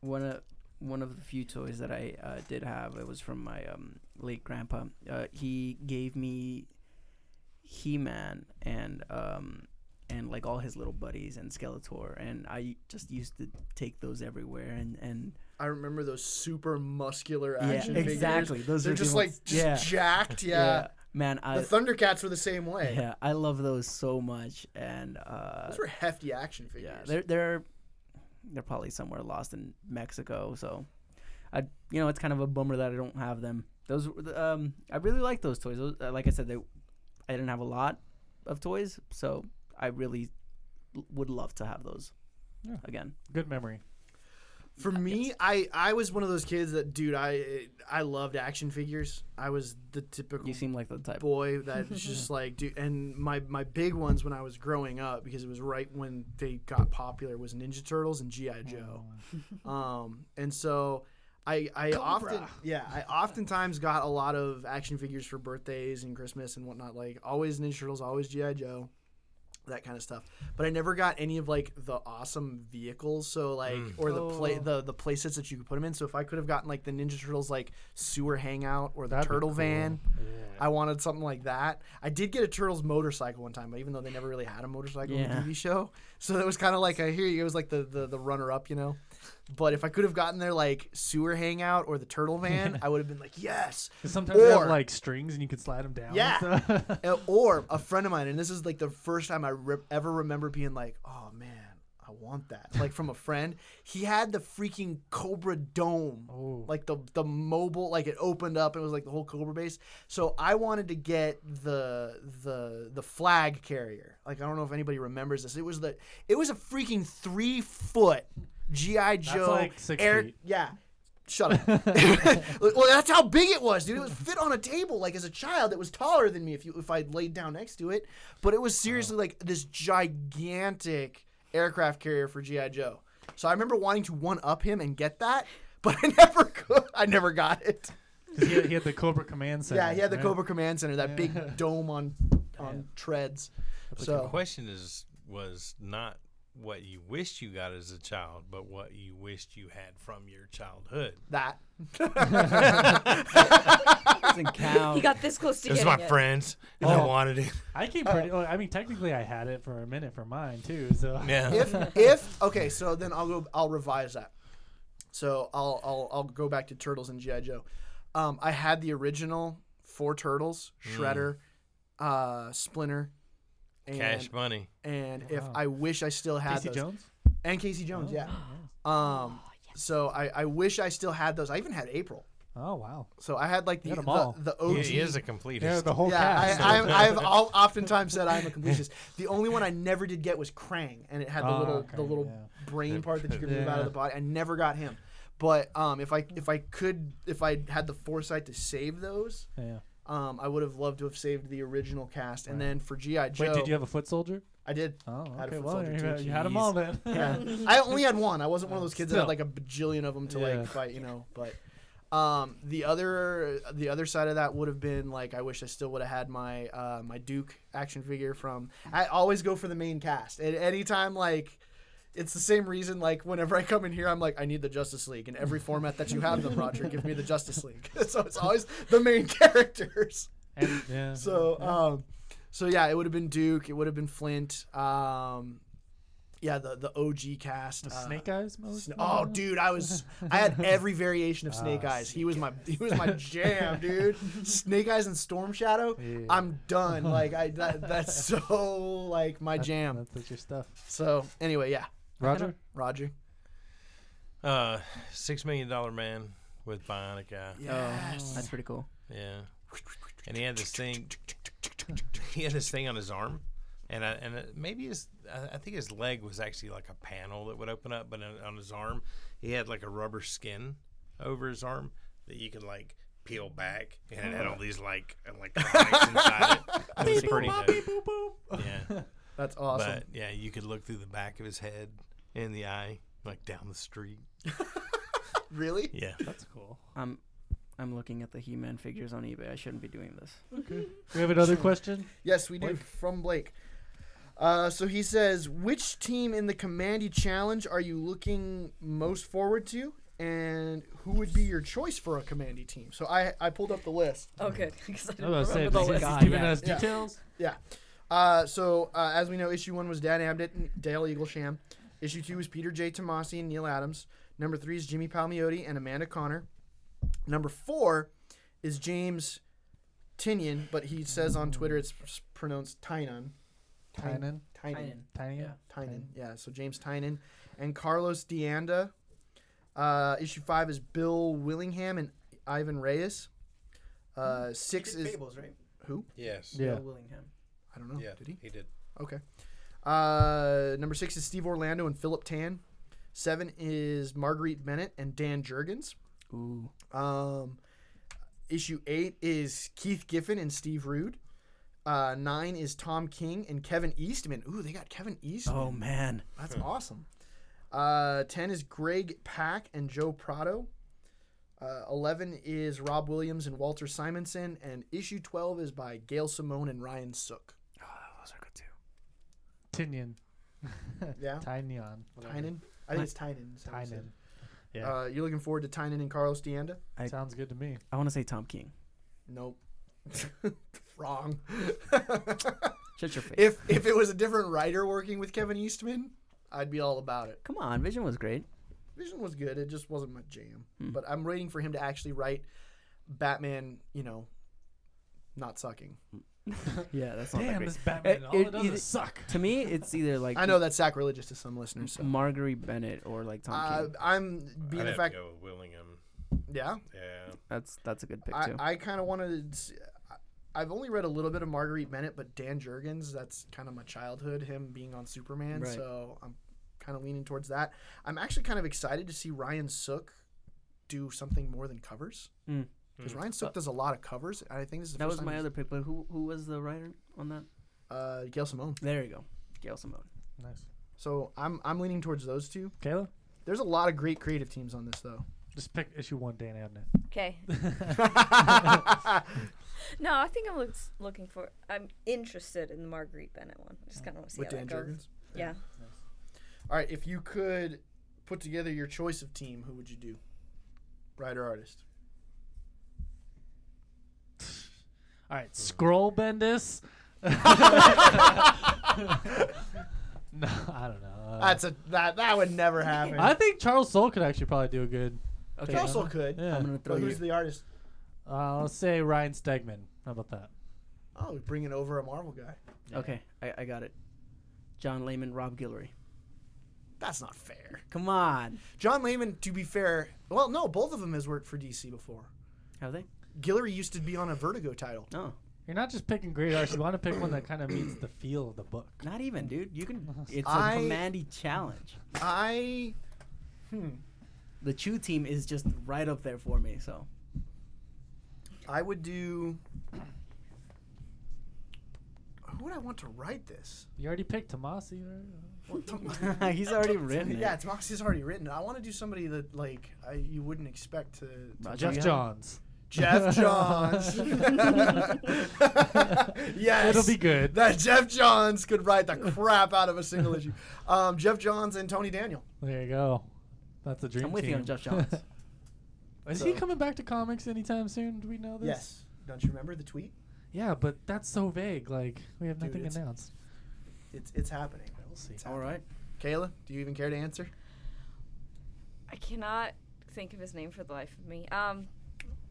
B: one of one of the few toys that I uh, did have. It was from my um, late grandpa. Uh, he gave me He Man and um, and like all his little buddies and Skeletor, and I just used to take those everywhere and and
C: I remember those super muscular
B: yeah,
C: action figures.
B: exactly. Those
C: They're
B: are the
C: just like
B: ones-
C: just jacked. <laughs> Yeah.
B: man, I
C: The Thundercats were the same way.
B: yeah, I love those so much, and uh,
C: Those were hefty action figures.
B: yeah, they're they're they're probably somewhere lost in Mexico. So, I you know it's kind of a bummer that I don't have them. Those were the- um I really like those toys. Those, uh, like I said, they I didn't have a lot of toys, so I really l- would love to have those
F: Yeah.
B: again.
F: Good memory.
C: For me, I, I was one of those kids that, dude, I I loved action figures. I was the typical
B: You seem like the type.
C: boy that was just like, dude. And my, my big ones when I was growing up, because it was right when they got popular, was Ninja Turtles and G.I. Joe. <laughs> Um, and so I, I often, yeah, I oftentimes got a lot of action figures for birthdays and Christmas and whatnot. Like always Ninja Turtles, always G.I. Joe. That kind of stuff, but I never got any of like the awesome vehicles, so like
F: Mm.
C: or the play
B: Oh.
C: the the play sets that you could put them in. So if I could have gotten like the Ninja Turtles like sewer hangout or the
F: That'd be
C: turtle
F: cool.
C: van,
A: Yeah.
C: I wanted something like that. I did get a Turtles motorcycle one time, but even though they never really had a motorcycle
B: Yeah.
C: in the TV show, <laughs> so it was kind of like I hear you. It was like the the, the runner up, you know. But if I could have gotten their like sewer hangout or the turtle
B: <laughs>
C: van, I would have been like yes.
F: 'Cause Sometimes they
C: Or-
F: have like strings and you can slide them down. and
C: Yeah.
F: stuff. <laughs>
C: <laughs> Uh, Or a friend of mine, and this is like the first time I re- ever remember being like, oh man. I want that. Like from a friend, he had the freaking Cobra Dome.
F: Oh.
C: Like the the mobile, like it opened up and it was like the whole Cobra base. So I wanted to get the the the flag carrier. Like I don't know if anybody remembers this. It was the it was a freaking three foot GI Joe
F: like six feet.
C: Yeah. Shut up. <laughs> well, that's how big it was, dude. It was fit on a table. Like as a child, it was taller than me if you if I laid down next to it. But it was
F: Uh-huh.
C: seriously like this gigantic aircraft carrier for GI Joe. So I remember wanting to one up him and get that, but <laughs> I never could. I never got it.
F: 'Cause he, had, he had the Cobra Command Center.
C: yeah, he had the
F: right?
C: Cobra Command Center, that big dome on on treads.
A: The
C: So
A: question is was not what you wished you got as a child, but what you wished you had from your childhood.
C: that
B: <laughs> Doesn't count.
D: He got this close to
A: It was
D: getting
A: my
D: it.
A: friends, and I
F: Oh.
A: wanted it.
F: I came
C: Uh,
F: pretty. well, I mean, technically, I had it for a minute for mine too. So
A: Yeah.
C: if if okay, so then I'll go. I'll revise that. So I'll I'll, I'll go back to Turtles and GI Joe. Um, I had the original four Turtles: Shredder, uh, Splinter, and,
A: Hmm. Cash money.
C: And if
F: Wow.
C: I wish I still had
F: Casey
C: those,
F: Jones. Oh.
C: and Casey Jones, yeah.
F: nice.
C: Um, so I, I wish I still had those. I even had April.
F: <gasps> Oh wow.
C: So I had like the
F: You had 'em
C: the,
F: all.
C: the OG.
A: He is a completist.
F: Yeah, the whole
C: Yeah,
F: cast.
C: I,
F: <laughs>
C: I, I've al- oftentimes said I'm a completist. The only one I never did get was Krang, and it had the
F: Ah,
C: little the
F: Krang,
C: little
F: yeah.
C: brain part that you could move out
F: Yeah.
C: of the body. I never got him. But um, if I if I could if I had the foresight to save those,
F: yeah.
C: um, I would have loved to have saved the original cast. And then for GI Joe,
F: Wait, did you have a foot soldier?
C: I did. Had
F: Oh,
C: a
F: okay.
C: foot
F: Well,
C: soldier
F: you,
C: too,
F: had- you had them
C: jeez.
F: all then.
C: Yeah. I only had one. I wasn't one of those kids that had
F: Still.
C: like a bajillion of them to
F: Yeah.
C: like fight, you know. But um, the other the other side of that would have been like I wish I still would have had my uh, my Duke action figure from. I always go for the main cast at any time. Like it's the same reason. Like whenever I come in here, I'm like I need the Justice League in every format that you have them, Roger. Give me the Justice League. <laughs> so it's always the main <laughs> characters.
F: And- Mm-hmm. yeah.
C: So, um, so yeah, it would have been Duke. It would have been Flint. Um, yeah, the the OG cast.
F: The
C: uh,
F: Snake Eyes. Most
C: Sn- Oh, dude, I was I
F: <laughs>
C: had every variation of Snake
F: Ah,
C: Eyes. He was my he was my jam,
F: <laughs>
C: dude. Snake Eyes and Storm Shadow.
F: Yeah.
C: I'm done. Like I
F: <laughs>
C: that, that's so like my jam.
F: That's, that's your stuff.
C: So anyway, yeah,
F: Roger.
C: Roger.
A: Uh, six million dollar man with bionic eye. Yeah.
C: Um,
B: Oh, that's pretty cool.
A: And he had this thing. He had this thing on his arm, and I, and it- maybe his I I think his leg was actually like a panel that would open up, but on- on his arm he had like a rubber skin over his arm that you could like peel back, and it had all these like electronics inside it. It was pretty dope. Yeah.
C: That's awesome.
A: <laughs> But yeah, you could look through the back of his head and the eye, like down the street.
C: really?
A: Yeah.
F: That's cool.
B: I'm I'm looking at the He-Man figures on eBay. I shouldn't be doing this.
F: We have another question.
C: Yes, we do. From Blake. Uh, so he says, which team in the Commandy Challenge are you looking most forward to? and who would be your choice for a commandy team? So I I pulled up the list.
D: Oh, good. Because I
F: I
D: didn't
F: was
D: remember the
F: about to
D: list.
F: say, he's
B: God,
F: giving
B: yeah.
F: us
C: Yeah.
F: details.
C: Yeah. Uh, so uh, as we know, issue one was Dan Abnett and Dale Eaglesham. Issue two was Peter J. Tomasi and Neil Adams. Number three is Jimmy Palmiotti and Amanda Connor. Number four is James Tinian, but he says on Twitter it's pronounced Tynan.
F: Tynan.
C: Tynan.
F: Tynan.
B: Yeah.
C: Tynan. Yeah, so James Tynan and Carlos DeAnda. Uh, issue five is Bill Willingham and Ivan Reyes. Uh, six is
B: Fables, right?
C: who?
A: Yes.
F: Yeah.
B: Willingham.
C: I don't know.
A: Yeah.
C: Did he?
A: He did.
C: Okay. Uh, number six is Steve Orlando and Philip Tan. Seven is Marguerite Bennett and Dan Jurgens.
B: Ooh.
C: Um, issue eight is Keith Giffen and Steve Rude. Uh, nine is Tom King and Kevin Eastman. Ooh, they got Kevin Eastman.
B: Oh man.
C: That's awesome. Uh, 10 is Greg Pack and Joe Prado. Uh, 11 is Rob Williams and Walter Simonson. And issue 12 is by Gail Simone and Ryan Sook.
B: Those are good too.
F: Tinian.
C: Yeah.
F: Tynion. whatever.
C: Tynan? I think it's Tynan. is how you say
F: Tynan.
C: it.
F: Yeah.
C: Uh, you looking forward to Tynan and Carlos Deanda?
B: I-
F: Sounds good to me.
B: I want to say Tom King.
C: Nope. <laughs> Wrong. <laughs>
B: Shut your face.
C: if if it was a different writer working with Kevin Eastman, I'd be all about it.
B: Come on, Vision was great.
C: Vision was good. It just wasn't my jam.
B: Hmm.
C: But I'm waiting for him to actually write Batman, you know, not sucking.
B: Yeah, that's not that
F: Damn,
B: great.
F: this Batman.
B: Uh,
F: all it,
B: it-
F: does
B: it-
F: is suck.
B: To me, it's either like Mm-hmm.
C: I know that's sacrilegious to some listeners. So.
B: Marguerite Bennett or like Tom
C: Uh,
B: King.
C: I'm
A: I'd
C: being the
A: have
C: fact,
A: to go with Willingham.
C: yeah.
A: Yeah.
B: That's that's a good pick
C: I,
B: too.
C: I kind of wanted. To, s- I- I've only read a little bit of Marguerite Bennett, but Dan Jurgens, that's kind of my childhood. Him being on Superman,
B: Right.
C: so I'm kind of leaning towards that. I'm actually kind of excited to see Ryan Sook do something more than covers
B: Mm.
A: Hmm.
C: because Ryan Sook does a lot of covers, and I think this is the
B: that
C: first
B: was
C: time
B: my
C: he's-
B: other pick, but who who was the writer on that?
C: uh, Gail Simone.
B: There you go, Gail Simone.
F: Nice.
C: So I'm I'm leaning towards those two.
F: Kayla,
C: There's a lot of great creative teams on this though.
F: just pick issue one, Dan Abnett.
D: <laughs> Okay. No, I think I'm look, looking for. I'm interested in the Marguerite Bennett one. I just kind of want to see
C: With
D: how
C: Dan
D: that goes.
C: Jurgens.
D: Yeah.
C: All right, if you could put together your choice of team, who would you do? Writer artist.
F: All right, scroll Bendis. <laughs> no, I don't know. Uh,
C: That's a that that would never happen.
F: I think Charles Soule could actually probably do a good.
B: Okay,
C: He also could.
F: Yeah.
B: I'm gonna throw
C: But
B: you.
C: who's the artist?
F: Uh, let's say Ryan Stegman. How about that?
C: Oh, bringing over a Marvel guy.
B: Okay, I, I got it. John Lehman, Rob Guillory.
C: That's not fair.
B: Come on,
C: John Layman, to be fair, well, no, both of them has worked for DC before.
B: have they?
C: Guillory used to be on a Vertigo title.
B: No,
F: You're not just picking great artists. You want to pick one that kind of meets the feel of the book.
B: not even, dude. You can. It's a
C: I-
B: commandy challenge.
C: I
B: The Chew team is just right up there for me. So <laughs>
C: I would do. Who would I want to write this?
F: You already picked Tomasi. Right?
C: Well, Tom-
B: <laughs> he's
C: <laughs>
B: already written.
C: yeah,
B: it.
C: Tamoxi's already written. it. I want to do somebody that like I, you wouldn't expect to. to-
B: Roger
F: Uh, Jeff
B: Young.
F: Johns.
C: <laughs>
F: <laughs>
C: Jeff
B: <laughs>
C: Johns. yes,
F: It'll be good.
C: That Jeff Johns could write the crap out of a single issue. Um, Jeff Johns and Tony Daniel.
F: There you go. That's a dream.
B: I'm with you
F: team.
B: on Jeff Johns.
F: <laughs> Is he
C: So-
F: coming back to comics anytime soon? Do we know this?
C: Yes. Don't you remember the tweet?
F: Yeah, but that's so vague. Like we have
C: Dude,
F: nothing
C: it's-
F: announced.
C: It's it's happening.
F: We'll see.
B: All right.
C: Kayla, do you even care to answer?
D: I cannot think of his name for the life of me. Um,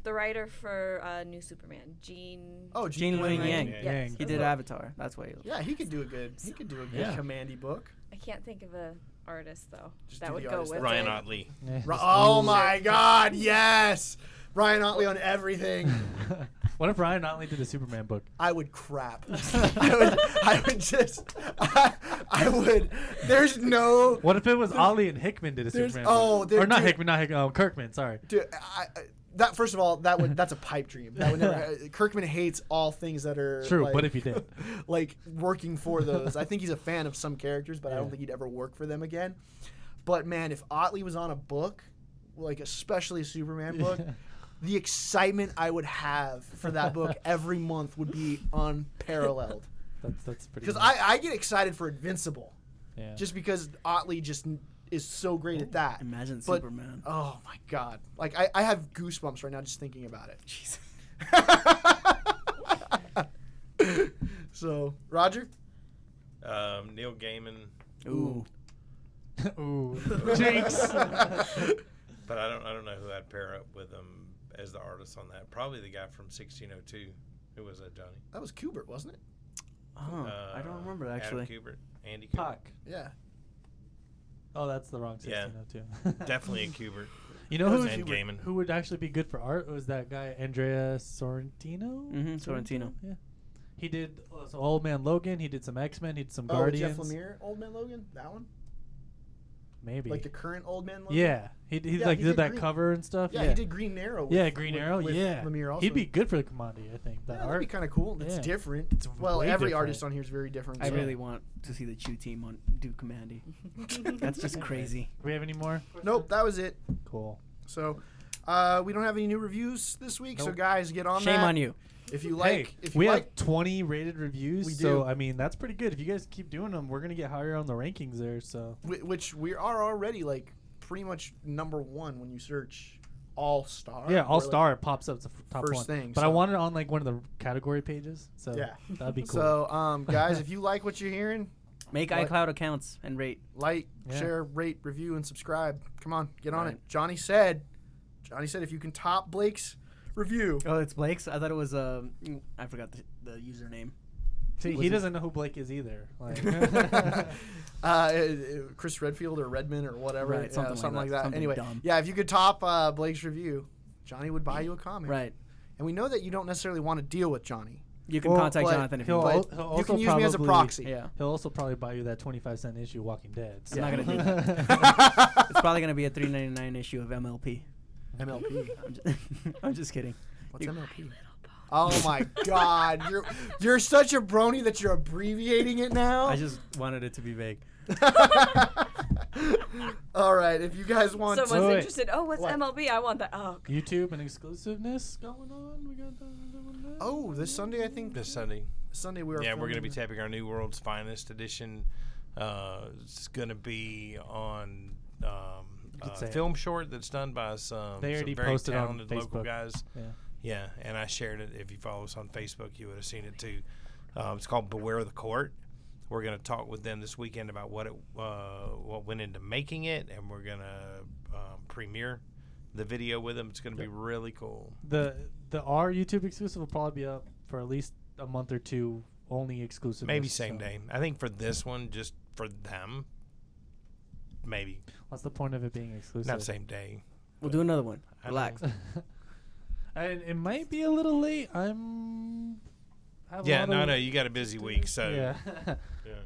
D: the writer for uh, New Superman, Gene.
C: Oh,
B: Gene Wing
C: Wing
B: Yang.
A: Yang.
D: Yes.
B: He did Avatar. That's why he was.
C: Yeah, he could do a good. He could do a good
F: Yeah.
C: commandy book.
D: I can't think of a artist though.
C: Just do
D: that would
C: the
D: go
C: artist
D: with
C: then.
A: Ryan
D: it.
A: Otley.
F: Yeah.
C: Ri- oh my God! Yes, Ryan Otley on everything.
F: <laughs> what if Ryan Otley did a Superman book?
C: I would crap. I would, I would just, I, I would. There's no.
F: What if it was Ollie and Hickman did a
C: There's-
F: Superman
C: oh,
F: book?
C: there-
F: or not
C: dude-
F: Hickman, not Hickman, um,
C: <laughs>
F: Kirkman, sorry.
C: Dude, I, I- that first of all, that would that's a pipe dream. That would never, uh, Kirkman hates all things that are
F: True,
C: Like,
F: but if he did.
C: <laughs> like working for those, I think he's a fan of some characters, but I don't
F: Yeah.
C: think he'd ever work for them again. But man, if Otley was on a book, like especially a Superman book, the excitement I would have for that
F: <laughs>
C: book every month would be unparalleled.
F: That's that's pretty
C: Because
F: nice.
C: I, I get excited for Invincible.
F: yeah.
C: just because Otley just n- is so great at that.
B: Imagine
C: But- <laughs>
B: Superman.
C: Oh my god! Like I, I have goosebumps right now just thinking about it.
B: Jesus.
C: <laughs> so Roger,
A: Um, Neil Gaiman,
B: Ooh.
F: <laughs>
C: <laughs>
B: Uh,
F: Ooh,
B: <laughs>
F: jinx.
A: but I don't I don't know who I'd pair up with him as the artist on that. Probably the guy from 1602. Who was that, Johnny?
C: that was Kubert, wasn't it?
B: Oh, I
A: Uh,
B: don't remember
A: Adam
B: actually.
A: Kubert, Andy Kubert.
F: Puck.
C: Yeah.
F: Oh, that's the wrong
A: Yeah.
F: 1602.
A: Definitely a Kubert.
F: <laughs> You know
A: That
F: who,
A: was
F: who, would,
A: Endgaming.
F: who would actually be good for art was that guy Andrea Sorrentino.
B: Mhm, Sorrentino.
F: Yeah, he did uh, so Old Man Logan. He did some X Men. He did some
C: Oh, Jeff
F: Guardians.
C: Lemire, Old Man Logan, that one,
F: Maybe.
C: like the current Old Man Logan.
F: yeah, he d- he
C: Yeah,
F: like
C: he
F: did,
C: did
F: that
C: Green-
F: cover and stuff.
C: Yeah,
F: yeah,
C: he did Green Arrow. With,
F: yeah, Green
C: with-
F: Arrow.
C: with
F: yeah,
C: Lemire also.
F: he'd be good for the Commodity. I think that
C: Yeah, that'd
F: art.
C: be kind of cool. It's
F: Yeah.
C: different.
F: It's
C: well,
F: way
C: every
F: different.
C: artist on here is very different.
B: I
C: so-
B: really want to see the Chew team on Duke <laughs> Commandy.
C: <laughs>
B: That's just crazy.
F: Do we have any more?
C: Nope, that was it.
F: Cool.
C: So. Uh, we don't have any new reviews this week, so
F: Nope.
C: guys, get on
B: Shame
C: that.
B: on you.
C: If you like,
F: hey,
C: if you
F: we
C: like,
F: have 20 rated reviews,
C: We do.
F: so I mean that's pretty good. If you guys keep doing them, we're gonna get higher on the rankings there. So
C: Wh- which we are already like pretty much number one when you search all star.
F: Yeah, All
C: We're, like,
F: Star it pops up to f- top
C: first
F: one.
C: thing,
F: but I
C: so-
F: want it on like one of the category pages. So
C: Yeah.
F: that'd be cool.
C: So,
F: <laughs>
C: um, guys, if you like what you're hearing,
B: Make
C: Like-
B: iCloud accounts and rate.
C: like,
F: Yeah.
C: share, rate, review, and subscribe. Come on, get on
B: Right.
C: it. Johnny said, Johnny said, if you can top Blake's review,
B: Oh, it's Blake's. I thought it was um, I forgot the, the username.
F: See,
B: was
F: he
B: it-
F: doesn't know who Blake is either.
C: <laughs>
F: Like,
C: uh, uh, Chris Redfield or Redman or whatever,
B: Right,
C: yeah,
B: something
C: something,
B: like
C: like
B: that,
C: that.
B: something
C: anyway,
B: dumb.
C: yeah, if you could top uh, Blake's review, Johnny would buy you a comic.
B: Right.
C: And we know that you don't necessarily want to deal with Johnny.
B: You can
F: Well,
B: contact
C: but
B: Jonathan if you
F: he'll
B: want.
C: But
F: al- he'll
C: you
F: also
C: can use me as a
F: probably-
C: proxy.
B: <laughs> Yeah.
F: he'll also probably buy you that 25 cent issue Walking Dead. So.
B: I'm not gonna do
F: that.
B: <laughs> It's probably gonna be a 3.99 issue of <laughs> MLP.
D: <laughs>
C: MLP.
B: I'm just, <laughs> I'm just kidding.
C: What's
B: You-
C: MLP? Oh my God! You're you're such a brony that you're abbreviating it now.
B: I just wanted it to be vague.
C: <laughs> All right, if you guys want to,
D: Someone's
F: Wait.
D: interested. Oh, what's
C: What?
D: MLB? I want that. Oh,
F: <laughs> YouTube and exclusiveness going on. We got the, the one there.
C: oh, this Sunday I think
A: This Sunday.
C: Sunday we are.
A: yeah, we're going to
C: filming
A: be
C: the-
A: tapping our New World's Finest edition. Uh, it's going to be on um,
F: could
A: uh,
F: say it.
A: film short that's done by some,
F: They
A: some
F: already
A: very
F: posted on
A: talented local
F: Facebook.
A: guys.
F: Yeah.
A: Yeah, and I shared it. If you follow us on Facebook, you would have seen it too. Um, it's called Beware the Court. We're going to talk with them this weekend about what it uh, what went into making it, and we're going to um, premiere the video with them. It's going to be really cool.
F: The the our YouTube exclusive will probably be up for at least a month or two. Only exclusive.
A: Maybe same day. I think for this one, just for them, maybe
F: What's the point of it being exclusive?
A: not same day.
B: We'll do another one.
A: I don't
B: Relax.
F: and it might be a little late. I'm. I have a
A: Yeah,
F: lot
A: no,
F: of-
A: no, you got a busy week, so
F: yeah.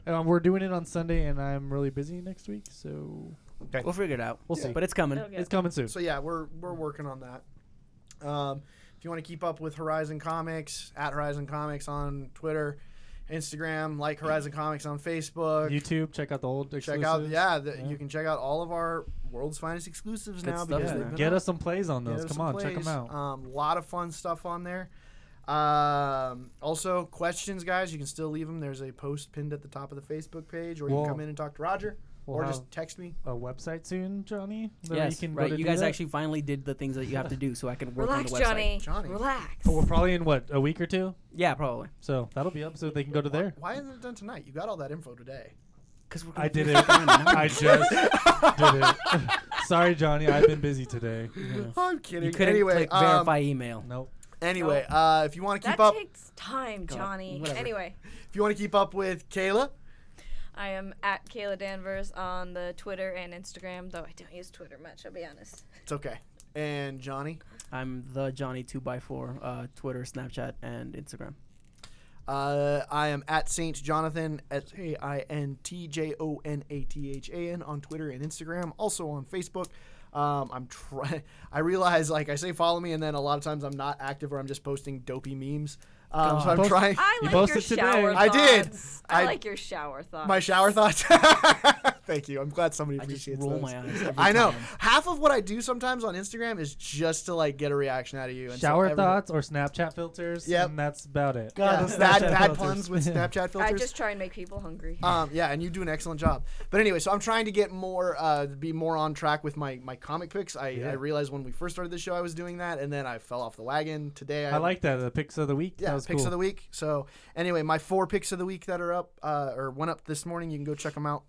A: yeah.
F: <laughs> um, we're doing it on Sunday, and I'm really busy next week, so
B: We'll figure it out.
F: We'll see.
B: But it's coming.
D: It'll get-
F: it's coming soon.
C: So yeah, we're we're working on that. Um, if you want to keep up with Horizon Comics, at Horizon Comics on Twitter, Instagram, like Horizon Comics on Facebook.
F: YouTube, check out the old
C: check
F: exclusives.
C: out yeah, the,
F: Yeah.
C: you can check out all of our world's finest exclusives
B: Good
C: now
B: stuff,
C: because
F: Yeah,
C: they've been
F: get
C: up.
F: us some plays on
C: Yeah,
F: those.
C: there's
F: Come
C: some
F: on, check
C: plays.
F: them out.
C: Um, a lot of fun stuff on there. Um, also, questions, guys, you can still leave them. There's a post pinned at the top of the Facebook page, or you
F: Well,
C: can come in and talk to Roger,
F: We'll
C: or
F: have
C: just text me.
F: a website soon, Johnny. that
B: Yes,
F: you can go
B: right.
F: to
B: You
F: do
B: guys
F: that?
B: actually finally did the things that you have to do, so I can work
D: relax,
B: on the website.
D: Johnny.
C: Johnny.
D: Relax.
F: But we're probably in what a week or two,
B: Yeah, probably.
F: so that'll be up, so they can go to there.
C: Why isn't it done tonight? You got all that info today.
B: Cause we're gonna
F: I did
B: do
F: it. I just did it. Sorry, Johnny. I've been busy today.
B: Yeah.
C: I'm
B: You
C: kidding.
B: couldn't
C: anyway,
B: click
C: um,
B: verify Oh. email.
F: Nope.
C: Anyway, uh, if you want to
D: That
C: keep up,
D: takes time,
B: God,
D: Johnny.
B: whatever.
D: Anyway,
C: if you want to keep up with Kayla,
D: I am at Kayla Danvers on the Twitter and Instagram, though I don't use Twitter much. I'll be honest.
C: it's okay. And Johnny,
B: I'm the Johnny two by four. Uh, Twitter, Snapchat, and Instagram.
C: Uh, I am at Saint Jonathan, S A I N T J O N A T H A N on Twitter and Instagram, also on Facebook. Um, I'm try. <laughs> I realize, like I say, follow me, and then a lot of times I'm not active or I'm just posting dopey memes. Um, so I'm <laughs>
F: Post-
C: trying
D: <laughs> I
F: You
D: like your
F: posted today.
D: shower
C: I did.
D: thoughts. I,
C: I-
D: like your shower thoughts.
C: my shower thoughts. <laughs> Thank you. I'm glad somebody
B: I just
C: appreciates
B: roll
C: those.
B: my eyes. <laughs> every
C: I know.
B: time.
C: Half of what I do sometimes on Instagram is just to like get a reaction out of you. And so
F: Shower
C: every-
F: thoughts or Snapchat filters.
C: Yep.
F: and that's about it.
C: Yeah,
B: those
C: bad
B: Snapchat
C: bad
B: filters.
C: puns with
F: <laughs> Yeah.
C: Snapchat filters.
D: I just try and make people hungry.
C: Um, yeah, and you do an excellent job. But anyway, so I'm trying to get more, uh, be more on track with my my comic picks. I,
F: Yeah.
C: I realized when we first started the show I was doing that, and then I fell off the wagon. Today I,
F: I like that. The picks of the week.
C: yeah
F: that was
C: picks
F: cool.
C: of the week. So anyway, my four picks of the week that are up uh, or went up this morning. You can go check them out.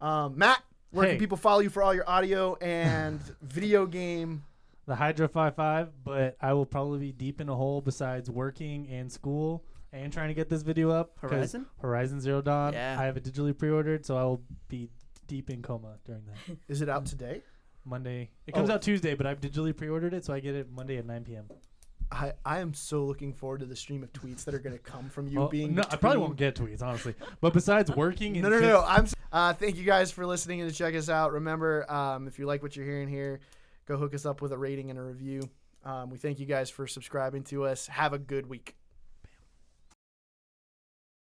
C: Um, Matt, where
F: Hey.
C: can people follow you for all your audio and <laughs> video game?
F: the Hydra Five Five, but I will probably be deep in a hole besides working and school and trying to get this video up. 'cause
B: Horizon?
F: Horizon Zero Dawn.
B: Yeah.
F: I have it digitally pre-ordered, so I will be deep in coma during that
C: Is it out today?
F: Monday. It comes
C: Oh.
F: out Tuesday, but I've digitally pre-ordered it, so I get it Monday at 9 p.m.
C: I, I am so looking forward to the stream of tweets that are going to come from you
F: Well,
C: being.
F: no, I probably
C: between-
F: won't get tweets honestly. But besides working,
C: <laughs>
F: and
C: No, no,
F: fix-
C: no. I'm. s- Uh, thank you guys for listening and to check us out. Remember, um, if you like what you're hearing here, go hook us up with a rating and a review. Um, we thank you guys for subscribing to us. Have a good week.